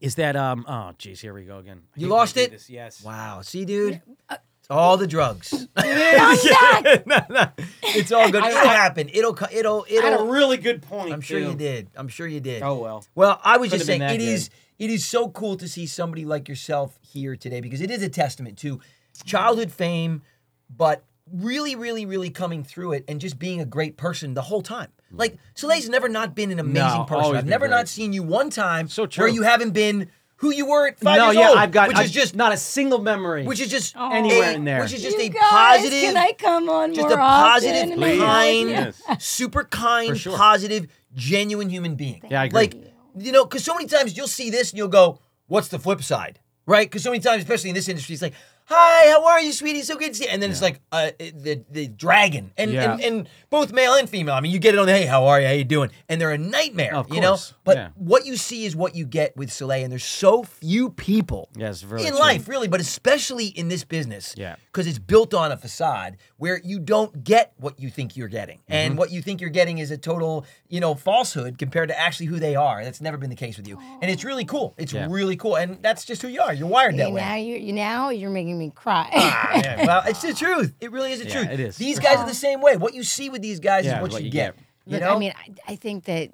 Speaker 2: Is that um? Oh, geez, here we go again. I
Speaker 1: You
Speaker 2: hate when I
Speaker 1: lost
Speaker 2: do
Speaker 1: it?
Speaker 2: this, Yes.
Speaker 1: Wow. See, dude. It's all the drugs.
Speaker 10: I'm back!
Speaker 1: it's all good. It'll happen. It'll. co- It'll.
Speaker 2: I had a
Speaker 1: It'll.
Speaker 2: really good point.
Speaker 1: I'm sure you
Speaker 2: too.
Speaker 1: did. I'm sure you did.
Speaker 2: Oh, well.
Speaker 1: Well, I was
Speaker 2: Could've
Speaker 1: just
Speaker 2: been
Speaker 1: saying
Speaker 2: that
Speaker 1: it
Speaker 2: good.
Speaker 1: is it is so cool to see somebody like yourself here today because it is a testament to childhood fame, but really, really, really coming through it and just being a great person the whole time. Like Soleil's never not been an amazing
Speaker 2: Mm. No,
Speaker 1: person.
Speaker 2: always
Speaker 1: I've
Speaker 2: been
Speaker 1: never
Speaker 2: great.
Speaker 1: not seen you one time
Speaker 2: So
Speaker 1: where
Speaker 2: true.
Speaker 1: you haven't been who you were at five
Speaker 11: no,
Speaker 1: years
Speaker 11: yeah,
Speaker 1: old,
Speaker 11: I've got
Speaker 1: which
Speaker 11: I've
Speaker 1: is just
Speaker 11: not a single memory.
Speaker 1: which is just
Speaker 11: Anywhere
Speaker 1: a-
Speaker 11: in there.
Speaker 1: which is just
Speaker 3: Oh. You
Speaker 1: a
Speaker 3: guys,
Speaker 1: positive.
Speaker 3: Can I come on
Speaker 1: just
Speaker 3: more
Speaker 1: a positive,
Speaker 3: often?
Speaker 6: Please.
Speaker 1: kind,
Speaker 6: Yes.
Speaker 1: super kind,
Speaker 2: sure.
Speaker 1: positive, genuine human being.
Speaker 2: Yeah, I agree.
Speaker 1: Like, you know, because so many times you'll see this and you'll go, "What's the flip side?" Right? Because so many times, especially in this industry, it's like, "Hi, how are you, sweetie? So good to see." you. And then it's like uh, it- the the dragon, and,
Speaker 2: Yeah.
Speaker 1: and and both male and female. I mean, you get it on the, "Hey, how are you? How you doing?" And they're a nightmare,
Speaker 2: Of
Speaker 1: you know.
Speaker 2: course.
Speaker 1: But
Speaker 2: Yeah.
Speaker 1: what you see is what you get with Soleil, and there's so few people
Speaker 2: Yes, very
Speaker 1: in
Speaker 2: true.
Speaker 1: life, really, but especially in this business,
Speaker 2: Yeah.
Speaker 1: because it's built on a facade where you don't get what you think you're getting,
Speaker 2: Mm-hmm.
Speaker 1: and what you think you're getting is a total, you know, falsehood compared to actually who they are. That's never been the case with you, and it's really cool. It's
Speaker 2: Yeah.
Speaker 1: really cool, and that's just who you are. You're wired that
Speaker 3: You-
Speaker 1: way.
Speaker 3: Now you're you- now you're making me cry.
Speaker 1: Ah, man. well, it's the truth. It really is the
Speaker 2: Yeah,
Speaker 1: truth.
Speaker 2: it is,
Speaker 1: These
Speaker 2: for
Speaker 1: guys are the same way. What you see with these guys
Speaker 2: Yeah,
Speaker 1: is what, you, get. You
Speaker 3: Look,
Speaker 1: know,
Speaker 3: I mean, I, I think that,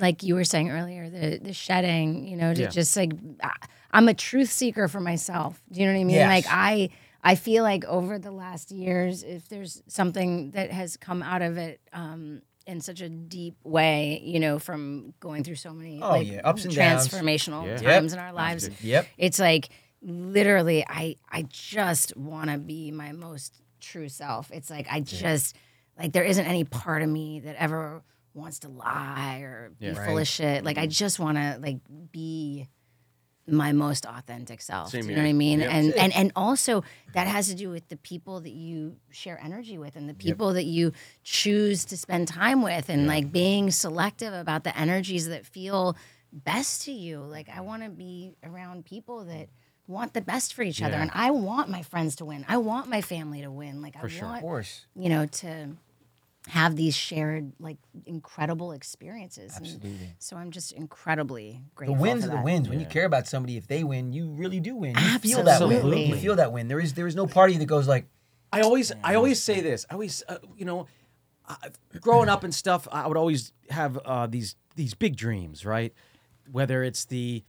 Speaker 3: like you were saying earlier, the the shedding, you know, to
Speaker 2: Yeah.
Speaker 3: just like, I- I'm a truth seeker for myself. Do you know what I mean?
Speaker 1: Yes.
Speaker 3: Like I, I feel like over the last years, if there's something that has come out of it. Um, in such a deep way, you know, from going through so many
Speaker 1: Oh,
Speaker 3: like
Speaker 1: yeah, ups and downs.
Speaker 3: transformational
Speaker 2: Yeah.
Speaker 3: times in our lives.
Speaker 1: yep.
Speaker 3: It's like literally, I I just want to be my most true self. It's like I just like there isn't any part of me that ever wants to lie or be full of shit. Like I just want to like be my most authentic self. Do you know what I mean? And and and also that has to do with the people that you share energy with and the people that you choose to spend time with and like being selective about the energies that feel best to you. Like I want to be around people that want the best for each other and I want my friends to win. I want my family to win. Like I
Speaker 1: Of
Speaker 3: want
Speaker 1: course.
Speaker 3: you know to have these shared like incredible experiences. Absolutely. so I'm just incredibly
Speaker 1: The
Speaker 3: grateful.
Speaker 1: wins
Speaker 3: for
Speaker 1: are the
Speaker 3: that.
Speaker 1: wins. When you care about somebody, if they win, you really do win. You feel that win. You
Speaker 3: Absolutely.
Speaker 1: feel that win. There is there is no part of you that goes like,
Speaker 2: I always I always say this. I always uh, you know, I, growing up and stuff, I would always have uh, these these big dreams, right? Whether it's the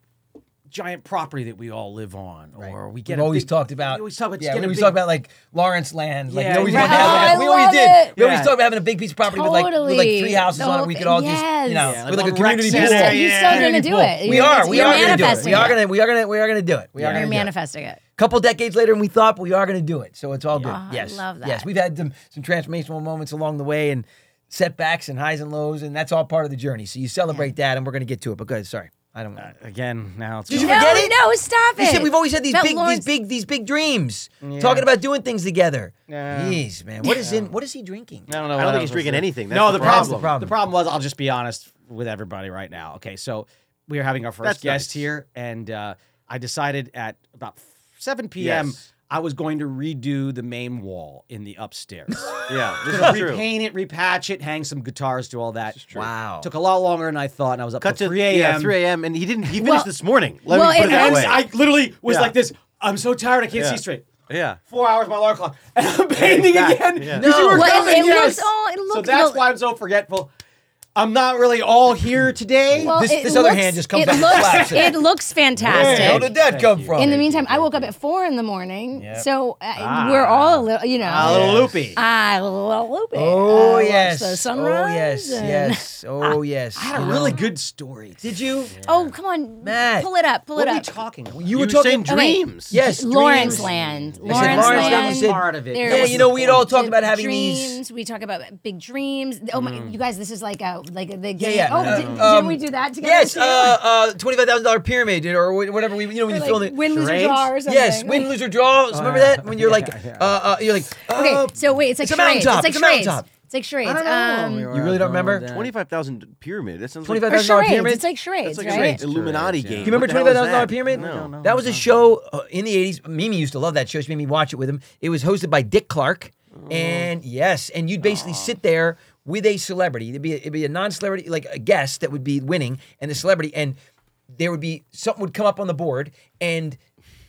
Speaker 2: giant property that we all live on, or we get
Speaker 1: We've
Speaker 2: a
Speaker 1: always
Speaker 2: big-
Speaker 1: talked about.
Speaker 2: We always talk about
Speaker 1: yeah,
Speaker 2: getting
Speaker 1: we
Speaker 2: a
Speaker 1: always
Speaker 2: big-
Speaker 1: talk about like Lawrence land. Like
Speaker 2: Yeah,
Speaker 1: we always
Speaker 2: right.
Speaker 1: wanted to have
Speaker 3: Oh,
Speaker 1: that.
Speaker 3: I
Speaker 1: we always
Speaker 3: love
Speaker 1: did.
Speaker 3: it.
Speaker 1: We always
Speaker 2: Yeah.
Speaker 1: talk about having a big piece of property with like with like three
Speaker 3: Totally.
Speaker 1: houses
Speaker 3: The
Speaker 1: on it.
Speaker 3: whole
Speaker 1: We could
Speaker 3: thing.
Speaker 1: all just you
Speaker 3: Yes.
Speaker 1: know
Speaker 3: Yeah,
Speaker 1: with
Speaker 2: like
Speaker 1: like a
Speaker 2: one
Speaker 1: community
Speaker 2: rec
Speaker 1: pool.
Speaker 2: center.
Speaker 3: You're still- you're still
Speaker 1: Community
Speaker 3: gonna do
Speaker 1: pool.
Speaker 3: it.
Speaker 1: We
Speaker 3: You're-
Speaker 1: are. We
Speaker 3: you're
Speaker 1: are gonna do it.
Speaker 3: manifesting
Speaker 1: We are
Speaker 3: it.
Speaker 1: gonna. We are gonna. We are gonna do it. We are
Speaker 3: You're
Speaker 1: gonna do it.
Speaker 3: manifesting it.
Speaker 1: couple decades later and we thought but we are going to do it. So it's all good.
Speaker 3: Yeah. Oh, I
Speaker 1: yes.
Speaker 3: love that.
Speaker 1: Yes. We've had some, some transformational moments along the way and setbacks and highs and lows, and that's all part of the journey. So you celebrate that, and we're going to get to it. But go ahead. Sorry. I don't want
Speaker 2: again. Now it's
Speaker 1: Did you
Speaker 2: gone.
Speaker 3: No,
Speaker 1: forget it?
Speaker 3: no, stop it.
Speaker 1: You said we've always had these
Speaker 3: That
Speaker 1: big, these
Speaker 3: Lawrence-
Speaker 1: big, these big dreams. Talking about doing things together.
Speaker 2: Yeah.
Speaker 1: Jeez, man, what is in? What is he drinking?
Speaker 2: I don't know.
Speaker 6: I don't
Speaker 2: what
Speaker 6: think
Speaker 2: was
Speaker 6: he's drinking
Speaker 2: supposed to-
Speaker 6: anything. That's
Speaker 2: no,
Speaker 6: the
Speaker 2: the problem.
Speaker 1: problem. That's the
Speaker 2: The problem was I'll just be honest with everybody right now. Okay, so we are having our first
Speaker 6: That's
Speaker 2: guest
Speaker 6: nice.
Speaker 2: here, and uh, I decided at about 7 p.m.
Speaker 6: Yes.
Speaker 2: I was going to redo the main wall in the upstairs.
Speaker 6: Yeah, this
Speaker 2: Gonna
Speaker 6: is true.
Speaker 2: repaint it, repatch it, hang some guitars, do all that.
Speaker 1: Wow.
Speaker 2: Took a lot longer than I thought, and I was up
Speaker 6: Cut
Speaker 2: till
Speaker 6: to
Speaker 2: 3 a.m.
Speaker 6: Yeah, 3 a.m. And he didn't. He finished
Speaker 3: Well-
Speaker 6: this morning. Let
Speaker 3: well,
Speaker 6: me put it
Speaker 3: it
Speaker 6: that
Speaker 2: And
Speaker 6: way.
Speaker 2: I literally was
Speaker 6: Yeah.
Speaker 2: like this. I'm so tired. I can't
Speaker 6: Yeah.
Speaker 2: see straight.
Speaker 6: yeah.
Speaker 2: Four hours, my alarm clock, and I'm painting
Speaker 6: back.
Speaker 2: again.
Speaker 6: Yeah.
Speaker 2: 'cause you were
Speaker 3: Well, it-
Speaker 2: coming,
Speaker 3: it looks-
Speaker 2: yes.
Speaker 3: oh, it
Speaker 2: So
Speaker 3: looks-
Speaker 2: that's
Speaker 3: no.
Speaker 2: why I'm so forgetful. I'm not really all here today.
Speaker 3: Well,
Speaker 1: This-
Speaker 3: it
Speaker 1: this other
Speaker 3: looks-
Speaker 1: hand just comes
Speaker 3: it
Speaker 1: out and
Speaker 3: looks-
Speaker 1: slaps it.
Speaker 3: It looks fantastic.
Speaker 1: Hey, how did that come from?
Speaker 3: in the meantime, I woke up at four in the morning,
Speaker 1: Yep.
Speaker 3: so uh, we're all a little, you know,
Speaker 2: a little loopy.
Speaker 3: I love it. I
Speaker 1: oh
Speaker 3: watched
Speaker 1: yes,
Speaker 3: the
Speaker 1: oh
Speaker 3: sunrise.
Speaker 1: yes,
Speaker 3: and-
Speaker 1: yes, oh yes.
Speaker 2: I had a really good story.
Speaker 1: Did you?
Speaker 3: Oh come on,
Speaker 1: Matt,
Speaker 3: pull it up, pull
Speaker 2: What
Speaker 3: it
Speaker 2: are we
Speaker 3: up.
Speaker 2: talking about?
Speaker 1: You
Speaker 6: You
Speaker 1: were
Speaker 6: were
Speaker 1: talking.
Speaker 6: saying
Speaker 3: Okay.
Speaker 6: dreams.
Speaker 1: Yes,
Speaker 3: Lawrence
Speaker 1: dreams.
Speaker 3: Land.
Speaker 1: I said
Speaker 3: Lawrence
Speaker 1: Lawrence Land.
Speaker 3: Land.
Speaker 1: You said-
Speaker 2: Part of it.
Speaker 3: There
Speaker 1: Yeah,
Speaker 3: was
Speaker 1: you know, we'd all talk
Speaker 3: the
Speaker 1: about having
Speaker 3: dreams.
Speaker 1: these-
Speaker 3: We talk about big dreams. Oh my, you guys, this is like a like a big.
Speaker 1: Yeah, yeah.
Speaker 3: Oh,
Speaker 1: Uh,
Speaker 3: did,
Speaker 1: um,
Speaker 3: didn't we do that together?
Speaker 1: Yes,
Speaker 3: too?
Speaker 1: uh, uh, twenty-five thousand dollar pyramid or wh- whatever we, you know, when
Speaker 3: Or
Speaker 1: you
Speaker 3: like
Speaker 1: fill in.
Speaker 3: win, lose, or
Speaker 2: charades?
Speaker 3: draw or something.
Speaker 1: Yes, win, lose, or draw.
Speaker 2: Oh,
Speaker 1: Remember that when you're like, Uh, uh, you're like,
Speaker 3: Okay,
Speaker 1: uh,
Speaker 3: so wait, it's like
Speaker 1: it's a
Speaker 3: charades.
Speaker 1: mountaintop,
Speaker 3: It's like
Speaker 1: it's a
Speaker 3: charades.
Speaker 1: mountaintop.
Speaker 3: It's like charades. Um,
Speaker 1: you really don't remember?
Speaker 6: Twenty-five thousand pyramid. That sounds
Speaker 1: Twenty-five
Speaker 6: like
Speaker 3: or
Speaker 1: thousand dollar
Speaker 3: charades.
Speaker 1: pyramid.
Speaker 3: It's like charades,
Speaker 6: that's like
Speaker 3: right?
Speaker 6: a great Illuminati game.
Speaker 1: you remember
Speaker 6: What the
Speaker 1: twenty-five
Speaker 6: hell is
Speaker 1: thousand dollar
Speaker 6: that?
Speaker 1: pyramid?
Speaker 6: No.
Speaker 1: That was a show uh, in the '80s. Mimi used to love that show. She made me watch it with him. It was hosted by Dick Clark,
Speaker 6: Mm-hmm.
Speaker 1: and yes, and you'd basically sit there with a celebrity. It'd be it'd be a non-celebrity, like a guest that would be winning, and the celebrity, and there would be something would come up on the board, and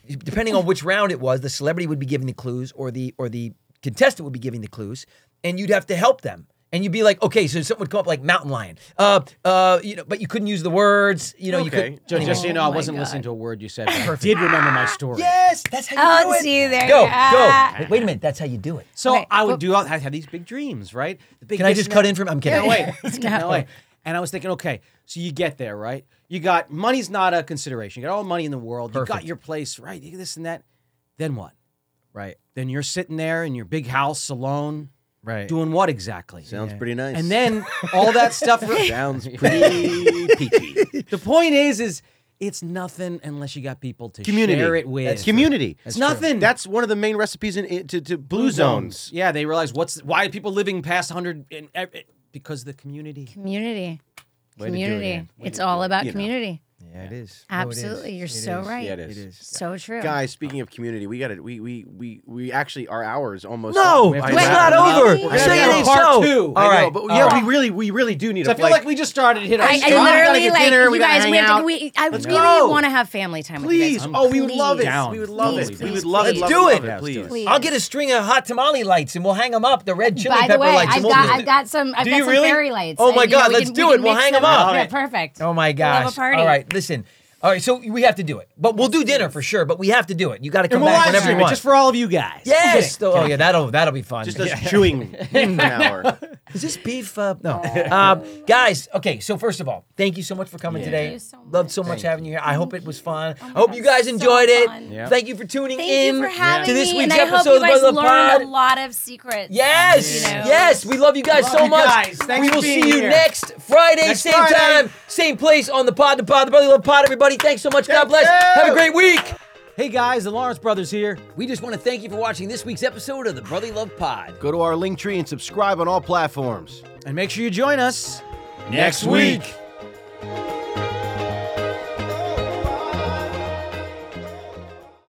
Speaker 1: depending on which round it was, the celebrity would be giving the clues, or the or the contestant would be giving the clues, and you'd have to help them. And you'd be like, okay, so something would come up like mountain lion, uh, uh, you know, but you couldn't use the words, you know, you
Speaker 6: Okay.
Speaker 1: could.
Speaker 2: Just, just so you know, I
Speaker 3: Oh my
Speaker 2: wasn't
Speaker 3: God.
Speaker 2: listening to a word you said. But I did remember my story.
Speaker 1: Yes, that's how you
Speaker 3: Oh,
Speaker 1: do it.
Speaker 3: see there.
Speaker 1: Go,
Speaker 3: you are.
Speaker 1: go. Wait, wait a minute. That's how you do it.
Speaker 2: So
Speaker 3: Okay,
Speaker 2: I would
Speaker 3: well-
Speaker 2: do all. I had these big dreams, right? The big
Speaker 1: Can I
Speaker 2: this
Speaker 1: just
Speaker 2: and
Speaker 1: cut
Speaker 2: that.
Speaker 1: in from? I'm kidding.
Speaker 2: No way. no way. And I was thinking, okay, so you get there, right? You got money's not a consideration. You got all the money in the world. You got
Speaker 1: Perfect.
Speaker 2: your place, right? You got this and that. Then what?
Speaker 1: Right.
Speaker 2: Then you're sitting there in your big house alone,
Speaker 1: Right.
Speaker 2: doing what exactly?
Speaker 6: Sounds pretty nice.
Speaker 2: And then all that stuff.
Speaker 6: sounds pretty peachy.
Speaker 2: the point is, is it's nothing unless you got people to
Speaker 6: Community.
Speaker 2: share it with.
Speaker 6: That's community.
Speaker 2: It's nothing.
Speaker 6: That's one of the main recipes in, in to, to blue, zones.
Speaker 2: Yeah, they realize what's why are people living past hundred and ev- because the community.
Speaker 10: Community.
Speaker 2: to do it,
Speaker 10: community.
Speaker 2: Ann. Way
Speaker 10: it's all about
Speaker 6: you know.
Speaker 10: community.
Speaker 1: Yeah, it is.
Speaker 10: Absolutely. You're so right.
Speaker 6: Yeah, it is.
Speaker 10: So true.
Speaker 6: Guys, speaking of community, we got it. We we we we actually our hours almost.
Speaker 1: Oh,
Speaker 5: No,
Speaker 6: up.
Speaker 5: it's
Speaker 2: have to wrap
Speaker 5: not
Speaker 2: it
Speaker 10: up.
Speaker 5: over.
Speaker 10: We're
Speaker 2: gonna
Speaker 5: Say
Speaker 2: have
Speaker 5: it ain't
Speaker 2: part
Speaker 5: so.
Speaker 2: two.
Speaker 5: All
Speaker 6: I know,
Speaker 5: right,
Speaker 6: but yeah, we really we really do need.
Speaker 2: So
Speaker 6: a,
Speaker 2: I feel like, we just started to hit. our
Speaker 10: I,
Speaker 2: stride.
Speaker 10: I
Speaker 2: We gotta
Speaker 10: literally
Speaker 2: get
Speaker 10: like
Speaker 2: dinner, we
Speaker 10: you
Speaker 2: gotta
Speaker 10: guys.
Speaker 2: hang
Speaker 10: We have
Speaker 2: out.
Speaker 10: to. We, I
Speaker 6: Let's
Speaker 10: really
Speaker 6: go.
Speaker 10: want to have family time. With
Speaker 6: please.
Speaker 10: you guys.
Speaker 6: Oh, we would love it.
Speaker 2: Down.
Speaker 6: We would love
Speaker 10: Please,
Speaker 6: it. We
Speaker 10: please,
Speaker 6: would love it.
Speaker 1: please.
Speaker 6: love
Speaker 1: Let's do
Speaker 6: love
Speaker 1: it.
Speaker 6: love Please.
Speaker 10: Please.
Speaker 1: I'll get a string of hot tamale lights and we'll hang them up. The red chili
Speaker 10: By
Speaker 1: pepper
Speaker 10: the way,
Speaker 1: lights.
Speaker 10: I've
Speaker 1: and we'll
Speaker 10: got
Speaker 1: do
Speaker 10: I've
Speaker 1: it.
Speaker 10: got some I've
Speaker 1: Do
Speaker 10: got
Speaker 1: you
Speaker 10: some
Speaker 1: really?
Speaker 10: fairy lights.
Speaker 1: Oh my
Speaker 10: and, you know,
Speaker 1: God,
Speaker 10: we
Speaker 1: let's
Speaker 10: can-
Speaker 1: do
Speaker 10: we
Speaker 1: it.
Speaker 10: can
Speaker 1: We'll
Speaker 10: mix
Speaker 1: hang 'em up.
Speaker 10: up.
Speaker 1: All
Speaker 10: Yeah,
Speaker 1: right.
Speaker 10: perfect.
Speaker 1: Oh my
Speaker 10: We'll have
Speaker 1: gosh!
Speaker 10: a party.
Speaker 1: All right, listen. All right, so we have to do it, but we'll do dinner for sure. But we have to do it. You got to come
Speaker 2: And we'll
Speaker 1: back
Speaker 2: live
Speaker 1: whenever you
Speaker 2: stream it
Speaker 1: want.
Speaker 2: just for all of you guys.
Speaker 1: yes. Oh yeah, that'll that'll be fun.
Speaker 6: Just us chewing an hour.
Speaker 1: Is this beef? Uh, no, um, guys. Okay, so first of all, thank you so much for coming today.
Speaker 10: Thank you so
Speaker 1: Loved
Speaker 10: much. Oh
Speaker 1: so much having you here. I hope it was fun. I
Speaker 10: my
Speaker 1: hope
Speaker 10: God,
Speaker 1: you guys
Speaker 10: so
Speaker 1: enjoyed
Speaker 10: fun.
Speaker 1: it.
Speaker 2: Yep.
Speaker 1: Thank you for tuning
Speaker 10: Thank
Speaker 1: in
Speaker 10: you for having
Speaker 1: to this
Speaker 10: me,
Speaker 1: week's
Speaker 10: and I
Speaker 1: episode
Speaker 10: hope you guys
Speaker 1: of the Pod.
Speaker 10: learned a lot of secrets.
Speaker 1: Yes,
Speaker 10: You know?
Speaker 1: yes, we love you guys so
Speaker 2: you
Speaker 1: much.
Speaker 2: guys. Thanks
Speaker 1: we
Speaker 2: for
Speaker 1: will
Speaker 2: being
Speaker 1: see you
Speaker 2: here.
Speaker 1: next Friday,
Speaker 2: Next
Speaker 1: same
Speaker 2: Friday.
Speaker 1: time, same place on the Pod, the Pod, the Brotherly Love Pod. Everybody, thanks so much. God bless. Have a great week.
Speaker 2: Hey guys, the Lawrence brothers here.
Speaker 1: We just want to thank you for watching this week's episode of the Brotherly Love Pod.
Speaker 4: Go to our link tree and subscribe on all platforms.
Speaker 2: And make sure you join us
Speaker 6: Next week.